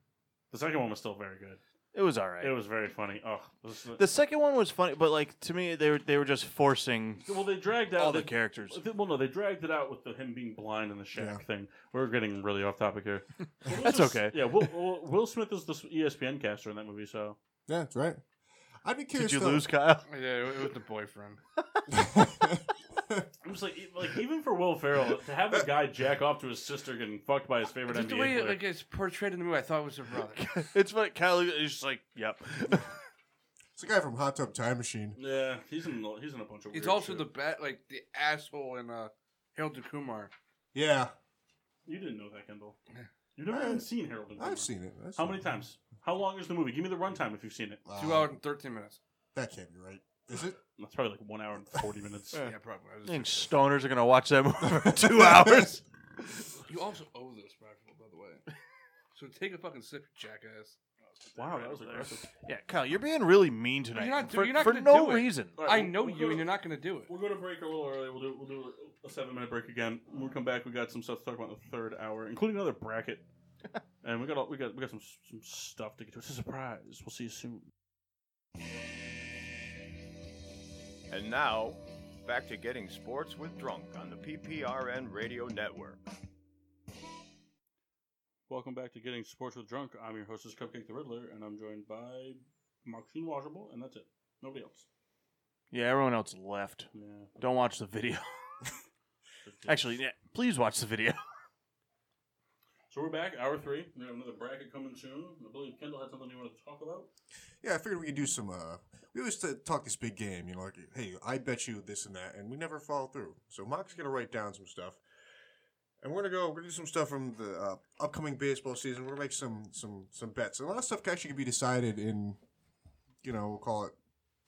A: The second one was still very good.
B: it was all right.
A: It was very funny. Oh, this is-
B: the second one was funny, but like to me, they were they were just forcing
A: well, they dragged out
B: all the
A: they-
B: characters.
A: Well, Well, no, they dragged it out with the him being blind and the Shaq
C: Yeah.
A: thing. We're getting really off topic here. Well, this
B: That's
A: is-
B: okay.
A: Yeah, Will, Will, Will Smith is the E ESPN caster in that movie, so
C: Yeah, that's right. I'd be
B: Did
C: curious.
B: you
C: though- [LAUGHS]
B: lose, Kyle? [LAUGHS]
D: Yeah, it was the boyfriend.
A: I'm just like, e- like even for Will Ferrell to have a guy jack off to his sister getting fucked by his favorite
D: Just
A: NBA
D: the way
A: player.
D: it, like it's portrayed in the movie, I thought it was her [LAUGHS] brother.
B: it's funny. Kyle is just like, yep. [LAUGHS]
C: It's a guy from Hot Tub Time Machine.
A: yeah, he's in he's in a bunch of.
D: He's
A: weird
D: also
A: shit.
D: the bat, like the asshole in uh, Harold and Kumar.
C: Yeah,
A: You didn't know that, Kendall. You've never even seen Harold. and Kumar.
C: I've seen it. I've
A: How
C: seen
A: many
C: it.
A: times? How long is the movie? Give me the runtime if you've seen it.
C: Uh,
D: Two hours and thirteen minutes.
C: That can't be right. Is it?
A: That's probably like one hour and forty minutes.
D: Yeah, probably. I
B: I
D: was
B: think
D: just-
B: stoners are gonna watch that movie for
D: [LAUGHS]
B: two hours.
D: you also owe this, Bradford, by the [LAUGHS] way. So take a fucking sip, you jackass.
A: Wow, that was aggressive.
B: Yeah, Kyle, you're being really mean tonight
D: You're not-
B: for,
D: you're not
B: for
D: gonna
B: no
D: do it.
B: reason.
A: All right,
D: I
A: we'll-
D: know
A: we'll
D: you,
A: go-
D: and you're not gonna do it.
A: We'll go to break a little early. We'll do we'll do a seven minute break again. When we come back, we got some stuff to talk about in the third hour, including another [LAUGHS] bracket, and we got all, we got we got some some stuff to get to. It's a surprise. We'll see you soon.
G: And now, back to getting sports with Drunk on the PPRN Radio Network.
A: Welcome back to Getting Sports with Drunk. I'm your hostess Cupcake the Riddler, and I'm joined by Maxine Washable, and that's it. Nobody else.
B: Yeah, everyone else left.
A: Yeah.
B: Don't watch the
C: [LAUGHS]
B: video. Actually, yeah, please watch the video.
A: so we're back, hour three. We have another bracket coming soon. I believe Kendall had something you wanted to talk about.
C: Yeah, I figured we could do some. uh We always t- talk this big game, you know, like, hey, I bet you this and that, and we never follow through. So Mock's gonna write down some stuff, and we're gonna go. We're gonna do some stuff from the uh, upcoming baseball season. We're gonna make some some some bets. And a lot of stuff can actually be decided in, you know, we'll call it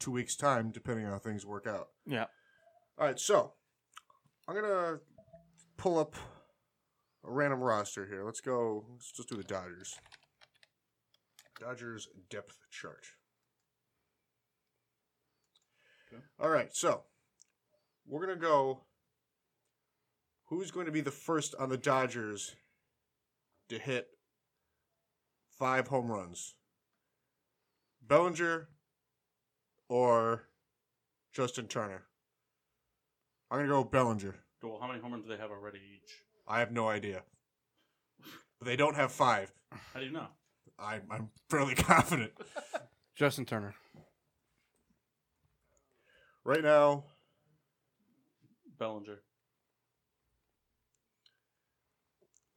C: two weeks time, depending on how things work out.
B: Yeah.
C: All right, so I'm gonna pull up a random roster here. Let's go. Let's just do the Dodgers. Dodgers depth chart. All right, so we're gonna go. Who's going to be the first on the Dodgers to hit five home runs? Bellinger or Justin Turner? I'm gonna go with Bellinger.
A: Well, how many home runs do they have already each?
C: I have no idea. But they don't have five.
A: How do you know?
C: I, I'm
F: [LAUGHS]
C: fairly confident.
D: Justin Turner.
F: Right now,
A: Bellinger.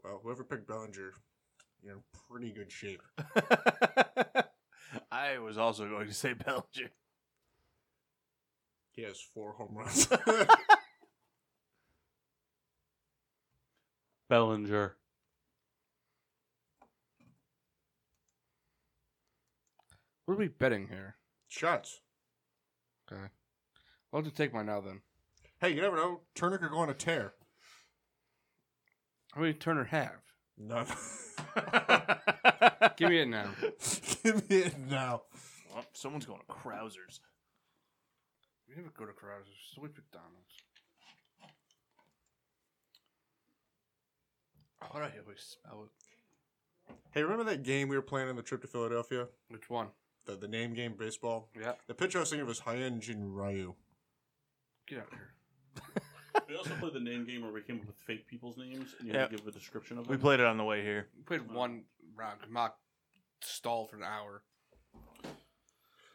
F: well, whoever picked Bellinger, you're in pretty good shape.
B: [LAUGHS] I was also going to say
C: [LAUGHS]
B: Belgium.
F: He has four home runs. [LAUGHS]
A: Bellinger.
D: What are we betting here?
F: Shots.
D: Okay. I'll just take mine now then.
F: Hey, you never know.
C: Turner could go on a tear.
D: How many Turner have?
F: None. [LAUGHS]
D: Give me it [LAUGHS] now.
C: Give me it now.
B: Well, Oh, someone's going to Krausers.
D: We never go to Carouse's. It's always McDonald's. Why do I always smell it?
F: hey, remember that game we were playing on the trip to Philadelphia?
D: Which one?
F: The, the name game baseball?
D: Yeah.
F: The pitcher I was thinking of was Hyunjin Ryu.
D: Get out of here.
A: We also played the name game where we came up with fake people's names and you had to give a description of them.
B: We played it on the way here.
D: We played one round. 'cause Mock stalled for an hour.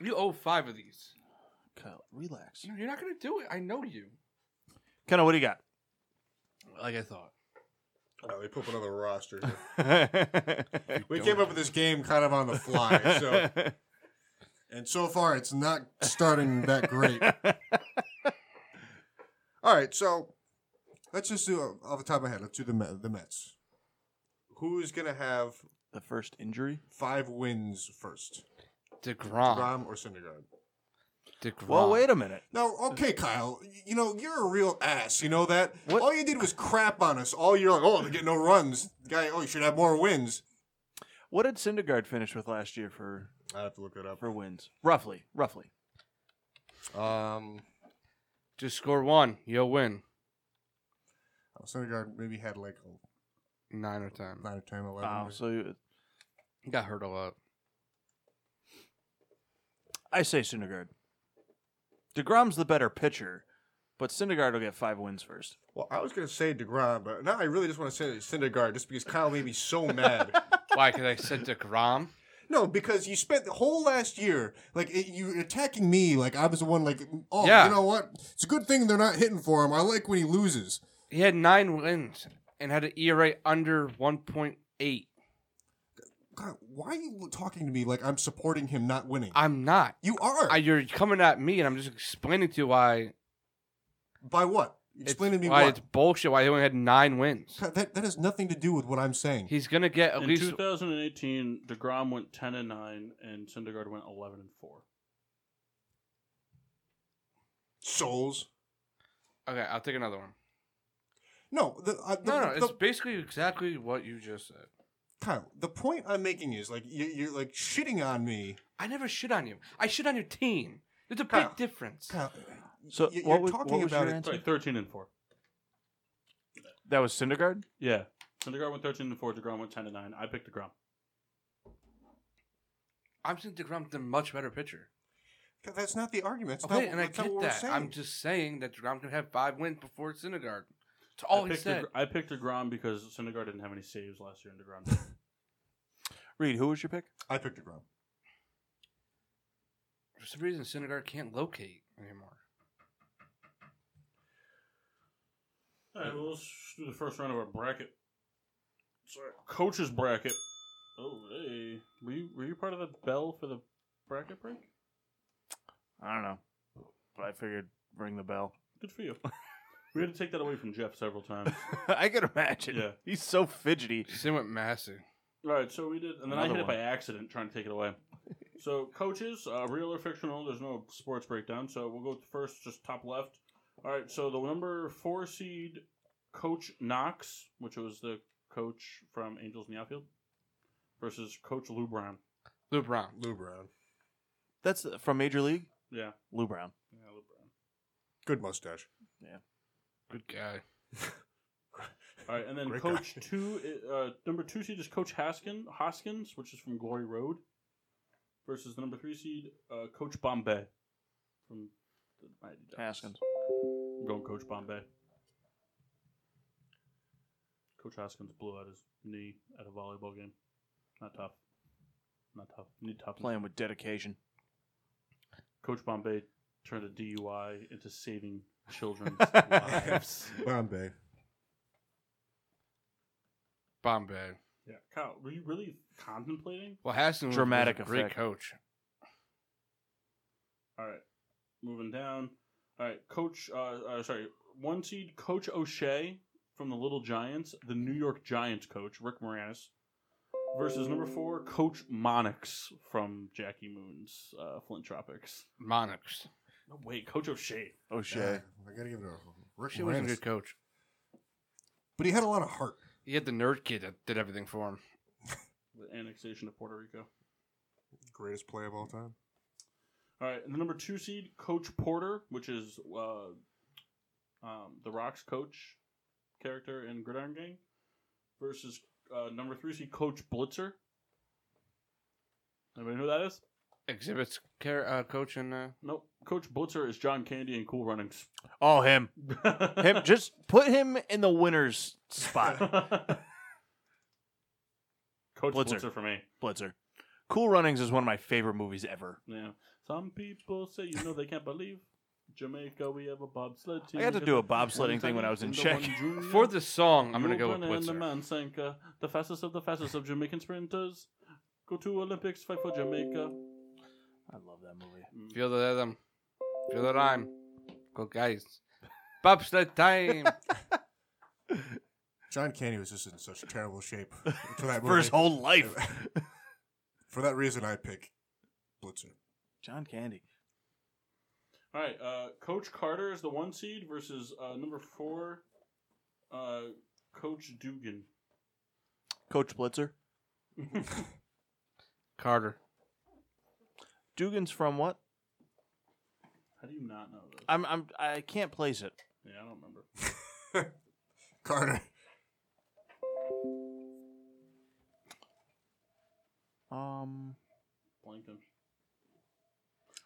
D: You owe five of these.
B: Kyle, relax.
D: You- You're not gonna do it. I know you.
B: Kyle, what do you got?
D: Like I thought.
F: Oh, they put up another roster. here.
C: We came up with this game kind of on the fly, [LAUGHS] so and so far it's not starting that
B: [LAUGHS]
C: great.
F: All right, so
C: Let's just do uh, off the top of my head. Let's do the Met, the Mets.
F: who's going to have
B: [LAUGHS] the first injury.
F: five wins first?
B: Ah.
D: Degrom.
F: Rom or Syndergaard?
D: Degrom.
B: Well, wait a minute.
C: No, okay, Kyle. y- You know you're a real ass. You know that.
B: What?
C: All you did was crap on us all year. Like, oh, they get no runs. Guy, oh, you should have more wins.
B: What did Syndergaard finish with last year for
F: I have to look it up.
B: for wins? Roughly, roughly.
F: Um,
D: Just score one. You'll win.
C: Oh, Syndergaard maybe had like
D: Nine or ten.
C: nine or ten, eleven.
B: Wow. Uh, So you-
D: He Got hurt a lot.
B: I say Syndergaard. Degrom's the better pitcher, but Syndergaard will get five wins first.
F: well, I was going to say DeGrom, but now I really just want to say Syndergaard just because Kyle made me so
D: [LAUGHS]
F: mad.
D: Why? Because I said Degrom.
C: No, because you spent the whole last year like it, you attacking me. Like I was the one. Like oh,
D: Yeah.
C: you know what? It's a good thing they're not hitting for him. I like when he loses.
D: He had nine wins and had an ERA under one point eight.
C: God, why are you talking to me like I'm supporting him not winning?
D: I'm not.
C: you are.
D: I, you're coming at me, and I'm just explaining to you why.
C: By what?
D: it's-
C: Explain to me
D: why
C: why.
D: it's bullshit. Why he only had nine wins.
C: God, that that has nothing to do with what I'm saying.
D: He's gonna get at
A: in
D: least
A: 2018, Degrom went 10 and 9, and Syndergaard went 11 and 4.
C: Souls.
D: Okay, I'll take another one.
C: No, the, uh, the,
D: No, no,
C: the-
D: it's basically exactly what you just said.
C: Kyle. The point I'm making is like you, you're like shitting on me.
D: I never shit on you. I shit on your team. There's a
C: Kyle.
D: big difference.
C: Kyle,
B: So
C: You-
B: what
C: you're
B: was,
C: talking
B: what was
C: about
B: your
C: it-
A: Sorry,
B: answer?
A: 13 and 4.
B: That was Syndergaard.
A: Yeah. Syndergaard went 13 and 4, Degrom went 10 and 9. I picked Degrom.
D: I'm saying Degrom's a much better pitcher.
C: God, that's not the argument. That's
D: Okay,
C: not,
D: and I
C: that's not
D: get
C: what we're
D: that.
C: saying.
D: I'm just saying that Degrom could have five wins before Syndergaard. It's all
A: I
D: he
A: picked
D: said.
A: Degr- I picked Degrom because Syndergaard didn't have any saves last year, and Degrom did.
D: [LAUGHS]
B: Reed, who was your pick?
C: I picked Degrom.
D: For some reason, Syndergaard can't locate anymore.
A: All right, well, let's do the first round of our bracket. Sorry, coach's bracket. Oh, hey, were you were you part of the bell for the bracket break?
B: I don't know, but I figured ring the bell.
A: Good for
D: [LAUGHS]
A: you. we had to take that away from Jeff several times.
B: [LAUGHS] I can imagine.
A: Yeah.
B: He's so fidgety.
D: Same with Massey.
A: All right, so we did, and then I hit
B: Another
A: it by accident trying to take it away. So coaches, uh, real or fictional? There's no sports breakdown, so we'll go with the first, just top left. All right, so the number four seed, Coach Knox, which was the coach from Angels in the outfield, versus Coach Lou Brown.
D: Lou Brown.
F: Lou Brown.
B: That's uh, from Major League.
A: Yeah,
B: Lou Brown.
A: yeah, Lou Brown.
F: Good mustache.
D: Good guy.
A: All right, and then
F: Great
A: coach
F: guy.
A: two, uh, number two seed is Coach Haskin, Hoskins, which is from Glory Road, versus the number three seed, uh, Coach Bombay, from the Mighty Ducks.
B: Haskins.
A: I'm going Coach Bombay. Coach Hoskins blew out his knee at a volleyball game. Not tough. Not top. Need top.
B: Playing with dedication.
A: Coach Bombay turned a DUI into saving
B: [LAUGHS]
A: children's
F: [LAUGHS]
A: lives.
C: Bombay.
D: Bombay.
A: Yeah, Kyle, were you really contemplating?
D: Well, Hassan was- was
B: Dramatic
D: a great
B: effect.
D: coach.
A: All right, moving down. All right, Coach. Uh, uh, sorry, one seed Coach O'Shea from the Little Giants, the New York Giants coach Rick Moranis, versus number four Coach Monix from Jackie Moon's uh, Flint Tropics.
D: Monarchs.
A: No, wait, Coach O'Shea.
B: Oh
C: Yeah,
B: shit. [LAUGHS]
C: I gotta give it a Rick
D: She was a
C: Moranis.
D: good coach.
C: But he had a lot of heart.
D: He had the nerd kid that did everything for him.
A: The annexation of Puerto Rico.
C: Greatest play of all time.
A: All right, and the number two seed Coach Porter, which is uh, um, the Rock's coach character in Gridiron Gang, versus uh, number three seed Coach Blitzer. Anybody know who that is?
D: Exhibits care uh, coach and uh,
A: Nope. Coach Blitzer is John Candy in Cool Runnings.
B: Oh, him. [LAUGHS] Him. Just put him in the winner's spot.
A: [LAUGHS]
B: [LAUGHS]
A: Coach Blitzer.
B: Blitzer.
A: for me.
B: Blitzer. Cool Runnings is one of my favorite movies ever.
A: Yeah. Some people say you know they can't believe Jamaica. We have a bobsled team.
B: I had to do a bobsledding thing when I was in Czech. [LAUGHS]
D: for the song. I'm gonna go with
A: Yulpen and the
D: Blitzer.
A: man Sanka, the fastest of the fastest of Jamaican sprinters. Go to Olympics, fight for Jamaica.
B: I love that movie.
D: Feel the rhythm. Feel the rhyme.
B: [LAUGHS]
D: Go guys. Bobsled time.
C: John Candy was just in such terrible shape for that
B: For his
C: movie.
B: whole life. [LAUGHS]
C: [LAUGHS] for that reason, I pick Blitzer.
B: John Candy.
A: All right, uh, Coach Carter is the one seed versus uh, number four, uh, Coach Dugan.
B: Coach [LAUGHS] Blitzer.
D: Carter.
B: Dugan's from what?
A: How do you not know this?
B: I'm I'm I can't place it.
A: yeah, I don't remember.
C: [LAUGHS] Carter.
B: Um
A: Blanked him.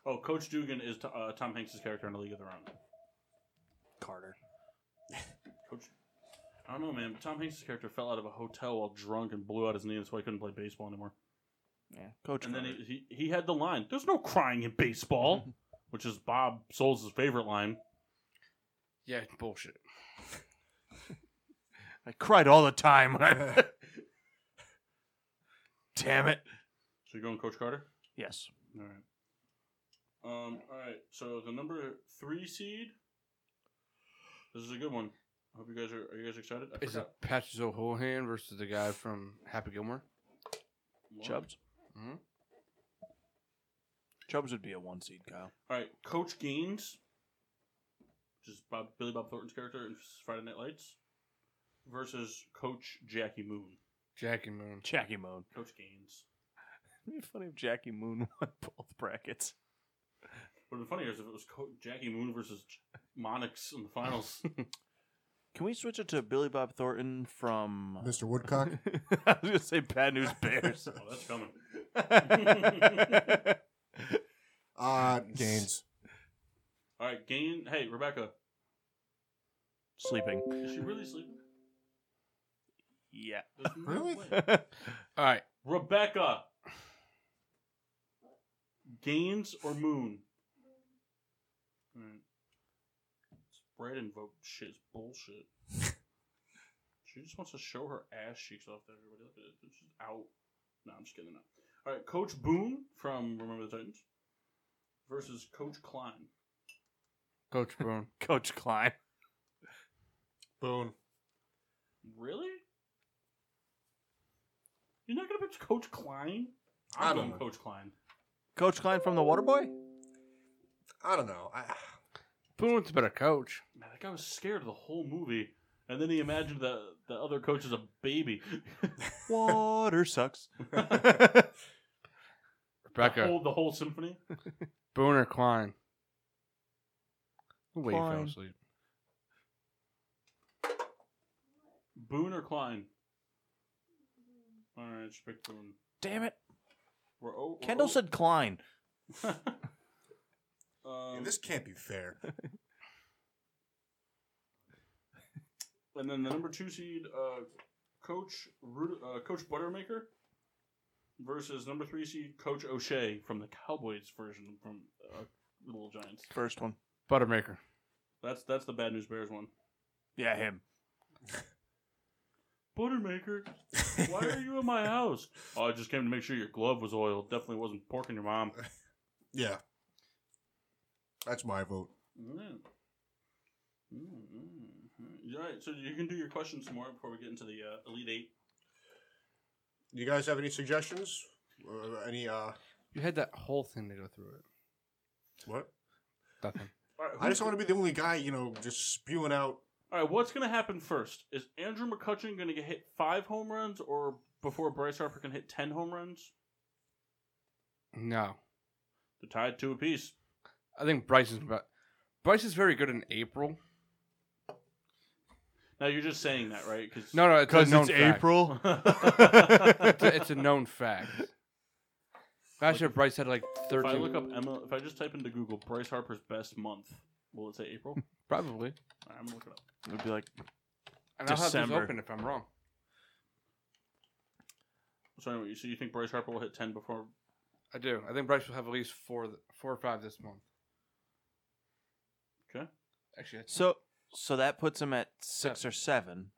A: Oh, Coach Dugan is to- uh, Tom Hanks' character in A League of Their Own.
B: Carter.
A: [LAUGHS] Coach, I don't know, man. But Tom Hanks' character fell out of a hotel while drunk and blew out his knee. That's why he couldn't play baseball anymore.
B: Yeah. Coach
A: And then
B: Carter.
A: he, he, he had the line, "There's no crying in
D: [LAUGHS]
A: baseball," which is Bob Souls' favorite line.
D: Yeah, bullshit.
B: I cried all the time. when [LAUGHS] I- Damn it.
A: So you're going Coach Carter.
B: Yes.
A: All right. Um. All right. So the number three seed. This is a good one. I hope you guys are. Are you guys excited? I
D: Is it
A: forgot.
D: Patch Zohohan versus the guy from Happy Gilmore?
A: What?
B: Chubbs?
D: hmm
B: Chubbs would be a one seed, Kyle.
A: All right, Coach Gaines, which is Bob, Billy Bob Thornton's character in Friday Night Lights, versus Coach Jackie Moon.
D: Jackie Moon.
B: Jackie Moon.
A: Coach Gaines.
B: It'd be funny if Jackie Moon [LAUGHS] won both brackets.
A: Would have been funnier is if it was Co- Jackie Moon versus J- Monix in the
D: [LAUGHS]
A: finals. Oh,
B: Can we switch it to Billy Bob Thornton from
C: Mr. Woodcock.
B: [LAUGHS] I was gonna say Bad News Bears. [LAUGHS]
A: oh, that's coming.
C: Uh, Gaines.
A: All right, Gaines. Hey, Rebecca,
B: Sleeping.
A: is she really sleeping?
B: Yeah.
A: There's no
C: Really?
A: way.
D: All right.
A: Rebecca. Gaines or Moon? Alright. This Brandon vote shit is bullshit. she just wants to show her ass cheeks off to everybody. Look at it. It's just out. No, I'm just kidding. No. All right, Coach Boone from Remember the Titans versus Coach Klein.
D: Coach [LAUGHS] Boone.
B: [LAUGHS] Coach Klein.
F: Bone.
A: Really? You're not gonna pick Coach Klein?
C: I
A: I'm
C: don't
A: going
C: know.
A: Coach Klein.
B: Coach Klein from The [LAUGHS] Waterboy?
C: I don't know. I,
D: Boone's a better coach.
A: Man, that guy was scared the whole movie, and then he imagined the the other coach is a baby.
B: Water sucks.
A: The
D: Rebecca.
A: [LAUGHS] whole, the whole symphony.
D: Boone or Klein? Wait, you fell
B: Klein.
D: asleep.
A: Boone or Klein? All right, she picked Boone.
B: Damn it.
A: We're, o- we're
B: Kendall
A: o- [LAUGHS]
B: said Klein.
A: um,
C: yeah, this can't be fair.
A: and then the number two seed, uh, Coach Ru- uh, Coach Buttermaker versus number three seed Coach O'Shea from the Cowboys version from uh, Little Giants.
B: First one.
D: Buttermaker.
A: That's that's the bad news bears one.
B: Yeah, him.
A: Buttermaker, why are you at my house? Oh, I just came to make sure your glove was oiled. Definitely wasn't porking your mom.
C: [LAUGHS] Yeah. That's my vote.
A: Mm. Mm, mm, mm. All right, so you can do your questions some more before we get into the uh, Elite Eight.
C: You guys have any suggestions? Uh, any, uh,
D: You had that whole thing to go through it.
C: what?
D: Nothing.
C: I just don't want to be the only guy, you know, just spewing out.
A: All right, what's going to happen first? Is Andrew McCutcheon going to get hit five home runs, or before Bryce Harper can hit ten home runs?
D: [LAUGHS] No.
A: They're tied two apiece.
D: I think Bryce is about. Bryce is very good in April.
A: Now you're just saying that, right? Because
D: No, no, it's a
E: Because
D: known
E: it's
D: fact.
E: April.
D: It's a, it's a known fact. Last year, Bryce had like
A: [LAUGHS] if I
D: thirteen.
A: look up ML, if I just type into Google Bryce Harper's best month, will it say April?
D: Hmm. Probably.
A: All right, I'm looking up.
B: It would be like
D: And I'll have this
B: December.
D: open if I'm wrong.
A: So anyway, so you think Bryce Harper will hit ten before?
D: I do. I think Bryce will have at least four, th- four or five this month.
A: Okay.
D: Actually, that's
B: so. So that puts him at six or seven.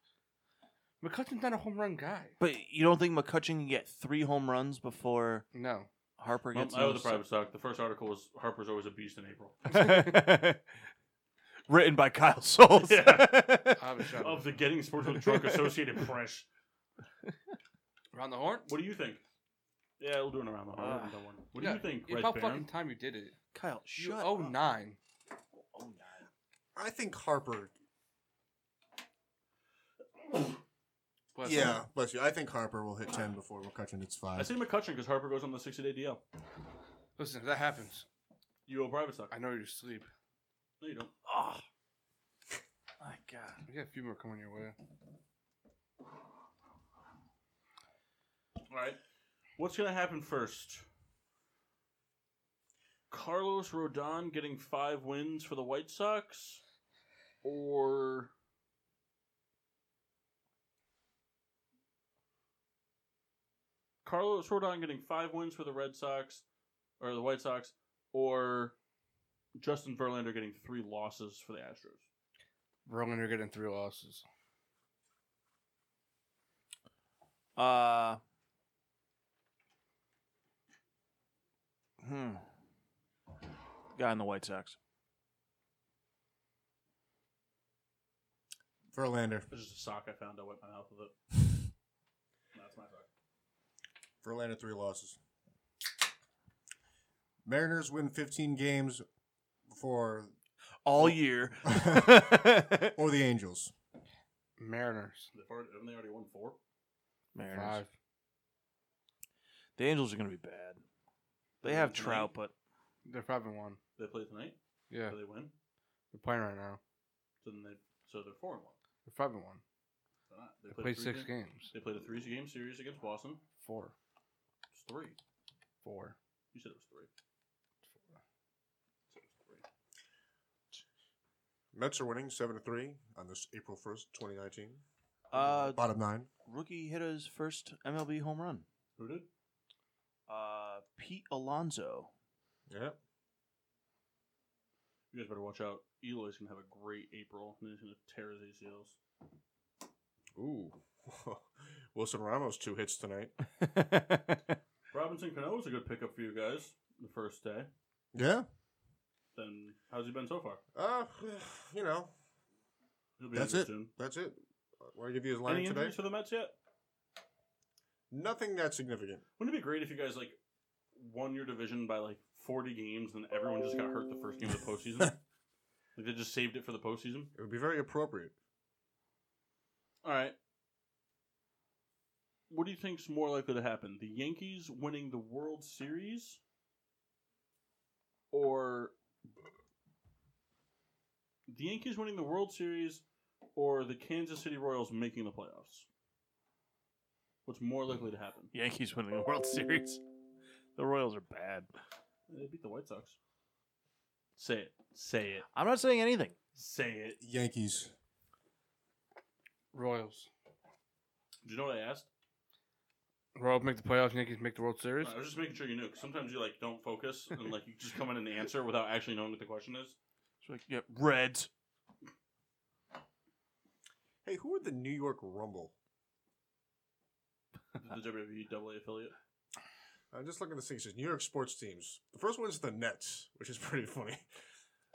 D: McCutcheon's not a home run guy.
B: But you don't think McCutcheon can get three home runs before
D: No.
B: Harper
A: Well,
B: gets?
A: I owe the
B: those
A: private stock. The first article was Harper's always a beast in April.
B: six- [LAUGHS] Written by Kyle
A: [LAUGHS]
B: Souls.
D: Obviously.
A: of the Getting Sports with Drunk Associated Press.
D: Around the horn?
A: What do you think? Yeah, we'll do it around the horn.
B: Ah.
A: Don't worry. what do
D: Yeah,
A: you think,
D: It's
A: Red
D: about
A: Baron?
D: fucking time you did it.
B: [LAUGHS] Kyle,
D: You
B: shut
D: owe
B: up.
D: nine.
C: I think Harper.
D: But
C: yeah, bless you. I think Harper will hit 10 before McCutcheon hits
A: I
C: 5.
A: say McCutcheon because Harper goes on the 60-day DL.
D: Listen, if that happens,
A: You owe private stock.
D: I know you're asleep.
A: No, you don't.
B: My God.
D: We got a few more coming your way.
A: All right. What's going to happen first? Carlos Rodon getting five wins for the White Sox? Or... Carlos Rodon getting five wins for the Red Sox, or the White Sox, or Justin Verlander getting three losses for the Astros?
D: Roman, you're getting three losses.
B: Uh. Hmm. Guy in the White Sox.
C: Verlander.
A: It's just a sock I found. I wiped my mouth with it. That's my sock.
C: Verlander, three losses. Mariners win 15 games before.
B: All [LAUGHS] year.
C: or the Angels.
D: Mariners.
A: They've already, haven't they already won four?
B: Mariners.
D: Five.
B: The Angels are going to be bad. They have
A: Tonight?
B: Trout, but
D: They're five and one.
A: They play tonight.
D: Yeah,
A: Do they win?
D: they're playing right now.
A: So then they so they're four and one.
D: They're five and one.
A: They're not. They,
D: They
A: played
D: played
A: three
D: six
A: games.
D: games.
A: They played a three game series against Boston.
D: Four.
A: It's three.
D: Four.
A: You said it was three. So it's three.
C: Mets are winning 7 to 3 on this April 1st, 2019.
B: uh,
C: Bottom nine.
B: rookie hit his first MLB home run.
A: Who did?
B: Uh, Pete Alonso.
C: Yeah.
A: You guys better watch out. Eloy's gonna have a great April, and then he's gonna tear his ACLs.
C: Ooh. [LAUGHS] Wilson Ramos, two hits tonight.
B: [LAUGHS]
A: Robinson Cano was a good pickup for you guys the first day.
C: Yeah.
A: Then how's he been so far?
C: Uh, you know,
A: He'll be
C: that's
A: injured
C: it.
A: soon.
C: That's it. Want to give you his line
A: Any
C: today?
A: injuries for the Mets yet?
C: Nothing that significant.
A: Wouldn't it be great if you guys like won your division by like forty games and everyone just got hurt the first game of the
C: [LAUGHS]
A: postseason? like they just saved it for the postseason.
C: It would be very appropriate.
A: All right. What do you think's more likely to happen? The Yankees winning the World Series or the Yankees winning the World Series or the Kansas City Royals making the playoffs? What's more likely to happen?
B: Yankees winning the World [LAUGHS] Series. The Royals are bad.
A: They beat the White Sox. Say it. Say it.
B: I'm not saying anything.
A: Say it.
C: Yankees.
D: Royals.
A: Do you know what I asked?
D: Royals make the playoffs. Yankees make the World Series.
A: I was just making sure you knew. 'cause sometimes you like don't focus and like you just come in and answer without actually knowing what the question is.
B: So like, yeah, Reds.
C: Hey, who are the New York Rumble?
A: The WWE affiliate.
C: I'm just looking at the thing. It says New York sports teams. The first one's the Nets, which is [LAUGHS] pretty funny.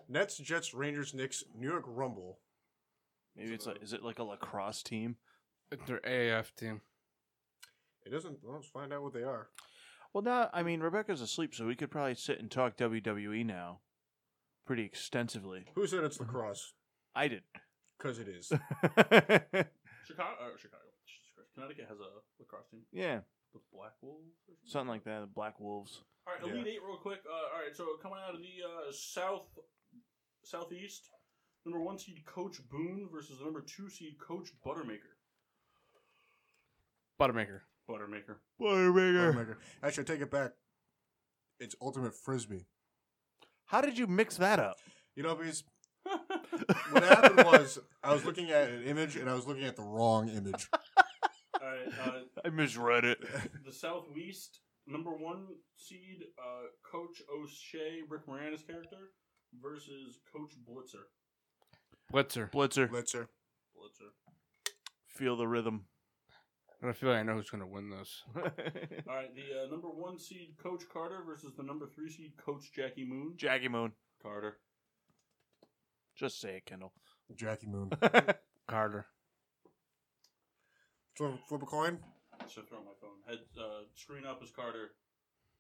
C: Nets, Jets, Rangers, Knicks, New York Rumble.
B: Maybe it's like, is it like a lacrosse team?
D: Their AAF team.
C: It doesn't. well, Let's find out what they are.
B: Well, now I mean Rebecca's asleep, so we could probably sit and talk WWE now, pretty extensively.
C: Who said it's lacrosse?
B: I did. [LAUGHS]
C: Because it [LAUGHS] is.
A: Chicago, or Chicago. Jesus Christ. Connecticut has a lacrosse team.
B: yeah,
A: The Black Wolves. Or something.
B: something like that. The Black Wolves.
A: All right, Elite Eight, real quick. Uh, all right, so coming out of the uh, south, southeast, number one seed Coach Boone versus the number two seed Coach Buttermaker.
D: Buttermaker.
A: [LAUGHS] Buttermaker.
C: Buttermaker. Actually, I take it back. It's ultimate frisbee.
B: How did you mix that up?
C: You know, because [LAUGHS] what happened was I was looking at an image and I was looking at the wrong [LAUGHS] image.
A: All right, uh,
B: I misread it.
A: the southwest, number one seed uh, Coach O'Shea, Rick Moranis character, versus Coach Blitzer.
D: Blitzer.
B: Blitzer,
C: Blitzer.
A: Blitzer.
B: feel the rhythm.
D: I feel like I know who's gonna
A: [LAUGHS]
D: win this.
A: All right, the uh, number one seed Coach Carter versus the number three seed Coach Jackie Moon.
B: Jackie Moon.
A: Carter.
B: Just say it, Kendall.
C: Jackie Moon.
D: Carter.
C: flip, flip a coin.
A: So throw my phone. Head uh, screen up is Carter.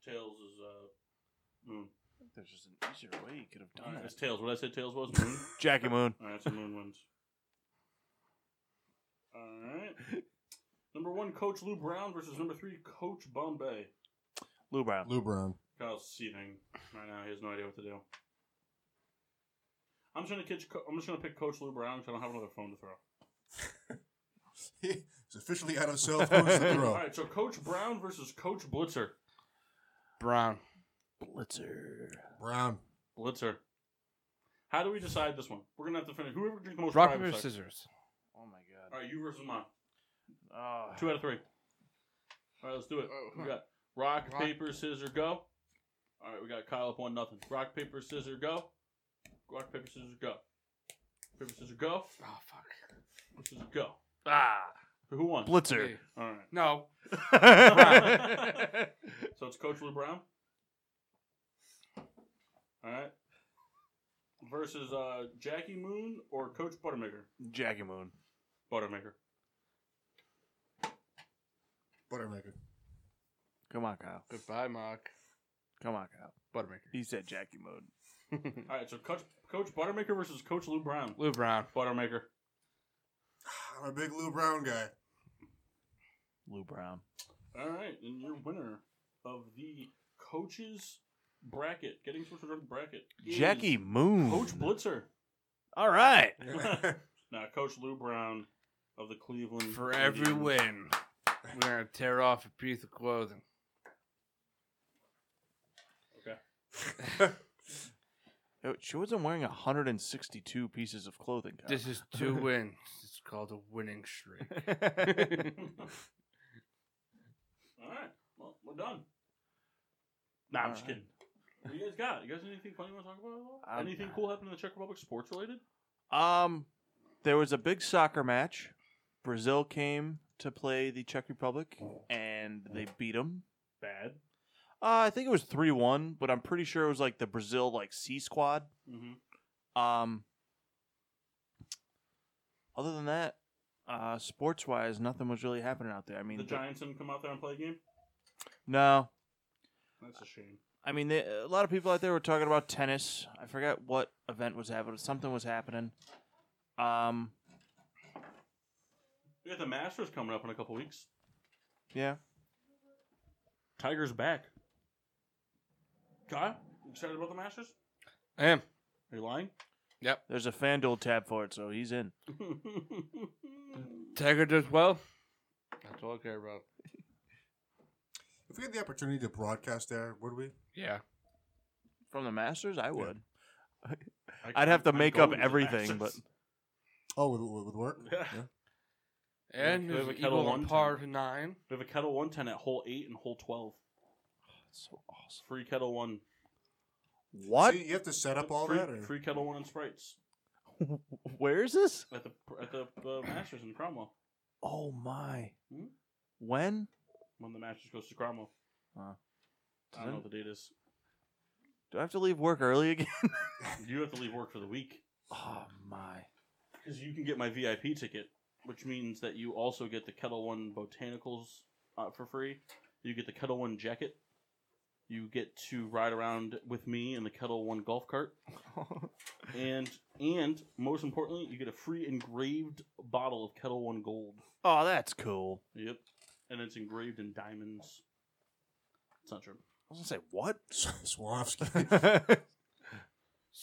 A: Tails is uh, Moon.
B: There's just an easier way you could have
A: All
B: done
A: right,
B: it.
A: that's Tails. What I said Tails [LAUGHS] was Moon.
B: Jackie Moon.
A: All right, so Moon wins. All right. Number one, Coach Lou Brown versus number three, Coach Bombay.
B: Lou Brown.
C: Lou Brown.
A: Kyle's seething right now. He has no idea what to do. I'm just gonna catch. Co- I'm just gonna pick Coach Lou Brown because I don't have another phone to throw.
C: [LAUGHS] He's officially out of cell phones to
A: All [LAUGHS]
C: throw.
A: right, so Coach Brown versus Coach Blitzer.
D: Brown.
B: Blitzer.
C: Brown.
A: Blitzer. How do we decide this one? We're gonna have to finish. Whoever drinks the most.
D: Rock
A: private
D: paper
A: sex.
D: scissors.
B: Oh my god.
A: All right, you versus mine.
B: Oh.
D: Ah.
A: Two out of three. All right, let's do it. We got rock,
D: Rock.
A: paper, scissors, go. All right, we got Kyle up one nothing. Rock, paper, scissors, go. Rock, paper, scissors, go. Paper, scissors, go.
D: Oh fuck.
A: Paper, scissors, go.
B: Ah.
A: Who won?
B: Blitzer.
D: Me.
A: All
D: No.
B: [LAUGHS]
A: right. so it's Coach Lou Brown. All right. Versus uh, Jackie Moon or Coach Buttermaker.
B: Jackie Moon.
A: Buttermaker.
C: Buttermaker.
B: Come on, Kyle.
D: Goodbye, Mock.
B: Come on, Kyle. [LAUGHS]
D: Buttermaker.
B: He said Jackie Moon.
A: All right, so Coach Coach Buttermaker versus Coach Lou Brown.
D: Lou Brown.
A: Buttermaker.
C: I'm a big Lou Brown guy.
B: Lou Brown.
A: All right, and your winner of the coaches bracket, getting social drug bracket, is
B: Jackie Moon.
A: Coach Blitzer.
B: All right.
A: now, Coach Lou Brown of the Cleveland.
D: For every
A: Indians.
D: win, we're gonna tear off a piece of clothing.
B: Yo, Oh, She wasn't wearing 162 pieces of clothing. Kyle.
D: This is two wins. It's called a winning streak.
A: [LAUGHS] All right, well, we're done. Nah, I'm just
B: All right.
A: kidding. What do you guys got? You guys anything funny you want to talk about? At all?
B: Um,
A: anything cool happened in the Czech Republic sports related?
B: Um, there was a big soccer match. Brazil came to play the Czech Republic, and they beat them.
A: Bad.
B: Uh, I think it was three one, but I'm pretty sure it was like the Brazil like C squad.
A: Mm-hmm.
B: Um, other than that, uh, sports wise, nothing was really happening out there. I mean,
A: The
B: the-
A: Giants didn't come out there and play a game.
B: no,
A: That's a shame.
B: I mean, they, a lot of people out there were talking about tennis. I forgot what event was happening. Something was happening. Um,
A: We got the Masters coming up in a couple weeks.
B: yeah.
A: Tiger's back. Kyle, you excited about the Masters?
D: I am.
A: Are you lying? [LAUGHS]
B: There's a FanDuel tab for it, so he's in.
D: Tiger does well. That's all I care about.
C: If we had the opportunity to broadcast there, would we?
D: Yeah.
B: From the Masters, I would.
A: [LAUGHS]
B: I'd have to make up everything, but
C: Oh, with, with work?
A: Yeah.
D: And
A: We have
D: it
A: a
D: was
A: kettle
D: equal on
A: one
D: par
A: time. Oh.
D: to nine.
A: We have a kettle 110 at hole 8 and hole 12.
B: That's so awesome.
A: Free kettle 1.
J: [LAUGHS]
C: So
J: What?
C: you have to set up all
A: free,
C: that? Or?
A: free kettle 1 and sprites
J: [LAUGHS] Where is this?
A: at the at the uh, Masters in Cromwell.
B: Oh my.
A: Hmm?
B: When?
A: When the Masters goes to Cromwell.
J: Wow.
A: I don't know what the date is.
J: Do I have to leave work early
B: [LAUGHS]
J: again?
A: You have to leave work for the week.
J: Oh my.
A: Because you can get my VIP ticket, which means that you also get the Kettle One botanicals uh, for free. You get the Kettle One jacket. You get to ride around with me in the Kettle One golf cart, and and most importantly, you get a free engraved bottle of Kettle One Gold.
J: Oh, that's cool.
A: Yep, and it's engraved in diamonds. It's not true.
J: I was gonna say what?
C: [LAUGHS] Swarovski.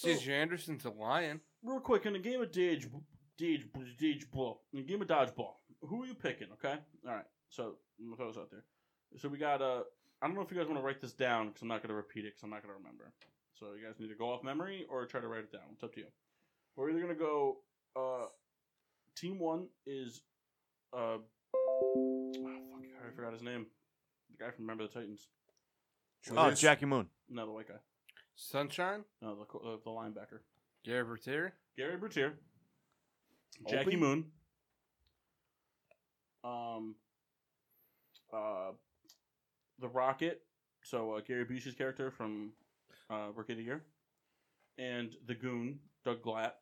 D: CJ Anderson's a lion.
A: Real quick, in a game of dodge, dodge, dodge ball, in a game of dodgeball, who are you picking? Okay, all right. So I'm gonna throw this out there. So we got Uh, I don't know if you guys want to write this down because I'm not gonna repeat it because I'm not gonna remember. So you guys need to go off memory or try to write it down. It's up to you. We're either gonna go. Uh, team one is. Uh, ah, fuck, I already forgot his name. The guy from Remember the Titans.
H: Oh,
C: Julius-
H: Jackie Moon.
A: No, the white guy.
D: Sunshine,
A: No, the the, the linebacker.
D: Gary Bertier,
A: Gary Brutier, Jackie
J: Opie?
A: Moon, um, uh, the Rocket. So uh, Gary Busey's character from uh, Rookie of the Year, and the Goon Doug Glatt,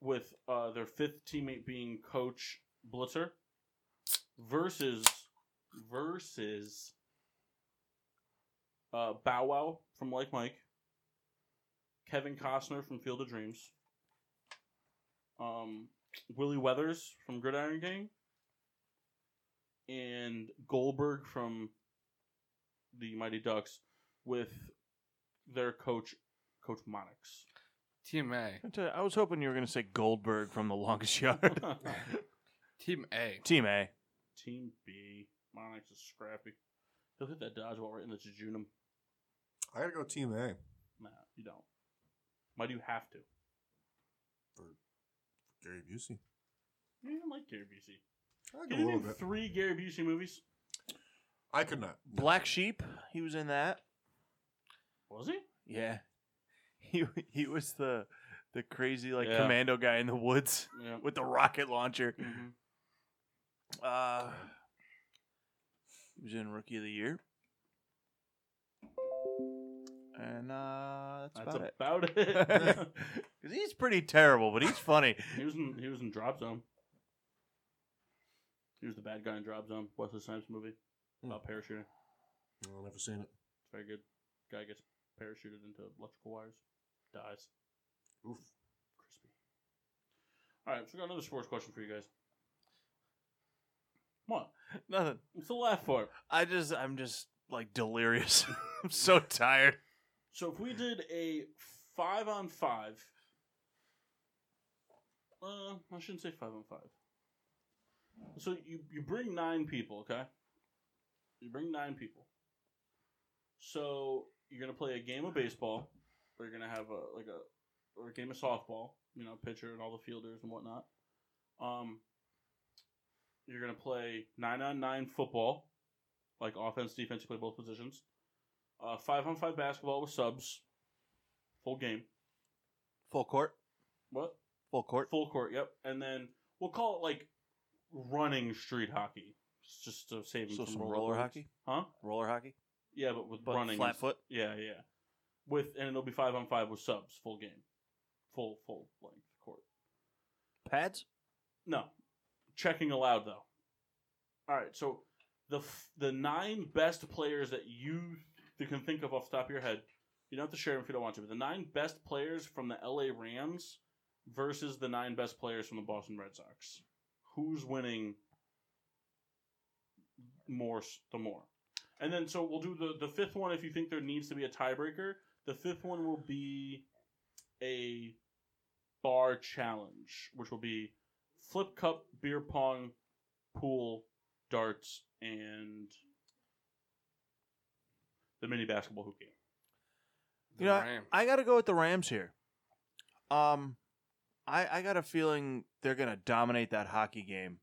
A: with uh, their fifth teammate being Coach Blitzer, versus versus uh, Bow Wow from Like Mike, Kevin Costner from Field of Dreams um, Willie Weathers from Gridiron Gang, and Goldberg from the Mighty Ducks with their coach, Coach Monix.
C: [LAUGHS]
D: Team A.
B: I tell you, I was hoping you were going to say Goldberg from The
J: [LAUGHS]
B: Longest Yard.
D: Team A.
B: Team A.
A: Team B, Monix is scrappy. He'll hit that dodgeball right in the jejunum.
C: I gotta go Team A.
A: Nah, you don't. Why do you have to?
C: Gary Busey.
A: You don't like Gary Busey.
C: I
A: Can
C: can a
A: you
C: little
A: name
C: bit.
A: three Gary Busey movies?
C: I could not.
J: Black Sheep. He was in that.
A: Was he?
J: Yeah. He he was the the crazy like
A: Yeah.
J: commando guy in the woods
A: Yeah.
J: with the rocket launcher.
A: hmm
J: Uh, he was in Rookie of the Year. And uh, that's,
A: That's
J: about [LAUGHS] it.
A: about it. [LAUGHS]
J: 'Cause he's pretty terrible, but he's funny.
A: He was in he was in Drop Zone. He was the bad guy in Drop Zone, Wesley Snipes movie about parachuting.
C: I've never seen it.
A: It's very good. Guy gets parachuted into electrical wires, dies.
C: Oof.
A: Crispy. All right, so we got another sports question for you guys. Come on,
J: [LAUGHS] Nothing.
A: what's the laugh for?
J: I just I'm just like delirious. [LAUGHS] I'm so tired.
A: So if we did a five on five, uh, I shouldn't say five on five. So you you bring nine people, okay? You bring nine people. So you're gonna play a game of baseball, or you're gonna have a like a or a game of softball, you know, pitcher and all the fielders and whatnot. Um, you're gonna play nine on nine football, like offense, defense. You play both positions uh, five on five basketball with subs, full game.
J: Full court.
A: What?
J: Full court.
A: Full court. Yep. And then we'll call it like running street hockey, It's just to save
J: So
A: them
J: some
A: from
J: roller
A: rolling.
J: hockey.
A: huh?
J: Roller hockey.
A: Yeah, but with
J: But
A: running,
J: flat
A: instead-
J: foot.
A: Yeah, yeah. With and it'll be five on five with subs, full game, full full length court.
J: Pads.
A: No, checking allowed though. All right, so the f- the nine best players that you th- can think of off the top of your head, you don't have to share them if you don't want to. But the nine best players from the L.A. Rams versus the nine best players from the Boston Red Sox. Who's winning more s- the more? And then so we'll do the the fifth one if you think there needs to be a tiebreaker. The fifth one will be a bar challenge, which will be flip cup, beer pong, pool, darts, and the mini basketball hoop game.
D: The
J: You know,
D: Ram.
J: I gotta go with the Rams here. Um, I I got a feeling they're gonna dominate that hockey game,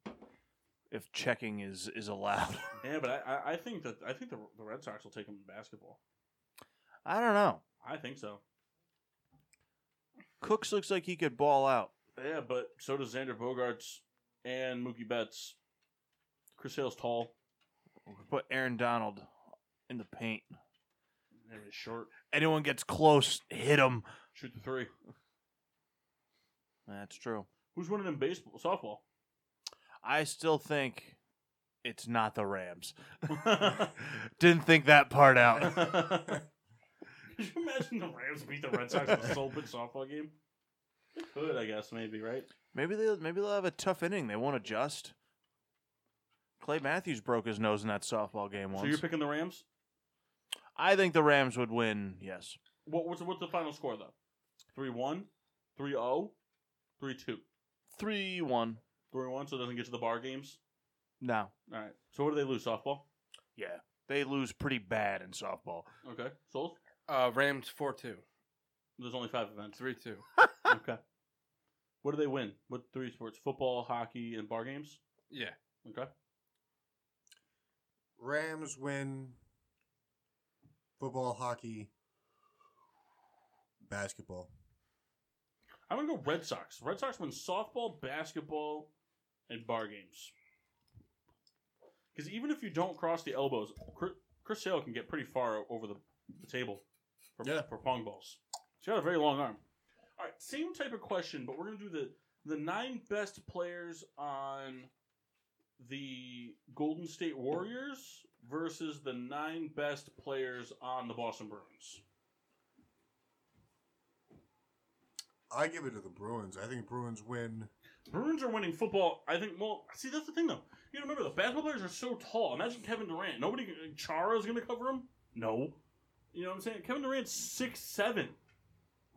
B: if checking is is allowed. [LAUGHS]
A: Yeah, but I- I, I think that I think the, the Red Sox will take him in basketball.
B: I don't know.
A: I think so.
B: Cooks looks like he could ball out.
A: Yeah, but so does Xander Bogarts and Mookie Betts. Chris Hale's tall.
B: Put Aaron Donald in the paint.
A: And he's short.
B: Anyone gets close, hit him.
A: Shoot the three.
B: That's true.
A: Who's winning in baseball? [LAUGHS] Softball.
B: I still think it's not the Rams. [LAUGHS] Didn't think that part out.
A: Could you imagine the Rams beat the Red Sox in a soul pitch softball game? They could, I guess, maybe, right?
B: Maybe they'll maybe they'll have a tough inning. They won't adjust. Clay Matthews broke his nose in that softball game once.
A: So you're picking the Rams?
B: I think the Rams would win. Yes,
A: What, what's, what's the final score, though? 3 1, 3 0, 3 2.
B: three one.
A: 3 1, so it doesn't get to the bar games?
B: No,
A: All right. So what do they lose? Softball?
B: yeah, they lose pretty bad in softball.
A: Okay. Souls?
D: Uh, Rams four two,
A: There's only five events.
D: three two.
A: [LAUGHS] okay. What do they win? What three sports? Football, hockey, and bar games?
D: Yeah.
A: Okay.
C: Rams win football, hockey, basketball.
A: I'm gonna go Red Sox. Red Sox win softball, basketball, and bar games. Because even if you don't cross the elbows, Chris, Chris Sale can get pretty far o- over the, the table for,
C: Yeah.
A: for pong balls. She's got a very long arm. All right, same type of question, but we're gonna do the the nine best players on the Golden State Warriors versus the nine best players on the Boston Bruins.
C: I give it to the Bruins. I think Bruins win.
A: Bruins are winning football. I think. Well, see, that's the thing though. You gotta remember the basketball players are so tall. Imagine Kevin Durant. Nobody. Chara's gonna cover him. No. You know what I'm saying? Kevin Durant's six seven.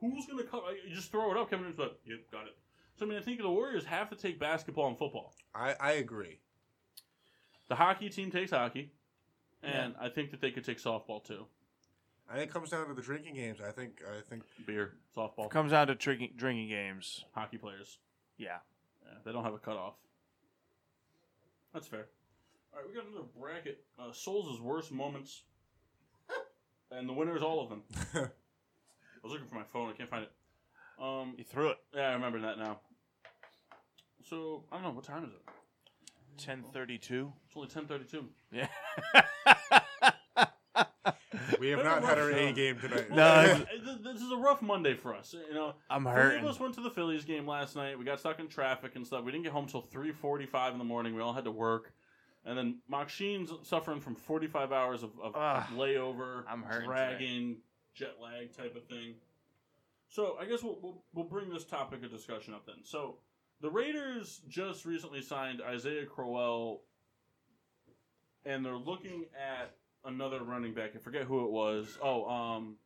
A: Who's gonna cover? You just throw it up. Kevin Durant's like, yep, got it. So I mean, I think the Warriors have to take basketball and football.
F: I, I agree.
A: The hockey team takes hockey, and I think that they could take softball too.
C: I think it comes down to the drinking games. I think. I think.
A: Beer, softball,
B: Comes down to drinking drinking games.
A: hockey players.
B: Yeah,
A: Yeah, they don't have a cutoff. That's fair. All right, we got another bracket. Uh, Souls' worst moments, and the winner is all of them. I was looking for my phone. I can't find it. Um,
B: you threw it.
A: yeah, I remember that now. So I don't know what time is it.
B: Ten thirty two.
A: It's only ten thirty-two. [LAUGHS]
B: Yeah.
C: We have not had our A game tonight.
B: No,
A: this is a rough Monday for us. You know,
B: I'm
A: Three of
B: hurting.
A: us went to the Phillies game last night. We got stuck in traffic and stuff. We didn't get home till three forty-five in the morning. We all had to work, and then Maxine's suffering from forty-five hours of, of
B: Ugh.
A: layover,
B: I'm hurting
A: dragging, jet lag type of thing. So I guess we'll, we'll we'll bring this topic of discussion up then. So the Raiders just recently signed Isaiah Crowell, and they're looking at another running back. I forget who it was. Oh, um,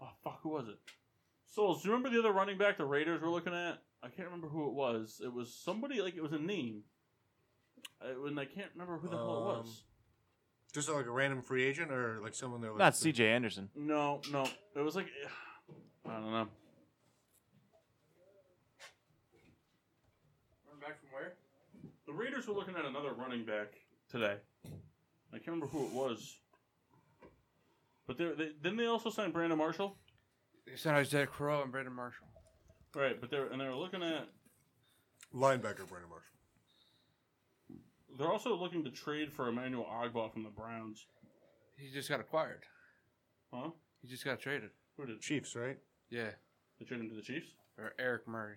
A: oh fuck, who was it? Souls, do you remember the other running back the Raiders were looking at? I can't remember who it was. It was somebody like it was a name, I, and I can't remember who the hell it was.
C: [LAUGHS] Just like a random free agent or like someone they're like.
B: Not C.J. Anderson.
A: No, no, it was like [SIGHS] I don't know.
D: Back from where?
A: The Raiders were looking at another running back today. I can't remember who it was, but they, they didn't they also sign Brandon Marshall.
D: They said Isaiah Crow and Brandon Marshall.
A: Right, but they're and they're looking at
C: Linebacker Brandon Marshall.
A: they're also looking to trade for Emmanuel Ogba from the Browns.
D: He just got acquired.
A: Huh?
D: He just got traded.
A: Who did
C: Chiefs, right?
D: Yeah.
A: they trade him to the Chiefs?
D: Or Eric Murray.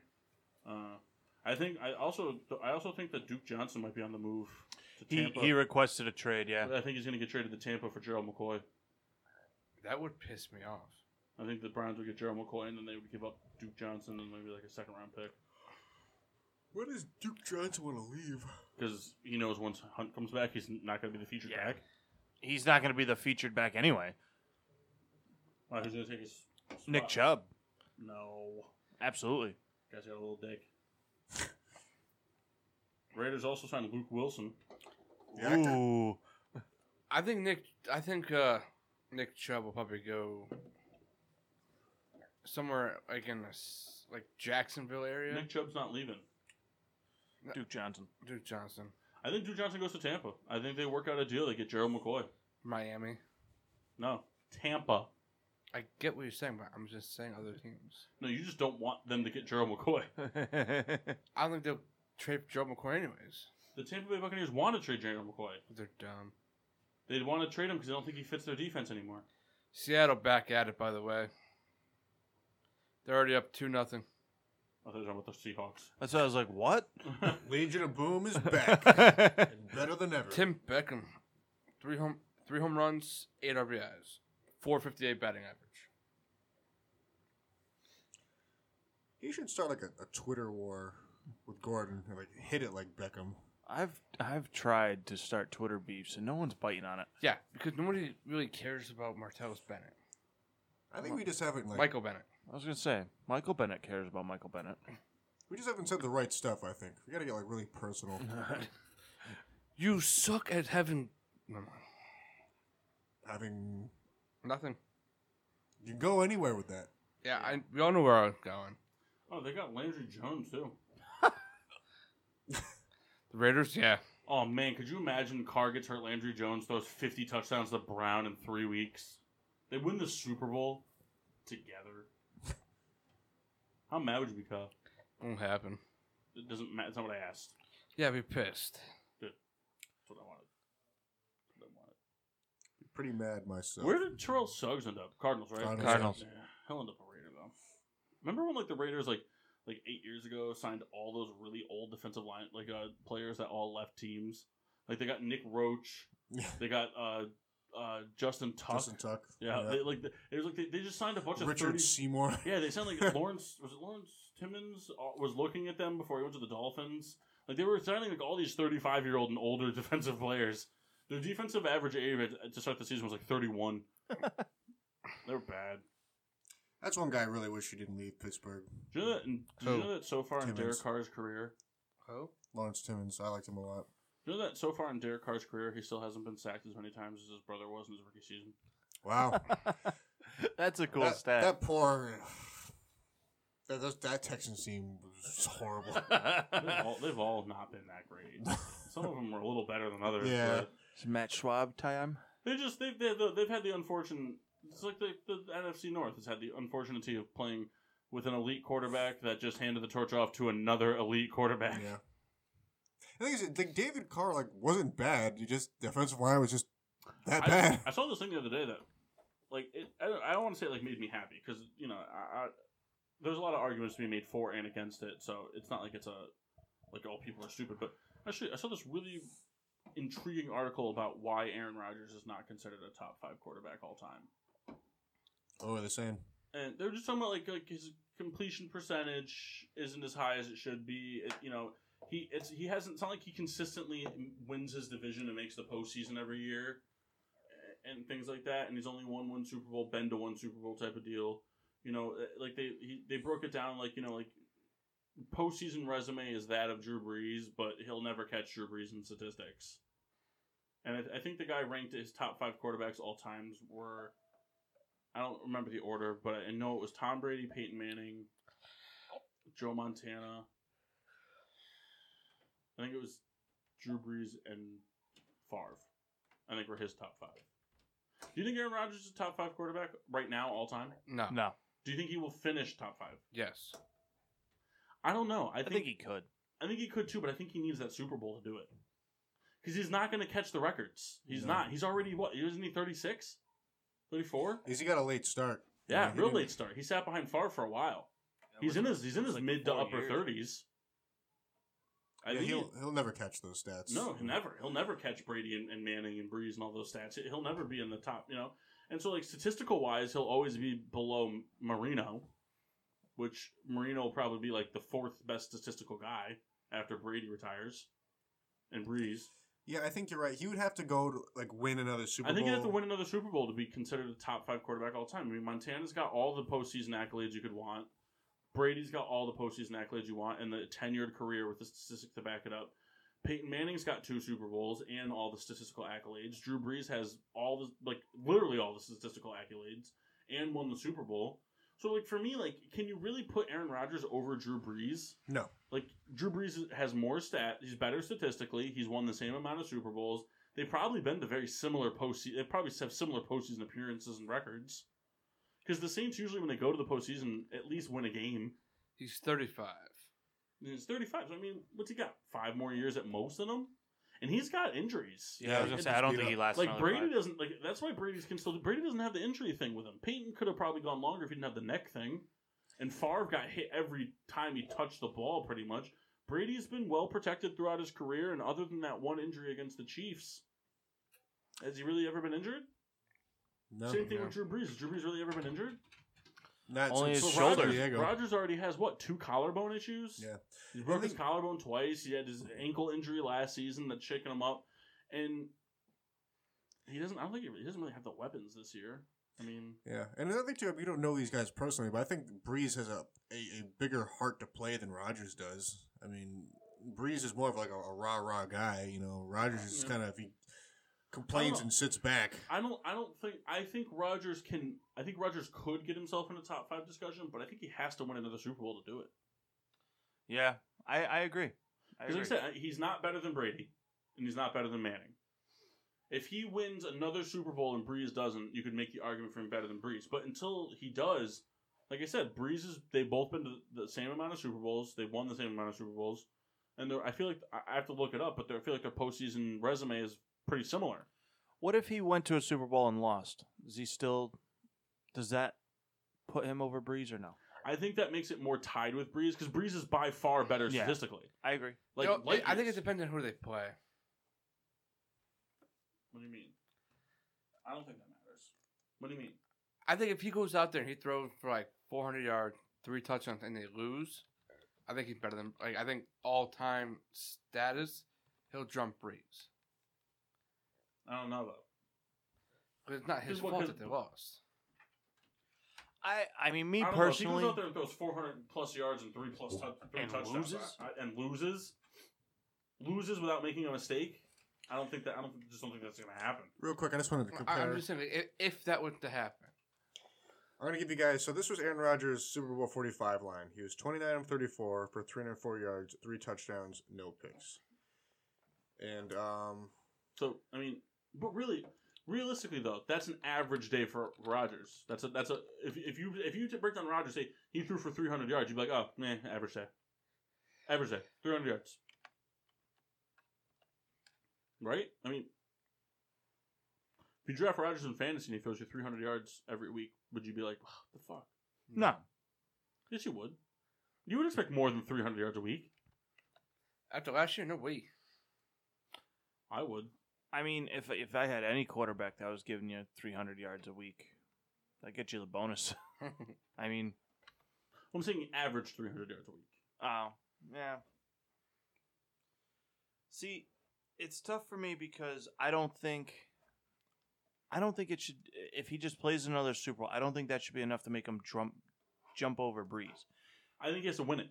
A: Uh, I think I also I also think that Duke Johnson might be on the move to
B: He
A: Tampa.
B: he requested a trade. Yeah.
A: I think he's going to get traded to Tampa for Gerald McCoy.
D: That would piss me off.
A: I think the Browns would get Gerald McCoy and then they would give up Duke Johnson and maybe like a second round pick
C: Where does Duke Johnson want to leave?
A: because he knows once Hunt comes back, he's not going to be the featured
B: Yeah.
A: back.
B: He's not going to be the featured back anyway.
A: Uh, who's going to take his spot?
B: Nick Chubb.
A: No,
B: Absolutely.
A: guy's got a little dick. [LAUGHS] Raiders also signed Luke Wilson.
B: Ooh.
D: I think Nick. I think uh, Nick Chubb will probably go somewhere like in a s like Jacksonville area.
A: Nick Chubb's not leaving.
B: Duke Johnson.
D: Duke Johnson,
A: I think Duke Johnson goes to Tampa. I think they work out a deal. They get Gerald McCoy.
D: Miami.
A: No, Tampa.
D: I get what you're saying, but I'm just saying other
A: [LAUGHS]
D: teams.
A: No, you just don't want them to get Gerald McCoy. [LAUGHS]
D: I don't think they'll trade Joe McCoy anyways.
A: The Tampa Bay Buccaneers want to trade Gerald McCoy.
D: They're dumb.
A: They want to trade him because they don't think he fits their defense anymore.
D: Seattle back at it, by the way. They're already up two nothing.
A: I thought they were Oh, talking about the Seahawks.
B: That's why I was like, what?
C: Legion of Boom is back. and better than ever.
D: Tim Beckham, three home three home runs, eight RBIs, four fifty eight batting average.
C: He should start like a, a Twitter war with Gordon and like hit it like Beckham.
B: I've I've tried to start Twitter beefs and no one's biting on it.
D: Yeah, because nobody really cares about Martellus Bennett,
C: I think we just haven't like
D: Michael Bennett.
B: I was gonna say Michael Bennett cares about Michael Bennett. [LAUGHS]
C: we just haven't said the right stuff. I think we got to get like really personal.
D: You suck at having Never mind.
C: Having
D: nothing.
C: you can go anywhere with that.
D: Yeah, I, we all know where I was going.
A: Oh, they got Landry Jones too.
D: The Raiders, yeah.
A: Oh man, could you imagine Carr gets hurt? Landry Jones throws 50 touchdowns to Brown in three weeks. They win the Super Bowl together. How mad would you be, Kyle?
D: Won't happen.
A: It doesn't matter. That's not what I asked.
D: Yeah, be pissed.
A: That's what I wanted. That's what I wanted.
C: Pretty mad myself.
A: Where did Terrell Suggs end up? Cardinals, right?
C: Cardinals.
D: Cardinals.
A: Yeah, he'll end up a Raider though. Remember when like the Raiders like like eight years ago signed all those really old defensive line like uh, players that all left teams. Like they got Nick Roach,
C: [LAUGHS]
A: they got uh uh Justin Tuck.
C: Justin Tuck.
A: Yeah, They, like they- it was like they, they just signed a bunch of
C: Richard
A: 30
C: Seymour.
A: [LAUGHS] Yeah, they sound like Lawrence was it Lawrence Timmons uh, was looking at them before he went to the Dolphins. Like they were signing like all these thirty-five year old and older [LAUGHS] defensive players. Their defensive average age at- to start the season was like thirty-one. they were bad.
C: [LAUGHS] That's one guy I really wish he didn't leave Pittsburgh.
A: Do you know that? In, do you
D: Who?
A: know that so far in
C: Timmons.
A: Derek Carr's career?
D: Oh,
C: Lawrence Timmons. I liked him a lot.
A: Do you know that so far in Derek Carr's career, he still hasn't been sacked as many times as his brother was in his rookie
C: [LAUGHS]
A: season.
C: Wow.
B: That's a cool
C: that,
B: stat.
C: That poor. [SIGHS] That, that, that Texans team was
A: [LAUGHS]
C: horrible.
A: They've all, they've all not been that great. Some of them were a little better than others.
C: Yeah.
A: but-
J: It's Matt Schwab time.
A: They just they've they've, they've had the unfortunate. It's like the, the NFC North has had the unfortunate of playing with an elite quarterback that just handed the torch off to another elite quarterback.
C: yeah. I think it's like David Carr like wasn't bad. You just the offensive line was just
A: [LAUGHS]
C: that
A: I, [LAUGHS]
C: bad.
A: I saw this thing the other day that, like, it, I, don't- I don't want to say it, like made me happy because you know I, I, there's a lot of arguments to be made for and against it, so it's not like it's a like all people are stupid. But actually, I saw this really intriguing article about why Aaron Rodgers is not considered a top five quarterback all time.
C: Oh, they're saying
A: and they were just talking about like like his completion percentage isn't as high as it should be. It, you know, he it's he hasn't. It's not like he consistently wins his division and makes the postseason every year, a- and things like that. And he's only won one Super Bowl, been to one Super Bowl type of deal. You know, eh, like they he, they broke it down like you know like postseason resume is that of Drew Brees, but he'll never catch Drew Brees in statistics. And I, I think the guy ranked his top five quarterbacks all times were. I don't remember the order, but I know it was Tom Brady, Peyton Manning, Joe Montana. I think it was Drew Brees and Favre. I think were his top five. Do you think Aaron Rodgers is a top five quarterback right now, all time?
D: no.
B: no,
A: Do you think he will finish top five?
D: Yes.
A: I don't know. I
B: I
A: think,
B: think he could.
A: I think he could too, but I think he needs that Super Bowl to do it. Because he's not going to catch the records. He's
C: No.
A: not. He's already what? Isn't he thirty six? Thirty four?
C: he's he got a late start.
A: Yeah,
C: he
A: real
C: didn't-
A: late start. He sat behind Favre for a while. He's in his he's in his
B: like
A: mid to
B: 40
A: upper
B: years.
A: thirties. I
C: Yeah,
A: think
C: he'll he'll never catch those stats.
A: he- no, he'll never he'll never catch Brady and, and Manning and Breeze and all those stats. He'll never be in the top, you know. And so, like statistical wise, he'll always be below M- Marino, which Marino will probably be like the fourth best statistical guy after Brady retires and Breeze.
C: Yeah, I think you're right. He would have to go to like win another Super
A: I think
C: Bowl.
A: you have to win another Super Bowl to be considered a top five quarterback all time. I mean, Montana's got all the postseason accolades you could want. Brady's got all the postseason accolades you want, and the tenured career with the statistics to back it up. Peyton Manning's got two Super Bowls and all the statistical accolades. Drew Brees has all the like literally all the statistical accolades and won the Super Bowl. So like for me, like can you really put Aaron Rodgers over Drew Brees?
C: No.
A: Like Drew Brees has more stat. He's better statistically. He's won the same amount of Super Bowls. They've probably been to very similar postseason. They probably have similar postseason appearances and records. Because the Saints usually, when they go to the postseason, at least win a game.
D: He's 35.
A: And he's 35. So, I mean, what's he got? Five more years at most in him? And he's got injuries.
J: Yeah, I was gonna say I don't think he lasts.
A: Like
J: another
A: Brady
J: five.
A: doesn't like that's why Brady's can still Brady doesn't have the injury thing with him. Peyton could have probably gone longer if he didn't have the neck thing. And Favre got hit every time he touched the ball pretty much. Brady's been well protected throughout his career, and other than that one injury against the Chiefs, has he really ever been injured?
C: No.
A: Same thing with Drew Brees. Has Drew Brees really ever been injured?
C: Not
J: Only
C: since
J: his
C: San
J: shoulder.
C: Diego.
A: Rogers already has what two collarbone issues?
C: Yeah.
A: he's broke
C: I
A: his collarbone twice. He had his ankle injury last season that's shaking him up, and he doesn't. I don't think he, he doesn't really have the weapons this year. I mean,
C: Yeah, and another thing too, you don't know these guys personally, but I think Breeze has a, a, a bigger heart to play than Rogers does. I mean, Breeze is more of like a, a rah rah guy, you know. Rogers is
A: Yeah.
C: kind of he complains
A: know.
C: and sits back.
A: I don't. I don't think. I think Rogers can. I think Rogers could get himself in a top five discussion, but I think he has to win another Super Bowl to do it.
B: Yeah, I, I agree. I
A: Because
B: agree.
A: like I said, I- he's not better than Brady, and he's not better than Manning. If he wins another Super Bowl and Breeze doesn't, you could make the argument for him better than Breeze. But until he does, like I said, Breeze is they've both been to the same amount of Super Bowls. They've won the same amount of Super Bowls, and they're, I feel like I I have to look it up, but they're- I feel like their postseason resume is pretty similar.
B: What if he went to a Super Bowl and lost? Is he still? Does that put him over Breeze or no?
A: I think that makes it more tied with Breeze because Breeze is by far better
B: Yeah.
A: statistically.
B: I agree.
A: Like,
D: You know,
A: light
D: I think it
A: years.
D: depends on who they play.
A: What do you mean? I don't think that matters. What do you mean?
D: I think if he goes out there and he throws for like 400 yards, three touchdowns, and they lose, I think he's better than like I think all time status, he'll jump Breeze.
A: I don't know though.
D: 'Cause It's not his
A: Just what-
D: fault
A: cause-
D: that they lost.
B: I I mean, me
A: I don't know, if he
B: personally,
A: goes out there and throws 400 plus yards and three plus tou- three
B: And
A: touchdowns
B: loses?
A: I, I- and loses, loses without making a mistake. I don't think that. I don't just don't think that's going to happen.
C: Real quick, I just wanted to
D: I,
C: compare.
D: am just saying, like, if, if that was to happen,
C: I'm going to give you guys. So this was Aaron Rodgers' Super Bowl 45 line. He was 29 of 34 for 304 yards, three touchdowns, no picks. And um,
A: So I mean, but really, realistically though, that's an average day for Rodgers. That's a that's a if, if you if you break down Rodgers, say he threw for 300 yards, you'd be like, oh man, average day, average day, 300 yards, right? I mean. If you draft Rodgers in fantasy and he throws you 300 yards every week, would you be like, what the fuck?
B: no.
A: Yes, you would. You would expect more than 300 yards a week.
D: after last year, no way.
A: I would.
B: I mean, if if I had any quarterback that was giving you 300 yards a week, that gets you the bonus. [LAUGHS] I mean,
A: I'm saying average 300 yards a week.
B: oh yeah. See, it's tough for me because I don't think, I don't think it should. If he just plays another Super Bowl, I don't think that should be enough to make him jump jump over Breeze.
A: I think he has to win it.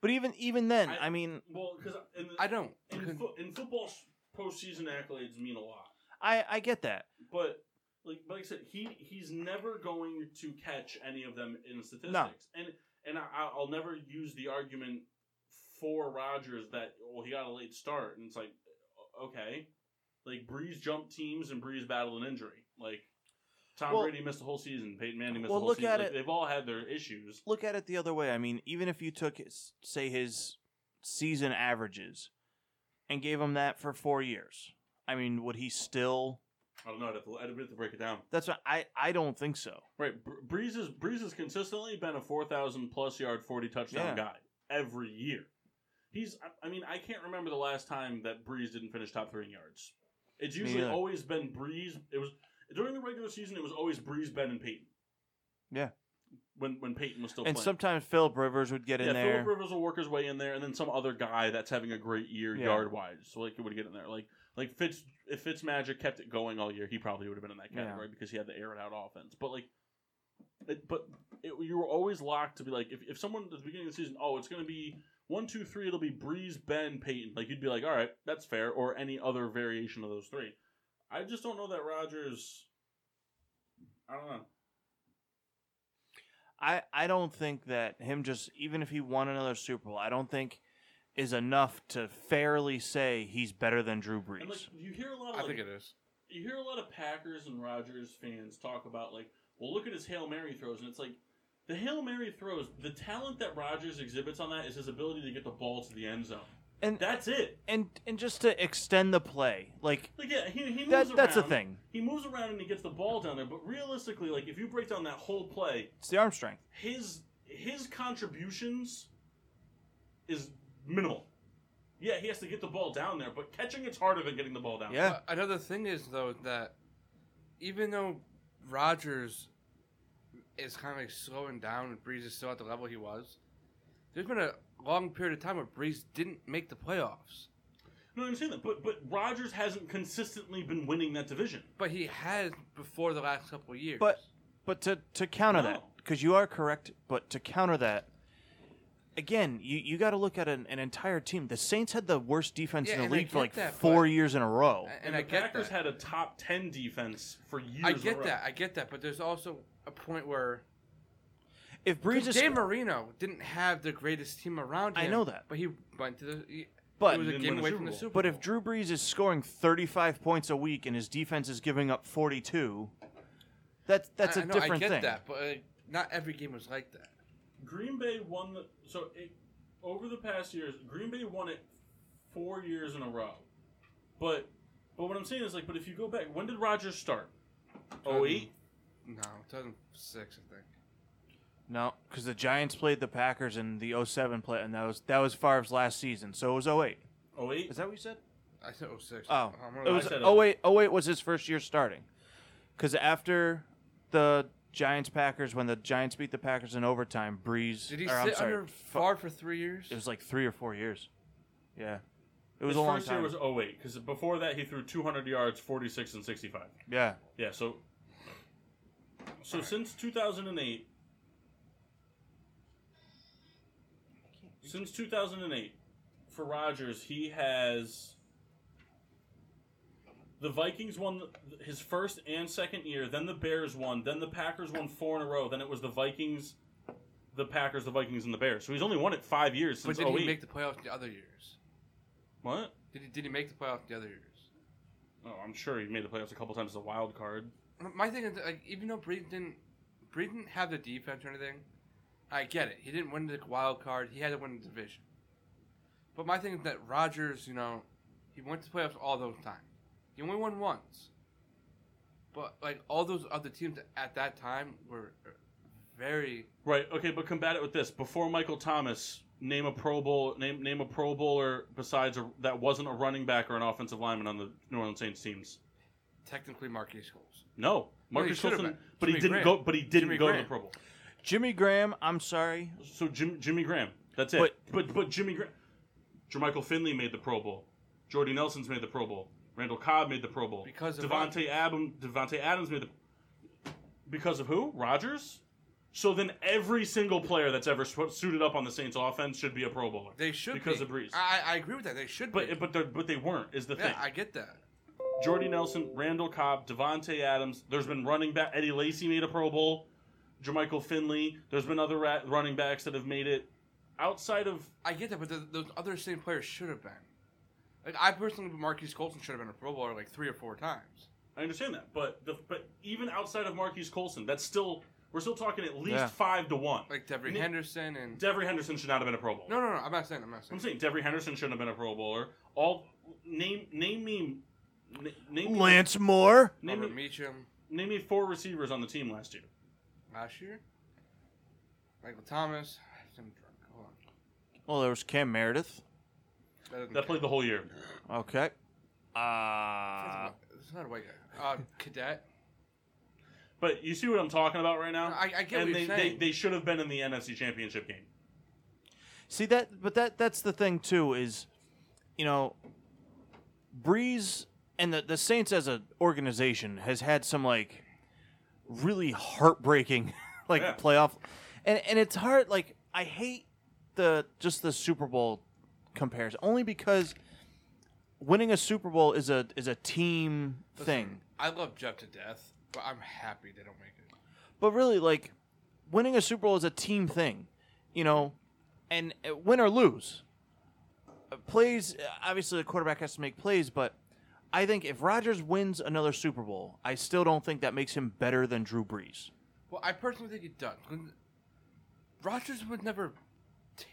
B: But even even then,
A: I-
B: I, mean,
A: Well, because in,
D: I don't.
A: in, fo- in football, s- postseason accolades mean a lot.
B: I I get that.
A: But like, but like I said, he he's never going to catch any of them in statistics. And and I, I- I'll never use the argument for Rogers that well he got a late start, and it's like okay, like Breeze jumped teams and Breeze battled an injury. Like Tom
B: Well-
A: Brady missed the whole season, Peyton Manning missed
B: Well,
A: the whole
B: look
A: season.
B: at
A: Like,
B: it-
A: They've all had their issues.
B: look at it the other way. I mean, even if you took his, say his season averages and gave him that for four years, I mean, would he still?
A: I don't know. I'd have to, I'd have to break it down.
B: That's what I I don't think so.
A: Right, Br- Breeze is Breeze has consistently been a four thousand plus yard, forty touchdown
B: Yeah.
A: guy every year. He's, I- I mean, I can't remember the last time that Breeze didn't finish top three in yards. It's
B: Me
A: usually
B: neither.
A: always been Breeze. It was during the regular season. It was always Breeze, Ben, and Peyton.
B: Yeah.
A: when when Peyton was still
B: and
A: playing.
B: sometimes Philip Rivers would get in
A: yeah,
B: there.
A: Philip Rivers will work his way in there, and then some other guy that's having a great year
B: Yeah.
A: yard wise, so like it would get in there. Like like Fitz if Fitz Magic kept it going all year, he probably would have been in that
B: Yeah.
A: category because he had the air it out offense. But like, it, but it, you were always locked to be like if, if someone at the beginning of the season, oh, it's going to be one, two, three, it'll be Breeze, Ben, Peyton. Like you'd be like, all right, that's fair, or any other variation of those three. I just don't know that Rogers. I don't know.
B: I I don't think that him just even if he won another Super Bowl, I don't think is enough to fairly say he's better than Drew Brees.
A: And like you hear a lot of
D: I
A: like,
D: think it is.
A: you hear a lot of Packers and Rogers fans talk about like, well, look at his hail mary throws, and it's like the hail mary throws. The talent that Rogers exhibits on that is his ability to get the ball to the end zone.
B: And-
A: that's it.
B: and and just to extend the play, like
A: Like yeah, he, he moves
B: That-
A: around.
B: that's the thing.
A: He moves around and he gets the ball down there. But realistically, like if you break down that whole play,
B: it's the arm strength.
A: his his contributions is minimal. Yeah, he has to get the ball down there, but catching it's harder than getting the ball down.
B: Yeah,
D: But another thing is though that even though Rogers is kind of like slowing down and Breeze is still at the level he was, there's been a long period of time where Breeze didn't make the playoffs,
A: No, I understand that, but but Rogers hasn't consistently been winning that division.
D: but he has before the last couple of years.
B: But but to to counter
A: No.
B: that, because you are correct, but to counter that, again, you, you got to look at an, an entire team. The Saints had the worst defense
D: Yeah,
B: in
D: and
B: the
D: I
B: league for
D: get
B: like
D: that,
B: four
D: but-
B: years in a row.
D: and,
A: the
D: I get
A: Packers
D: that.
A: had a top ten defense for years.
D: I
A: in a
D: get
A: row.
D: that. I get that. But there's also a point where
B: if Breeze is,
D: Dan Marino didn't have the greatest team around
B: I
D: him.
B: know that.
D: but he went to the. He,
B: But-
D: he was a
A: Didn't
D: game
A: win a
D: away
A: Super
D: from the
A: Bowl.
D: Super.
B: but
D: Bowl.
B: if Drew Brees is scoring thirty five points a week and his defense is giving up forty two, that's that's a
D: I, I know,
B: different
D: I get
B: thing.
D: that, but uh, not every game was like that.
A: Green Bay won the so it, over the past years, Green Bay won it four years in a row. But but what I'm saying is like, but if you go back, when did Rogers start? Oh
D: Um,
A: eight.
D: No, 2006, I think.
B: No, because the Giants played the Packers in the 07 play, and that was that was Favre's last season, so it was 08.
A: Oh eight.
B: Is that what you said?
D: I said 06.
B: Oh,
D: I'm
B: it
D: gonna
B: was
D: lie.
A: said
B: oh wait, oh wait was his first year starting, because after the Giants Packers when the Giants beat the Packers in overtime, Breeze.
D: Did he
B: or, I'm
D: sit
B: sorry,
D: under
B: Fa-
D: Favre for three years?
B: It was like three or four years. Yeah, it was
A: His
B: a long
A: first year
B: time.
A: was oh eight because before that he threw 200 yards, 46 and 65.
B: yeah,
A: Yeah, so so since 2008 since 2008 for Rodgers, he has the Vikings won th- his first and second year, then the Bears won, then the Packers won four in a row, then it was the Vikings, the Packers, the Vikings and the Bears. So he's only won it 5 years
D: but
A: since
D: did
A: 08.
D: he make the playoffs the other years?
A: what?
D: Did he, did he make the playoffs the other years?
A: Oh, I'm sure he made the playoffs a couple times as a wild card.
D: My thing is, like, even though Breeden didn't, Breeden didn't have the defense or anything, I get it. He didn't win the wild card. He had to win the division. But my thing is that Rodgers, you know, he went to playoffs all those times. He only won once. But, like, all those other teams at that time were uh, very
A: Right. Okay, but combat it with this. Before Michael Thomas, name a Pro Bowl name name a Pro Bowler besides a, that wasn't a running back or an offensive lineman on the New Orleans Saints teams.
D: technically Marquis Schools.
A: No,
D: Well, he
A: Marcus
D: should've
A: Wilson,
D: been.
A: but he
D: Jimmy
A: didn't
D: Graham.
A: go. But he didn't
D: Jimmy
A: go to
D: Graham.
A: the Pro Bowl.
B: Jimmy Graham. I'm sorry.
A: So Jim, Jimmy Graham. That's it. But
B: But-
A: but, Jimmy Graham, Jermichael Finley made the Pro Bowl. Jordy Nelson's made the Pro Bowl. Randall Cobb made the Pro Bowl.
D: Because of
A: Devontae
D: Rodgers.
A: Adam Devontae Adams made the. Because of who? Rodgers. So then, every single player that's ever sw- suited up on the Saints offense should be a Pro Bowler.
D: They should
A: because
D: be.
A: of Breeze.
D: I, I agree with that. They should be.
A: But but they're- but they weren't is the
D: yeah,
A: thing.
D: I get that.
A: Jordy Nelson, Randall Cobb, Devontae Adams. There's been running back Eddie Lacy made a Pro Bowl. Jermichael Finley. There's been other ra- running backs that have made it. Outside of
D: I get that, but th those other same players should have been. Like I personally, believe Marquise Colton should have been a Pro Bowler like three or four times.
A: I understand that, but the, but even outside of Marquise Colson, that's still we're still talking at least
B: Yeah.
A: five to one.
D: Like Devery
A: Nick-
D: Henderson and
A: Devery Henderson should not have been a Pro Bowl.
D: no, no, no. I'm not saying. I'm not
A: I'm
D: saying.
A: saying Devery Henderson shouldn't have been a Pro Bowler. All name name me na- name me-
B: Lance Moore.
A: name
D: Robert
A: me,
D: Meacham
A: name me four receivers on the team last year.
D: last year. Michael Thomas. I'm drunk. Hold on.
B: Well, there was Cam Meredith.
D: That doesn't
A: That
D: count.
A: played the whole year.
B: Okay. Uh,
D: That's not a white guy. Uh, [LAUGHS] cadet.
A: But you see what I'm talking about right now.
D: I- I get
A: and
D: what
A: they,
D: you're saying.
A: They, they should have been in the NFC Championship game.
B: See that, but that that's the thing too is, you know, Breeze and the the Saints as an organization has had some like really heartbreaking [LAUGHS] like
A: Yeah.
B: playoff, and and it's hard. Like I hate the just the Super Bowl comparison only because winning a Super Bowl is a is a team thing.
D: I love Jeff to death, but I'm happy they don't make it.
B: But really, like, winning a Super Bowl is a team thing, you know, and uh, win or lose. Uh, Plays obviously the quarterback has to make plays, but I think if Rodgers wins another Super Bowl, I still don't think that makes him better than Drew Brees.
D: Well, I personally think it does. When- Rodgers was never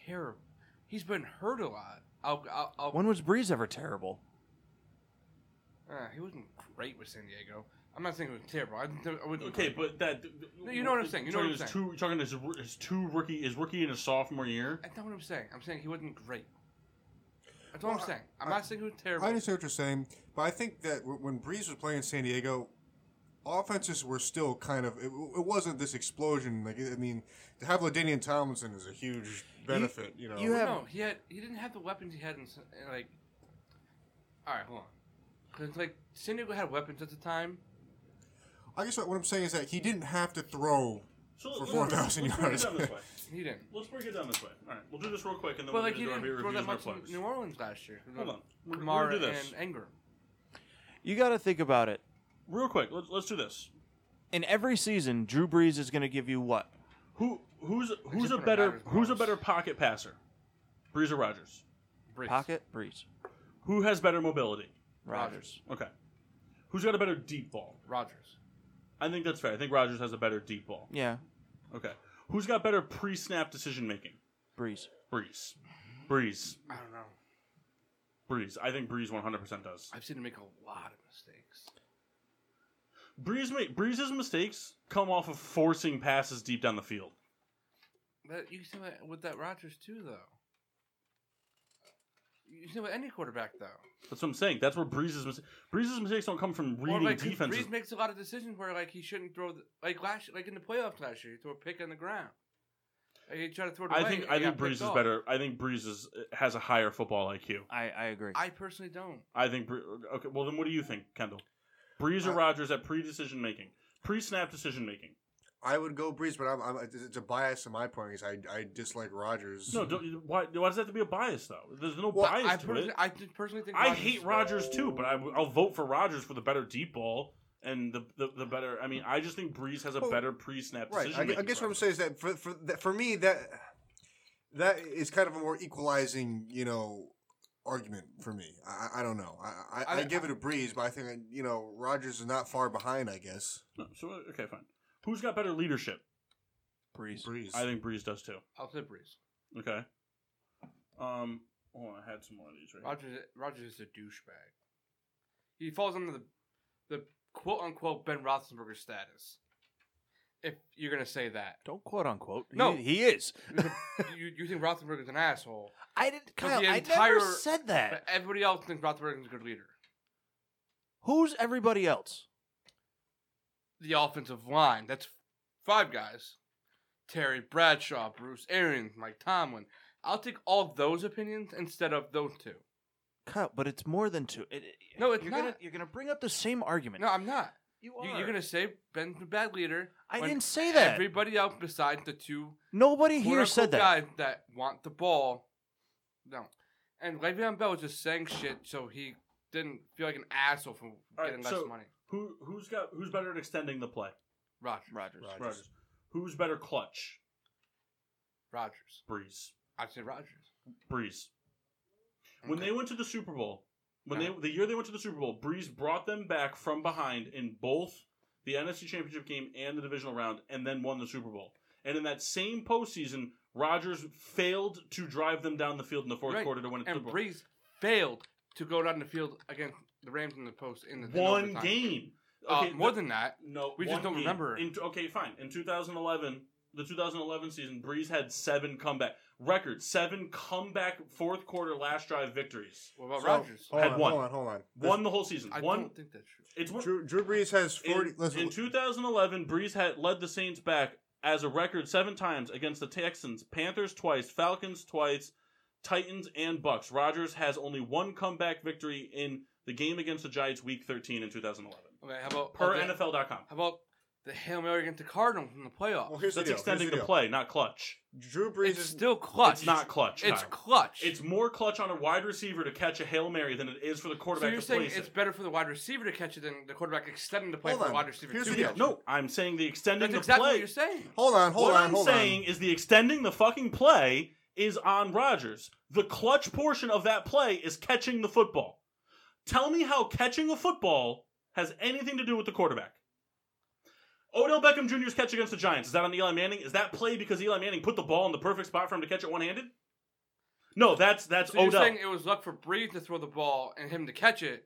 D: terrible. He's been hurt a lot. I'll, I'll, I'll,
B: When was Brees ever terrible?
D: uh, he wasn't great with San Diego. I'm not saying it was terrible. I, I would,
A: Okay, but that
D: you know what I'm saying, you know what I'm
A: His
D: saying.
A: Two, you're talking his, his two rookie, his rookie and his sophomore year.
D: That's not what I'm saying. I'm saying he wasn't great. That's what I'm saying. I'm
C: I-
D: not saying he was terrible.
C: I understand what you're saying, but I think that w- when Breeze was playing in San Diego, offenses were still kind of. It, it wasn't this explosion. Like I mean, to have Ladainian Tomlinson is a huge benefit. You, know,
B: you have-
D: no, he had he didn't have the weapons he had in San- in, like. All right, hold on. Because like San Diego had weapons at the time.
C: I guess what, what I'm saying is that he didn't have to throw
A: So
C: for
A: let's-
C: four thousand
A: let's break it
C: yards.
A: down this way.
D: He didn't.
A: Let's break it down this way. All right, we'll do this real quick, and then we'll
D: But like he
A: do our
D: didn't
A: reviews
D: throw that
A: and our
D: much in
A: plugs.
D: New Orleans last year.
A: Hold on. We're- we're
D: Kamara
A: gonna do this.
D: and Ingram.
B: You got to think about it.
A: Real quick, let's let's do this.
B: In every season, Drew Brees is going to give you what?
A: Who who's who's
D: Except
A: a
D: for the
A: better
D: Rodgers
A: who's a
D: bonus.
A: better pocket passer, Breeze or Rogers?
D: Brees.
B: Pocket Brees,
A: Who has better mobility?
B: Rodgers.
A: Okay. Who's got a better deep ball?
D: Rodgers.
A: I think that's fair. I think Rogers has a better deep ball.
B: Yeah,
A: Okay. Who's got better pre-snap decision making?
B: Brees.
A: Breeze. Breeze.
D: I don't know.
A: Breeze. I think Breeze 100% does.
D: I've seen him make a lot of mistakes.
A: Breeze ma- Breeze's mistakes come off of forcing passes deep down the field.
D: But you can say that with that Rodgers too, though. You can say with any quarterback though.
A: That's what I'm saying. That's where Breeze's mis- Breeze's mistakes don't come from reading
D: like, 'cause
A: defenses.
D: Brees makes a lot of decisions where like he shouldn't throw the, like last like in the playoffs last year, he threw a pick on the ground. Like, he tried to throw it
A: I
D: away
A: think
D: and
A: I
D: he
A: think
D: got picked
A: Breeze is
D: off.
A: better. I think Breeze is, has a higher football IQ.
B: I, I agree.
D: I personally don't.
A: I think. Bre- Okay, well then, what do you think, Kendall? Breeze or
C: Uh,
A: Rogers at pre-decision making, pre-snap decision making?
C: I would go Breeze, but I'm, I'm, it's a bias on my point because I, I dislike Rogers.
A: No, don't, why, why does that have to be a bias though? There's no
C: Well,
A: bias to
D: I
A: it.
D: personally, I th- personally think
A: I
D: Rodgers is
A: hate
D: better.
A: Rogers too, but I, will vote for Rogers for the better deep ball and the the, the better. I mean, I just think Breeze has a
C: Well,
A: better pre-snap
C: Right. I,
A: decision.
C: I guess what I'm saying is that for for that, for me that that is kind of a more equalizing, you know, argument for me. I, I- I don't know. I, I, I,
D: I-
C: give it a breeze, but I think you know Rogers is not far behind. I guess
A: No, so uh, okay, fine. Who's got better leadership?
B: Brees.
C: breeze.
A: I think Breeze does too.
D: I'll say Brees.
A: Okay. Um. Oh, I had some more of these right.
D: Rogers, Rogers is a douchebag. He falls under the, the quote unquote Ben Roethlisberger status. If you're gonna say that,
B: Don't quote unquote.
D: No.
B: he, he is.
D: you, you think Roethlisberger's
B: [LAUGHS]
D: an asshole,
B: I didn't.
D: But
B: Kyle,
D: the
B: I never
D: entire-
B: said that.
D: but everybody else thinks Roethlisberger's a good leader.
B: Who's everybody else?
D: The offensive line, that's five guys: Terry Bradshaw, Bruce Arians, Mike Tomlin. I'll take all those opinions instead of those two.
B: Kyle, but it's more than two. It, it-
D: No, it's
B: you're Gonna,
D: not.
B: you're gonna bring up the same argument.
D: No, I'm not.
B: you
D: You, you're gonna say Ben's a bad leader.
B: I
D: when
B: didn't say that.
D: Everybody else besides the two
B: Nobody here
D: quote-unquote
B: said that.
D: guys that want the ball. No. And Le'Veon Bell was just saying shit so he didn't feel like an asshole for
A: right,
D: getting less
A: so-
D: money.
A: Who who's got who's better at extending the play?
D: Rogers.
B: Rogers.
C: Rogers.
A: Rogers. Who's better clutch?
D: Rogers.
A: Breeze.
D: I'd say Rogers.
A: Breeze. When
D: Okay.
A: they went to the Super Bowl, when
D: Uh-huh.
A: they the year they went to the Super Bowl, Breeze brought them back from behind in both the NFC Championship game and the divisional round, and then won the Super Bowl. And in that same postseason, Rodgers failed to drive them down the field in the fourth
D: Right.
A: quarter to win the Super
D: and
A: Bowl.
D: Breeze failed to go down the field against the Rams in the post in the in
A: One
D: overtime.
A: game.
D: Uh,
A: Okay,
D: more
A: the-
D: than that.
A: No,
D: We just
A: one
D: don't
A: game.
D: remember.
A: In, okay, fine. In 2011, the 2011 season, Breeze had seven comeback record, seven comeback fourth quarter last drive victories.
D: What about
C: So,
D: Rogers?
C: Hold
A: Had
C: on,
A: one.
C: hold on, hold on. This-
A: Won the whole season.
D: I
A: one.
D: don't think that's true.
A: It's one.
C: Drew, Drew Brees has forty.
A: In,
C: let's,
A: in 2011, Breeze had led the Saints back as a record seven times against the Texans, Panthers twice, Falcons twice, Titans and Bucks. Rogers has only one comeback victory in the game against the Giants, Week 13 in 2011,
D: Okay, how about
A: per
D: okay.
A: NFL.com.
D: How about the Hail Mary against the Cardinals in the playoffs.
F: Well, here's the
A: That's
F: deal.
A: extending
F: here's the,
A: the
F: deal.
A: play, not clutch.
F: Drew Brees
D: it's
F: is
D: still clutch.
A: It's not clutch.
D: It's
A: Kyle.
D: clutch.
A: It's more clutch on a wide receiver to catch a hail mary than it is for the
D: so
A: quarterback
D: you're
A: to
D: saying
A: place
D: it's
A: it.
D: better for the wide receiver to catch it than the quarterback extending the play
C: Hold
D: for the
C: on.
D: wide receiver
C: Here's
D: to
C: the
D: catch
C: deal.
D: it.
A: No, I'm saying the extending
D: That's
A: the
D: exactly
A: play.
D: what you're saying.
C: Hold on, hold
A: what
C: on,
A: I'm
C: hold
A: saying
C: on.
A: is the extending the fucking play is on Rodgers. The clutch portion of that play is catching the football. Tell me how catching a football has anything to do with the quarterback. Odell Beckham Jr.'s catch against the Giants is that on Eli Manning? Is that play because Eli Manning put the ball in the perfect spot for him to catch it one-handed? No, that's that's
D: So you're
A: Odell.
D: saying it was luck for Breeze to throw the ball and him to catch it.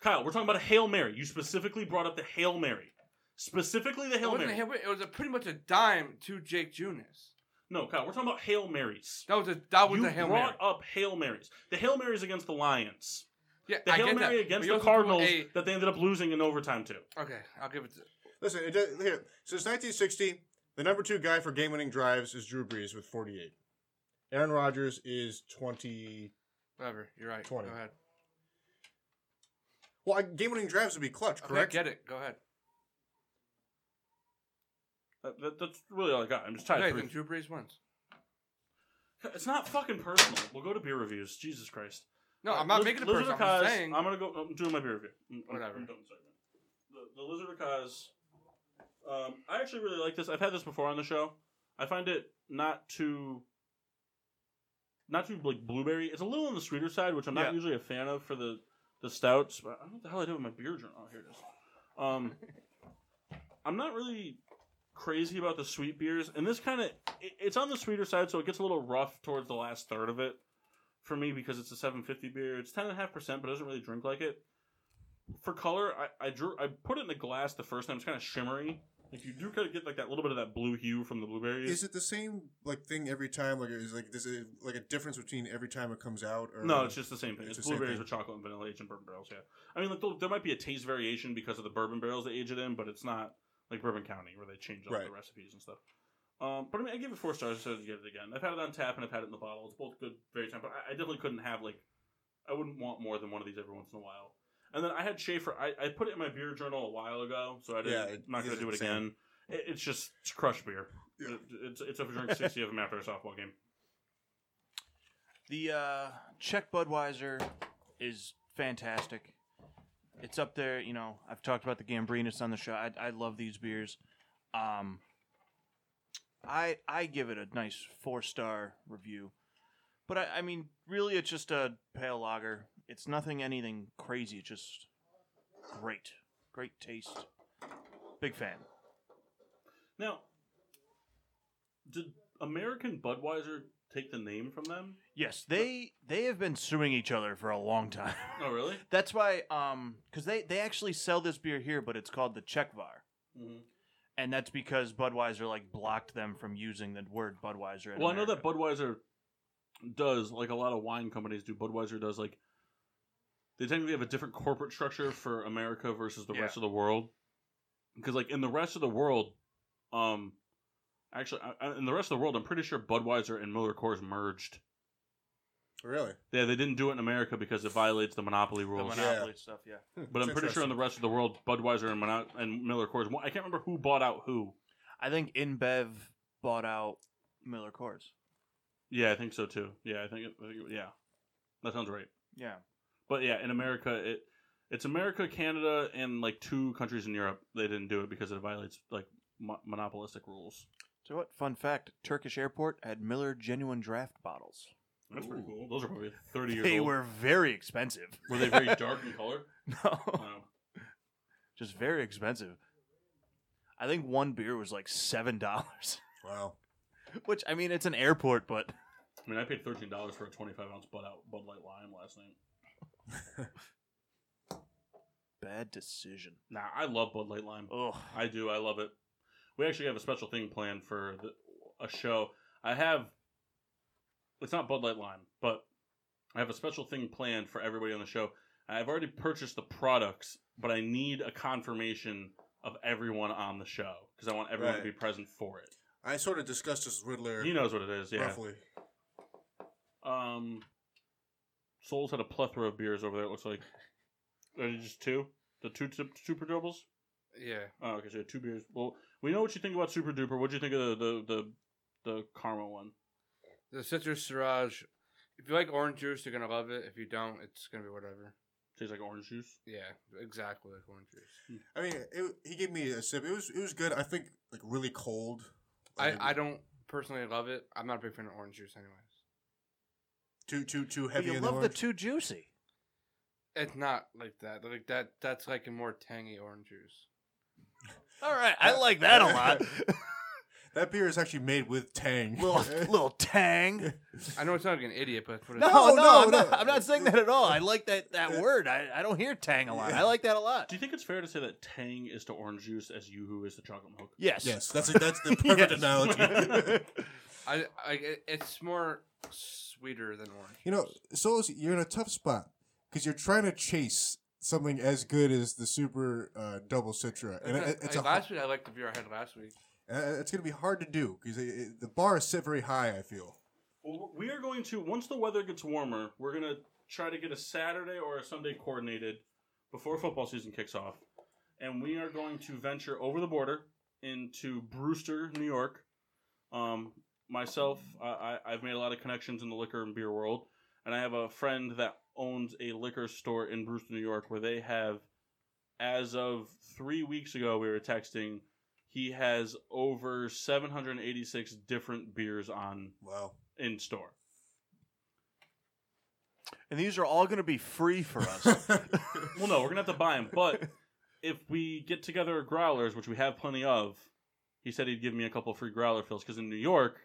A: Kyle, we're talking about a hail mary. You specifically brought up the hail mary, specifically the
D: It,
A: hail
D: wasn't
A: mary.
D: a Hail Mary, it was a pretty much a dime to Jake Junis.
A: no, Kyle, we're talking about hail marys.
D: That was a that was
A: you
D: a Hail Mary.
A: brought up Hail Marys. The Hail Marys against the Lions.
D: Yeah,
A: The
D: I
A: Hail
D: get
A: Mary
D: that. But
A: against
D: you
A: the
D: also threw
A: Cardinals
D: a-
A: that they ended up losing in overtime to.
D: okay, I'll give it. To,
F: Listen, it does, here since 1960, the number two guy for game-winning drives is Drew Brees with 48. Aaron Rodgers is 20.
D: whatever. You're right.
F: 20.
D: Go ahead.
F: Well, I- game-winning drives would be clutch, correct?
D: Okay, get it. Go ahead.
A: That- that- that's really all I got. I'm just
D: Okay,
A: tired.
D: then Drew Brees wins.
A: It's not fucking personal. We'll go to beer reviews. Jesus Christ.
D: No,
A: All right,
D: I'm not
A: Liz-
D: making it
A: Lizard
D: personal.
A: of
D: I'm
A: Kaz,
D: saying
A: I'm gonna go. I'm doing my beer review. Mm, I'm- I'm-
D: Whatever.
A: I'm done with segment. The, the Lizard of Kaz. Um, I actually really like this. I've had this before on the show. I find it not too, not too like blueberry. It's a little on the sweeter side, which I'm not
B: Yeah.
A: usually a fan of for the the stouts. But I don't know what the hell I did with my beer journal. Oh, here it is. Um, I'm not really crazy about the sweet beers, and this kind of it, it's on the sweeter side, so it gets a little rough towards the last third of it for me because it's a 750 beer. It's 10.5 percent, but it doesn't really drink like it. For color, I, I drew I put it in a glass the first time. It's kind of shimmery. Like you do kind of get like that little bit of that blue hue from the blueberries.
C: Is it the same like thing every time? Like is like there's a, like a difference between every time it comes out? Or
A: No, it's just the same thing.
C: It's
A: It's,
C: the same
A: blueberries
C: thing.
A: with chocolate and vanilla aged in bourbon barrels. Yeah, I mean, like there- there might be a taste variation because of the bourbon barrels they age it in, but it's not like Bourbon County where they change up
C: Right.
A: the recipes and stuff. Um, but I mean, I give it four stars. So I give it again. I've had it on tap and I've had it in the bottle. It's both good, very time. But I, I definitely couldn't have like I wouldn't want more than one of these every once in a while. And then I had Schaefer. I, I put it in my beer journal a while ago, so I didn't,
C: Yeah,
A: I'm
C: it-
A: not going
C: it's
A: to do it
C: the same.
A: again. It, it's just it's crushed beer.
C: Yeah.
A: It- it's it's over drink sixty of them after a softball game.
B: The uh, Czech Budweiser is fantastic. It's up there, you know. I've talked about the Gambrinus on the show. I, I love these beers. Um, I I give it a nice four star review, but I, I mean, really, it's just a pale lager. It's nothing, anything crazy. It's just great, great taste. Big fan.
A: Now, did American Budweiser take the name from them?
B: Yes, they they have been suing each other for a long time.
A: Oh, really?
B: That's why, um, because they they actually sell this beer here, but it's called the Czech Var,
A: Mm-hmm.
B: and that's because Budweiser like blocked them from using the word Budweiser. in
A: Well, I know that
B: America.
A: Budweiser does, like a lot of wine companies do. Budweiser does, like, they technically have a different corporate structure for America versus the
B: Yeah.
A: rest of the world. Because, like, in the rest of the world, um, actually, I- I, in the rest of the world, I'm pretty sure Budweiser and Miller Coors merged.
C: Oh, really.
A: Yeah, they didn't do it in America because it violates the monopoly rules.
B: the monopoly stuff. Yeah,
A: But I'm pretty sure in the rest of the world, Budweiser and, Mono- and Miller Coors. I can't remember who bought out who.
B: I think InBev bought out Miller Coors.
A: Yeah, I think so too. Yeah, I think. I think yeah, that sounds right.
B: Yeah,
A: But yeah, in America, it it's America, Canada, and like two countries in Europe. They didn't do it because it violates like mo- monopolistic rules.
B: so what? Fun fact: Turkish airport had Miller genuine draft bottles.
A: That's pretty cool. Those are probably thirty years
B: They
A: old.
B: were very expensive.
A: Were they very dark in color?
B: [LAUGHS] no,
A: Wow.
B: just very expensive. I think one beer was like seven dollars, [LAUGHS]
C: Wow.
B: which I mean, it's an airport, but
A: I mean, I paid thirteen dollars for a twenty-five ounce Bud out Bud Light Lime last night.
B: bad decision.
A: Nah, I love Bud Light Lime.
B: Ugh.
A: I do. I love it. We actually have a special thing planned for the, a show. I have. It's not Bud Light Lime, but I have a special thing planned for everybody on the show. I've already purchased the products, but I need a confirmation of everyone on the show because I want everyone to
C: Right.
A: be present for it.
C: I sort of discussed this with Riddler
A: He knows what it is, yeah.
C: roughly.
A: Um, Souls had a plethora of beers over there. It looks like. Are they just two? The two t- super doubles.
D: Yeah.
A: Oh, okay, so you had two beers. Well, we know what you think about Super Duper. What do you think of the the the, the Karma one?
D: The citrus Syrah. If you like orange juice, you're gonna love it. If you don't, it's gonna be whatever.
A: Tastes like orange juice.
D: Yeah, exactly like orange juice.
C: I mean, it, he gave me a sip. It was it was good. I think like really cold. Like,
D: I, I don't personally love it. I'm not a big fan of orange juice, anyways.
C: too too too
B: But
C: heavy.
B: you
C: in
B: love the
C: orange.
B: too juicy.
D: It's not like that. Like that. That's like a more tangy orange juice.
B: All right, I like that a lot.
C: That beer is actually made with Tang.
B: [LAUGHS]
C: [LAUGHS]
B: little little [LAUGHS] tang.
D: I know it's not like an idiot, but that's what it
B: No,
D: is.
B: no,
C: No, no,
B: I'm,
C: no.
B: Not, I'm not saying that at all. I like that that word. I, I don't hear tang a lot. I like that a lot.
A: Do you think it's fair to say that Tang is to orange juice as Yoo-Hoo is to chocolate milk?
B: Yes.
C: yes, that's that's the perfect analogy.
D: I like it, it's more sweeter than orange.
C: you know, Solos, you're in a tough spot because you're trying to chase something as good as the super uh, double citra, and it,
D: That's not-
C: it's
D: like,
C: a,
D: last week I liked the beer I had last week.
C: uh, it's going to be hard to do because the bar is set very high. I feel.
A: Well, we are going to once the weather gets warmer, we're gonna try to get a Saturday or a Sunday coordinated before football season kicks off, and we are going to venture over the border into Brewster, New York. Um, myself, I, I, I've made a lot of connections in the liquor and beer world, and I have a friend that owns a liquor store in Brewster, New York, where they have, as of three weeks ago, we were texting. He has over 786 different beers on
C: [LAUGHS] Wow.
A: in store.
B: And these are all going to be free for us.
A: Well, no, we're gonna have to buy them. But if we get together at growlers, which we have plenty of, he said he'd give me a couple free growler fills because in New York,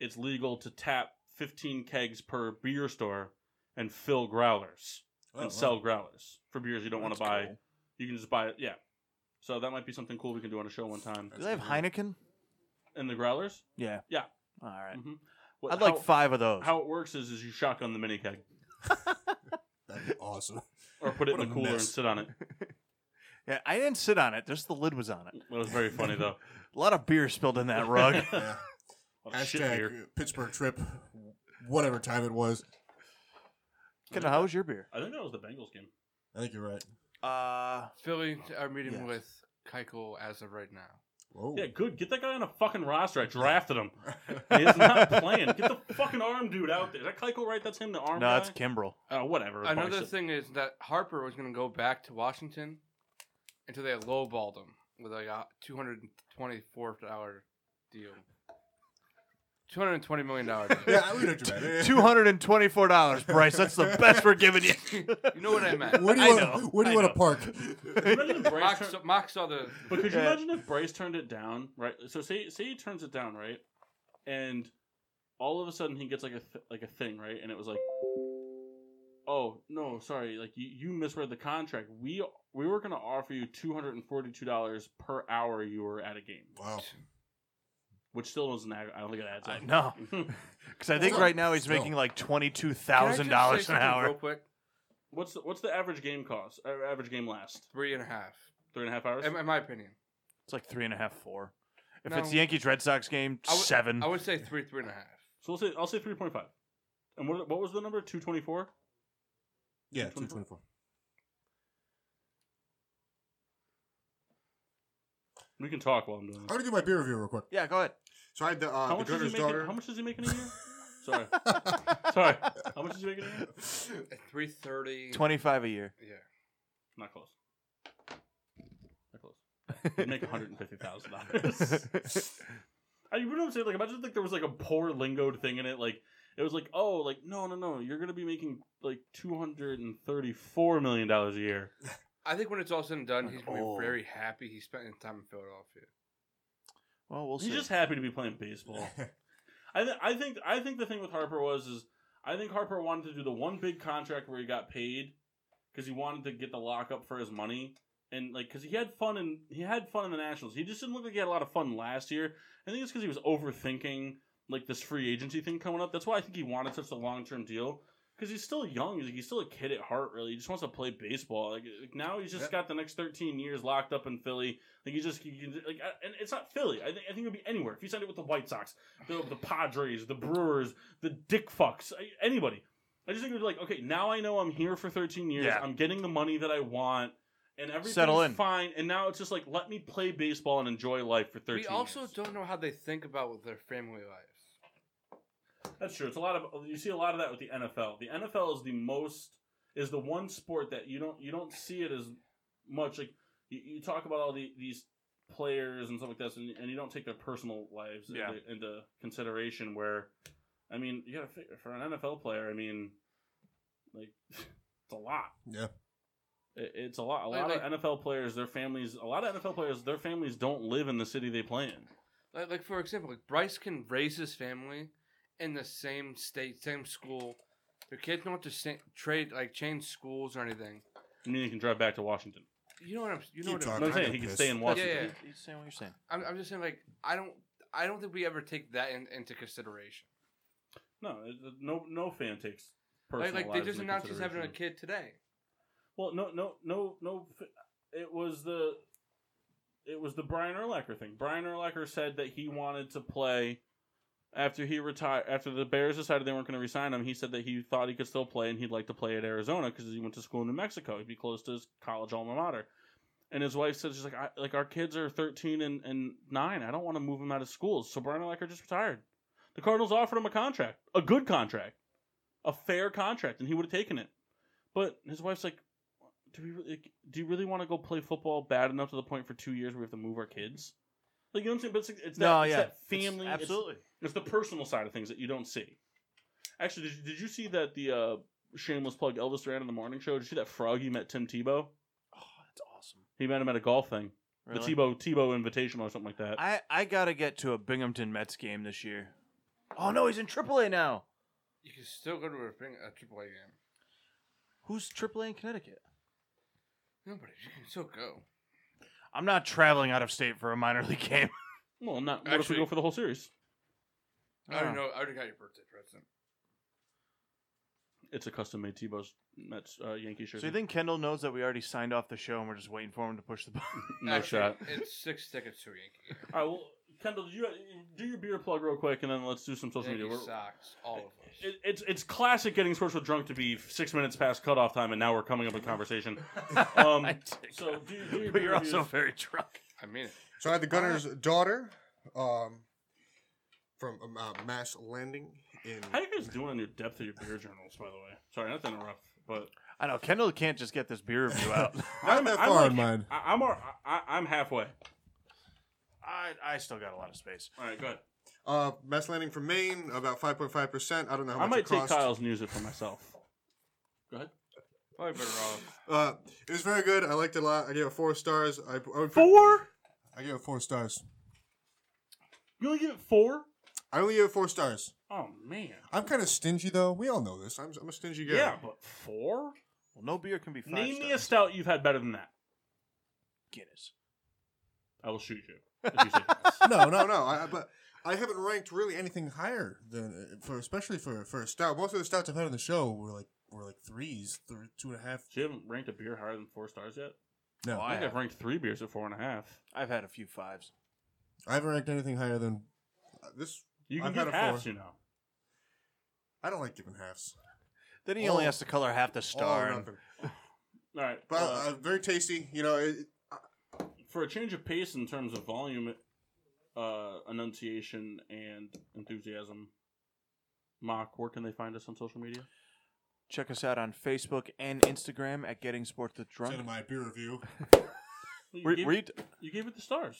A: it's legal to tap 15 kegs per beer store and fill growlers
C: Oh,
A: and
C: wow.
A: sell growlers for beers you don't want to
B: That's
A: buy.
B: cool.
A: You can just buy it. Yeah. So that might be something cool we can do on a show one time.
B: Do they have Heineken?
A: And the growlers.
B: Yeah.
A: Yeah.
B: All right.
A: hmm What,
B: I'd like
A: how,
B: five of those.
A: how it works is, is you shotgun the mini keg
C: That'd be awesome.
A: or put it in
C: What
A: the
C: a
A: cooler and
C: mess.
A: sit on it.
B: Yeah, I didn't sit on it. Just the lid was on it.
A: That was very funny though.
B: A lot of beer spilled in [LAUGHS] that
A: [LAUGHS]
B: [LAUGHS] rug.
C: Yeah.
A: A lot of Oh, shit beer.
C: Hashtag Pittsburgh trip, whatever time it was.
B: Ken, how was your beer?
A: I think that was the Bengals game.
C: I think you're right.
B: Uh,
D: Philly are meeting
B: Yes.
D: with Keuchel as of right now.
C: Whoa.
A: Yeah, good. Get that guy on a fucking roster. I drafted
B: [LAUGHS]
A: him. He's not playing. Get the fucking arm dude out there. Is that Keiko right? That's him, the arm
B: no,
A: guy?
B: it's Kimbrel.
A: Oh, whatever.
D: Another
A: Probably
D: thing is that Harper was going to go back to Washington until they lowballed him with like a two hundred twenty-four dollar deal, two hundred twenty million dollar deal.
C: Yeah, we know what you meant.
B: [LAUGHS] Two hundred and twenty-four dollars, Bryce. That's the best we're giving you. [LAUGHS]
D: [LAUGHS] You know what I meant?
C: [LAUGHS] Where do
B: I
C: you want?
B: know,
C: Where do you
B: I
C: want to park?
A: should- Imagine if Bryce
D: Mock,
A: turned-
D: saw- Mock saw the.
A: But could you
B: Yeah.
A: imagine if Bryce turned it down, right? So say say he turns it down, right? And all of a sudden he gets like a th- like a thing, right? And it was like, oh no, sorry, like you, you misread the contract. We we were gonna offer you two hundred and forty two dollars per hour you were at a game,
C: Wow.
A: which still doesn't. add- I don't think it adds
B: I
A: up.
B: know, because I think
C: Still-
B: right now he's
C: still.
B: making like twenty-two
D: Can I
B: thousand
D: just
B: dollars
D: say
B: an
D: something Real
B: hour.
D: quick,
A: [LAUGHS] What's the, what's the average game cost? Or average game last
D: three and a half.
A: three and a half hours.
D: In, in my opinion,
B: It's like three and a half, four. If
D: No.
B: it's the Yankees Red Sox game,
D: I would-
B: seven.
D: I would say three, three and a half.
A: So we'll say I'll say three point five. And what what was the number? Two twenty four.
C: Yeah, two twenty-four.
A: We can talk while I'm doing
C: I'm
A: this.
C: gonna do my beer review real quick.
B: yeah, go ahead.
F: So I had the, uh, the
A: How much, is he
F: Governor's
A: making,
F: daughter.
A: how much is he making a
F: [LAUGHS]
A: year? Sorry,
C: [LAUGHS]
A: sorry. How much is he making a year?
D: At three thirty.
B: Twenty-five
A: [LAUGHS]
B: a year.
D: Yeah.
A: Not close. Not close. He'd make one hundred and fifty thousand dollars.
F: [LAUGHS]
A: I you know what I'm saying? Like imagine like there was like a poor lingoed thing in it. Like it was like oh like no no no you're gonna be making like two hundred and thirty four million dollars a year.
D: I think when it's all said and done,
B: Like,
D: he's gonna be
B: oh.
D: very happy he spent his time in Philadelphia.
B: Well, we'll see.
A: He's just happy to be playing baseball. I, th- I think I think the thing with Harper was is I think Harper wanted to do the one big contract where he got paid because he wanted to get the lockup for his money and like because he had fun and he had fun in the Nationals. He just didn't look like he had a lot of fun last year. I think it's because he was overthinking like this free agency thing coming up. That's why I think he wanted such a long term deal because he's still young. He's, he's still a kid at heart. Really, he just wants to play baseball. Like, like, now, he's just
C: Yeah.
A: got the next thirteen years locked up in Philly. Like he just you can, like, I- and it's not Philly. I think I think it would be anywhere. If you signed it with the White Sox, the, the Padres, the Brewers, the Dick Fucks, I- anybody. I just think it would be like, okay, now I know I'm here for 13 years.
B: Yeah.
A: I'm getting the money that I want, and everything's
B: Settle in.
A: fine. And now it's just like let me play baseball and enjoy life for thirteen.
D: We also
A: years.
D: don't know how they think about their family lives.
A: That's true. It's a lot of you see a lot of that with the NFL. The NFL is the most is the one sport that you don't you don't see it as much. Like you, you talk about all the, these players and stuff like this, and, and you don't take their personal lives
B: Yeah.
A: into, into consideration. Where I mean, you gotta figure for an NFL player. I mean, like [LAUGHS] it's a lot.
C: Yeah.
A: It, it's a lot. A
D: Like-
A: lot
D: like-
A: of NFL players, their families. A lot of NFL players, their families don't live in the city they play in.
D: Like, like for example, like Bryce can raise his family in the same state, same school. Their kids don't have to sa- trade like change schools or anything.
A: I mean, you can drive back to Washington.
D: You know what I'm? You know
C: Keep
D: what I'm,
A: No, I'm
C: I
A: saying
C: got
A: he can
C: pissed.
A: stay in Washington.
D: Yeah.
B: He's saying what you're saying.
D: I'm? I'm just saying like I don't. I don't think we ever take that in, into consideration.
A: No, it- it- no, no fan takes personal
D: Like, like they
A: lives
D: just
A: into
D: announced he's having a
A: consideration.
D: kid today.
A: Well, no, no, no, no. f- It was the, it was the Brian Urlacher thing. Brian Urlacher said that he wanted to play after he retired. After the Bears decided they weren't going to resign him, he said that he thought he could still play and he'd like to play at Arizona because he went to school in New Mexico. He'd be close to his college alma mater. And his wife said, "She's like, I, like our kids are thirteen and, and nine. I don't want to move them out of school." So Brian Urlacher just retired. The Cardinals offered him a contract, a good contract, a fair contract, and he would have taken it. But his wife's like, do we really, like, do you really want to go play football bad enough to the point for two years where we have to move our kids? Like you know what I'm saying? But it's, it's that,
B: no,
A: it's
B: yeah,
A: that
B: It's-
A: family. it's-
B: absolutely.
A: It's, the personal side of things that you don't see. Actually, did you, did you see that the uh, shameless plug Elvis Duran on the morning show? Did you see that frog he met Tim Tebow?
B: Oh, that's awesome.
A: He met him at a golf thing,
B: Really?
A: the Tebow Tebow Invitational or something like that.
B: I I gotta get to a Binghamton Mets game this year. Oh no, he's in AAA now.
D: You can still go to a, thing, a AAA game.
B: Who's AAA in Connecticut?
D: Nobody. You can still go.
B: I'm not traveling out of state for a minor league
A: [LAUGHS]
B: game.
A: well, not what if we
D: Actually-
A: go for the whole series?
D: I
B: Oh.
A: Ah.
D: already know. I already got your birthday present.
A: It's a custom made Tebow's Mets uh, Yankee shirt.
B: So you think Kendall knows that we already signed off the show and we're just waiting for him to push the button?
A: no
D: Actually,
A: shot.
D: It's six tickets to a Yankee. game.
A: All right, well, Kendall, do you do your beer plug real quick, and then let's do some social media.
D: Yankee
A: We're-
D: socks. All of us.
A: It, it's it's classic getting sports with drunk to be six minutes past cutoff time, and now we're coming up with
B: [LAUGHS]
A: conversation. Um, so do, do your
B: but
A: beer
B: you're also
A: reviews.
B: very drunk.
D: I mean it.
F: So I had the Gunner's daughter, um, from um, uh, Mass Landing in.
A: How you guys doing on your depth of your beer journals, by the way? Sorry, not to interrupt, but
B: I know Kendall can't just get this beer review
A: [LAUGHS]
B: out.
C: Not
A: I'm-
C: that
A: I'm
C: far
A: like-
C: in mine.
A: I, I'm al- I, I'm halfway.
B: I I still got a lot of space.
A: All right, good.
F: Uh, Mass Landing from Maine, about five point five percent. I don't know how
A: I
F: much
A: might
F: it cost.
A: take Kyle's news it for myself. Go ahead.
D: Probably better off.
F: Uh, it was very good. I liked it a lot. I gave it four stars. I, I would-
A: Four?
F: I gave it four stars.
A: You only give it four?
F: I only gave it four stars.
A: Oh man.
C: I'm kind of stingy though. We all know this.
F: I'm, I'm a stingy guy.
A: Yeah, but four?
B: Well, no beer can be five
A: Name me a
B: stars.
A: stout you've had better than that.
B: Guinness.
A: I will shoot you. If you say
F: [LAUGHS]
A: yes.
F: no, no, no. I, I- but I haven't ranked really anything higher than uh, for, especially for for a stout. Most of the stouts I've had on the show were like were like threes, th- two and a half.
A: So you haven't ranked a beer higher than four stars yet?
F: No,
A: I
F: I,
A: think I've ranked three beers at four and a half.
B: [LAUGHS] I've had a few fives.
F: haven't ranked anything higher than uh, this.
A: You can
F: I've
A: get
F: had a four.
A: halves, you know.
F: I don't like giving halves.
B: Then he
F: All-
B: only has to color half the
F: All or
B: star. and-
F: nothing.
A: All right.
F: But
A: uh,
F: uh, very tasty. You know, it,
A: for a change of pace in terms of volume, uh, enunciation, and enthusiasm, Mock, where can they find us on social media?
B: Check us out on Facebook and Instagram at Getting Sports with
C: Instead
B: Drunk.
C: of my beer review.
A: You,
B: Re-
A: gave,
B: read
A: you gave it the stars.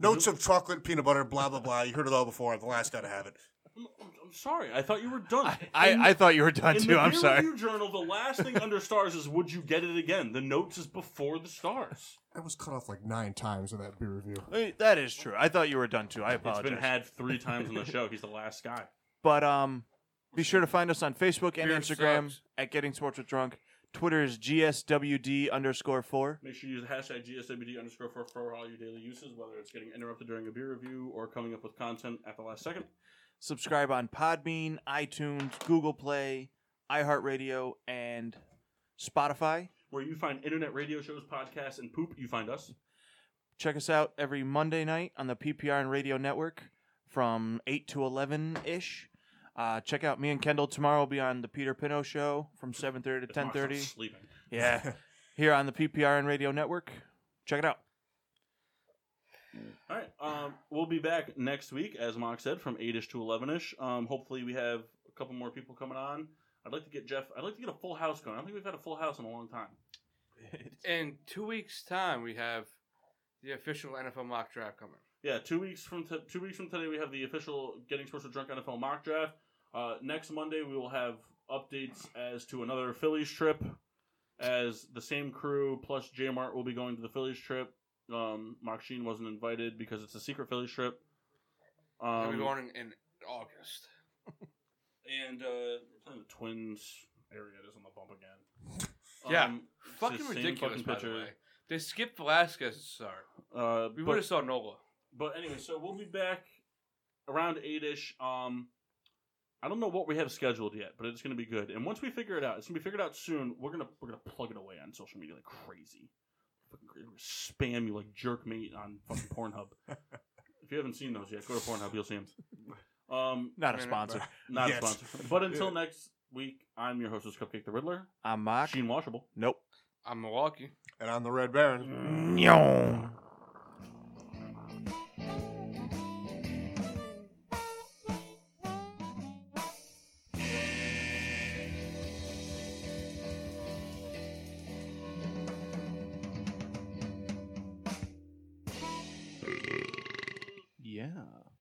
C: Notes of chocolate, peanut butter, blah blah blah. You heard it all before. I'm the last guy to have it.
A: I'm, I'm- I'm sorry. I thought you were done.
B: I,
A: In-
B: I thought you were done
A: in
B: too.
A: the
B: I'm
A: peer
B: sorry.
A: review journal, the last thing under stars is "Would you get it again?" The notes is before the stars.
C: I was cut off like nine times with that beer review.
B: Wait, That is true. I thought you were done too. I
A: It's been
B: apologize.
A: had three times on the show. He's the last guy.
B: but um, be sure to find us on Facebook and
D: Beer
B: Instagram
D: sucks.
B: at Getting Sports with Drunk. Twitter is gswd underscore four.
A: Make sure you use the hashtag GSWD underscore for, for all your daily uses, whether it's getting interrupted during a beer review or coming up with content at the last second.
B: Subscribe on Podbean, iTunes, Google Play, iHeartRadio, and Spotify.
A: Where you find internet radio shows, podcasts, and poop, you find us.
B: Check us out every Monday night on the PPR and Radio Network from 8 to 11 ish. Uh, check out me and Kendall tomorrow. will be on the Peter Pino show from 7:30 to
A: If Mox not
B: 10:30.
C: [LAUGHS]
A: Sleeping.
B: Yeah, here on the PPRN Radio Network. Check it out.
A: All right. Um, we'll be back next week, as Mock said, from eight ish to eleven ish. Um, hopefully, we have a couple more people coming on. I'd like to get Jeff. I'd like to get a full house going. I don't think we've had a full house in a long time.
D: In two weeks' time, we have the official NFL mock draft coming.
A: Yeah, two weeks from t- two weeks from today, we have the official Getting Sports with Drunk NFL mock draft. Uh, next Monday, we will have updates as to another Phillies trip, as the same crew plus J Mart will be going to the Phillies trip. Um, Mark Sheen wasn't invited because it's a secret Phillies trip.
D: We'll be
A: Um,
D: going in August.
A: and uh, we're playing the Twins. Area is on the bump again.
D: Yeah,
A: Um, it's the
D: fucking
A: same
D: ridiculous.
A: fucking
D: by
A: pitcher.
D: the way, they skipped Velasquez. to start.
A: Uh,
D: we
A: but-
D: would have saw Nola.
A: But anyway, so we'll be back around eight ish. Um, I don't know what we have scheduled yet, but it's going to be good. And once we figure it out, it's going to be figured out soon. We're gonna we're gonna plug it away on social media like crazy. Fucking crazy. We're gonna spam you like jerk mate on fucking Pornhub. if you haven't seen those yet, go to Pornhub. You'll see them. Um,
B: Not a sponsor.
A: not
B: Yet.
A: a sponsor. But until next week, I'm your hostess, Cupcake the Riddler.
B: I'm Mock.
A: Sheen Washable.
B: Nope.
D: I'm Milwaukee.
C: And I'm the Red Baron.
B: Yo.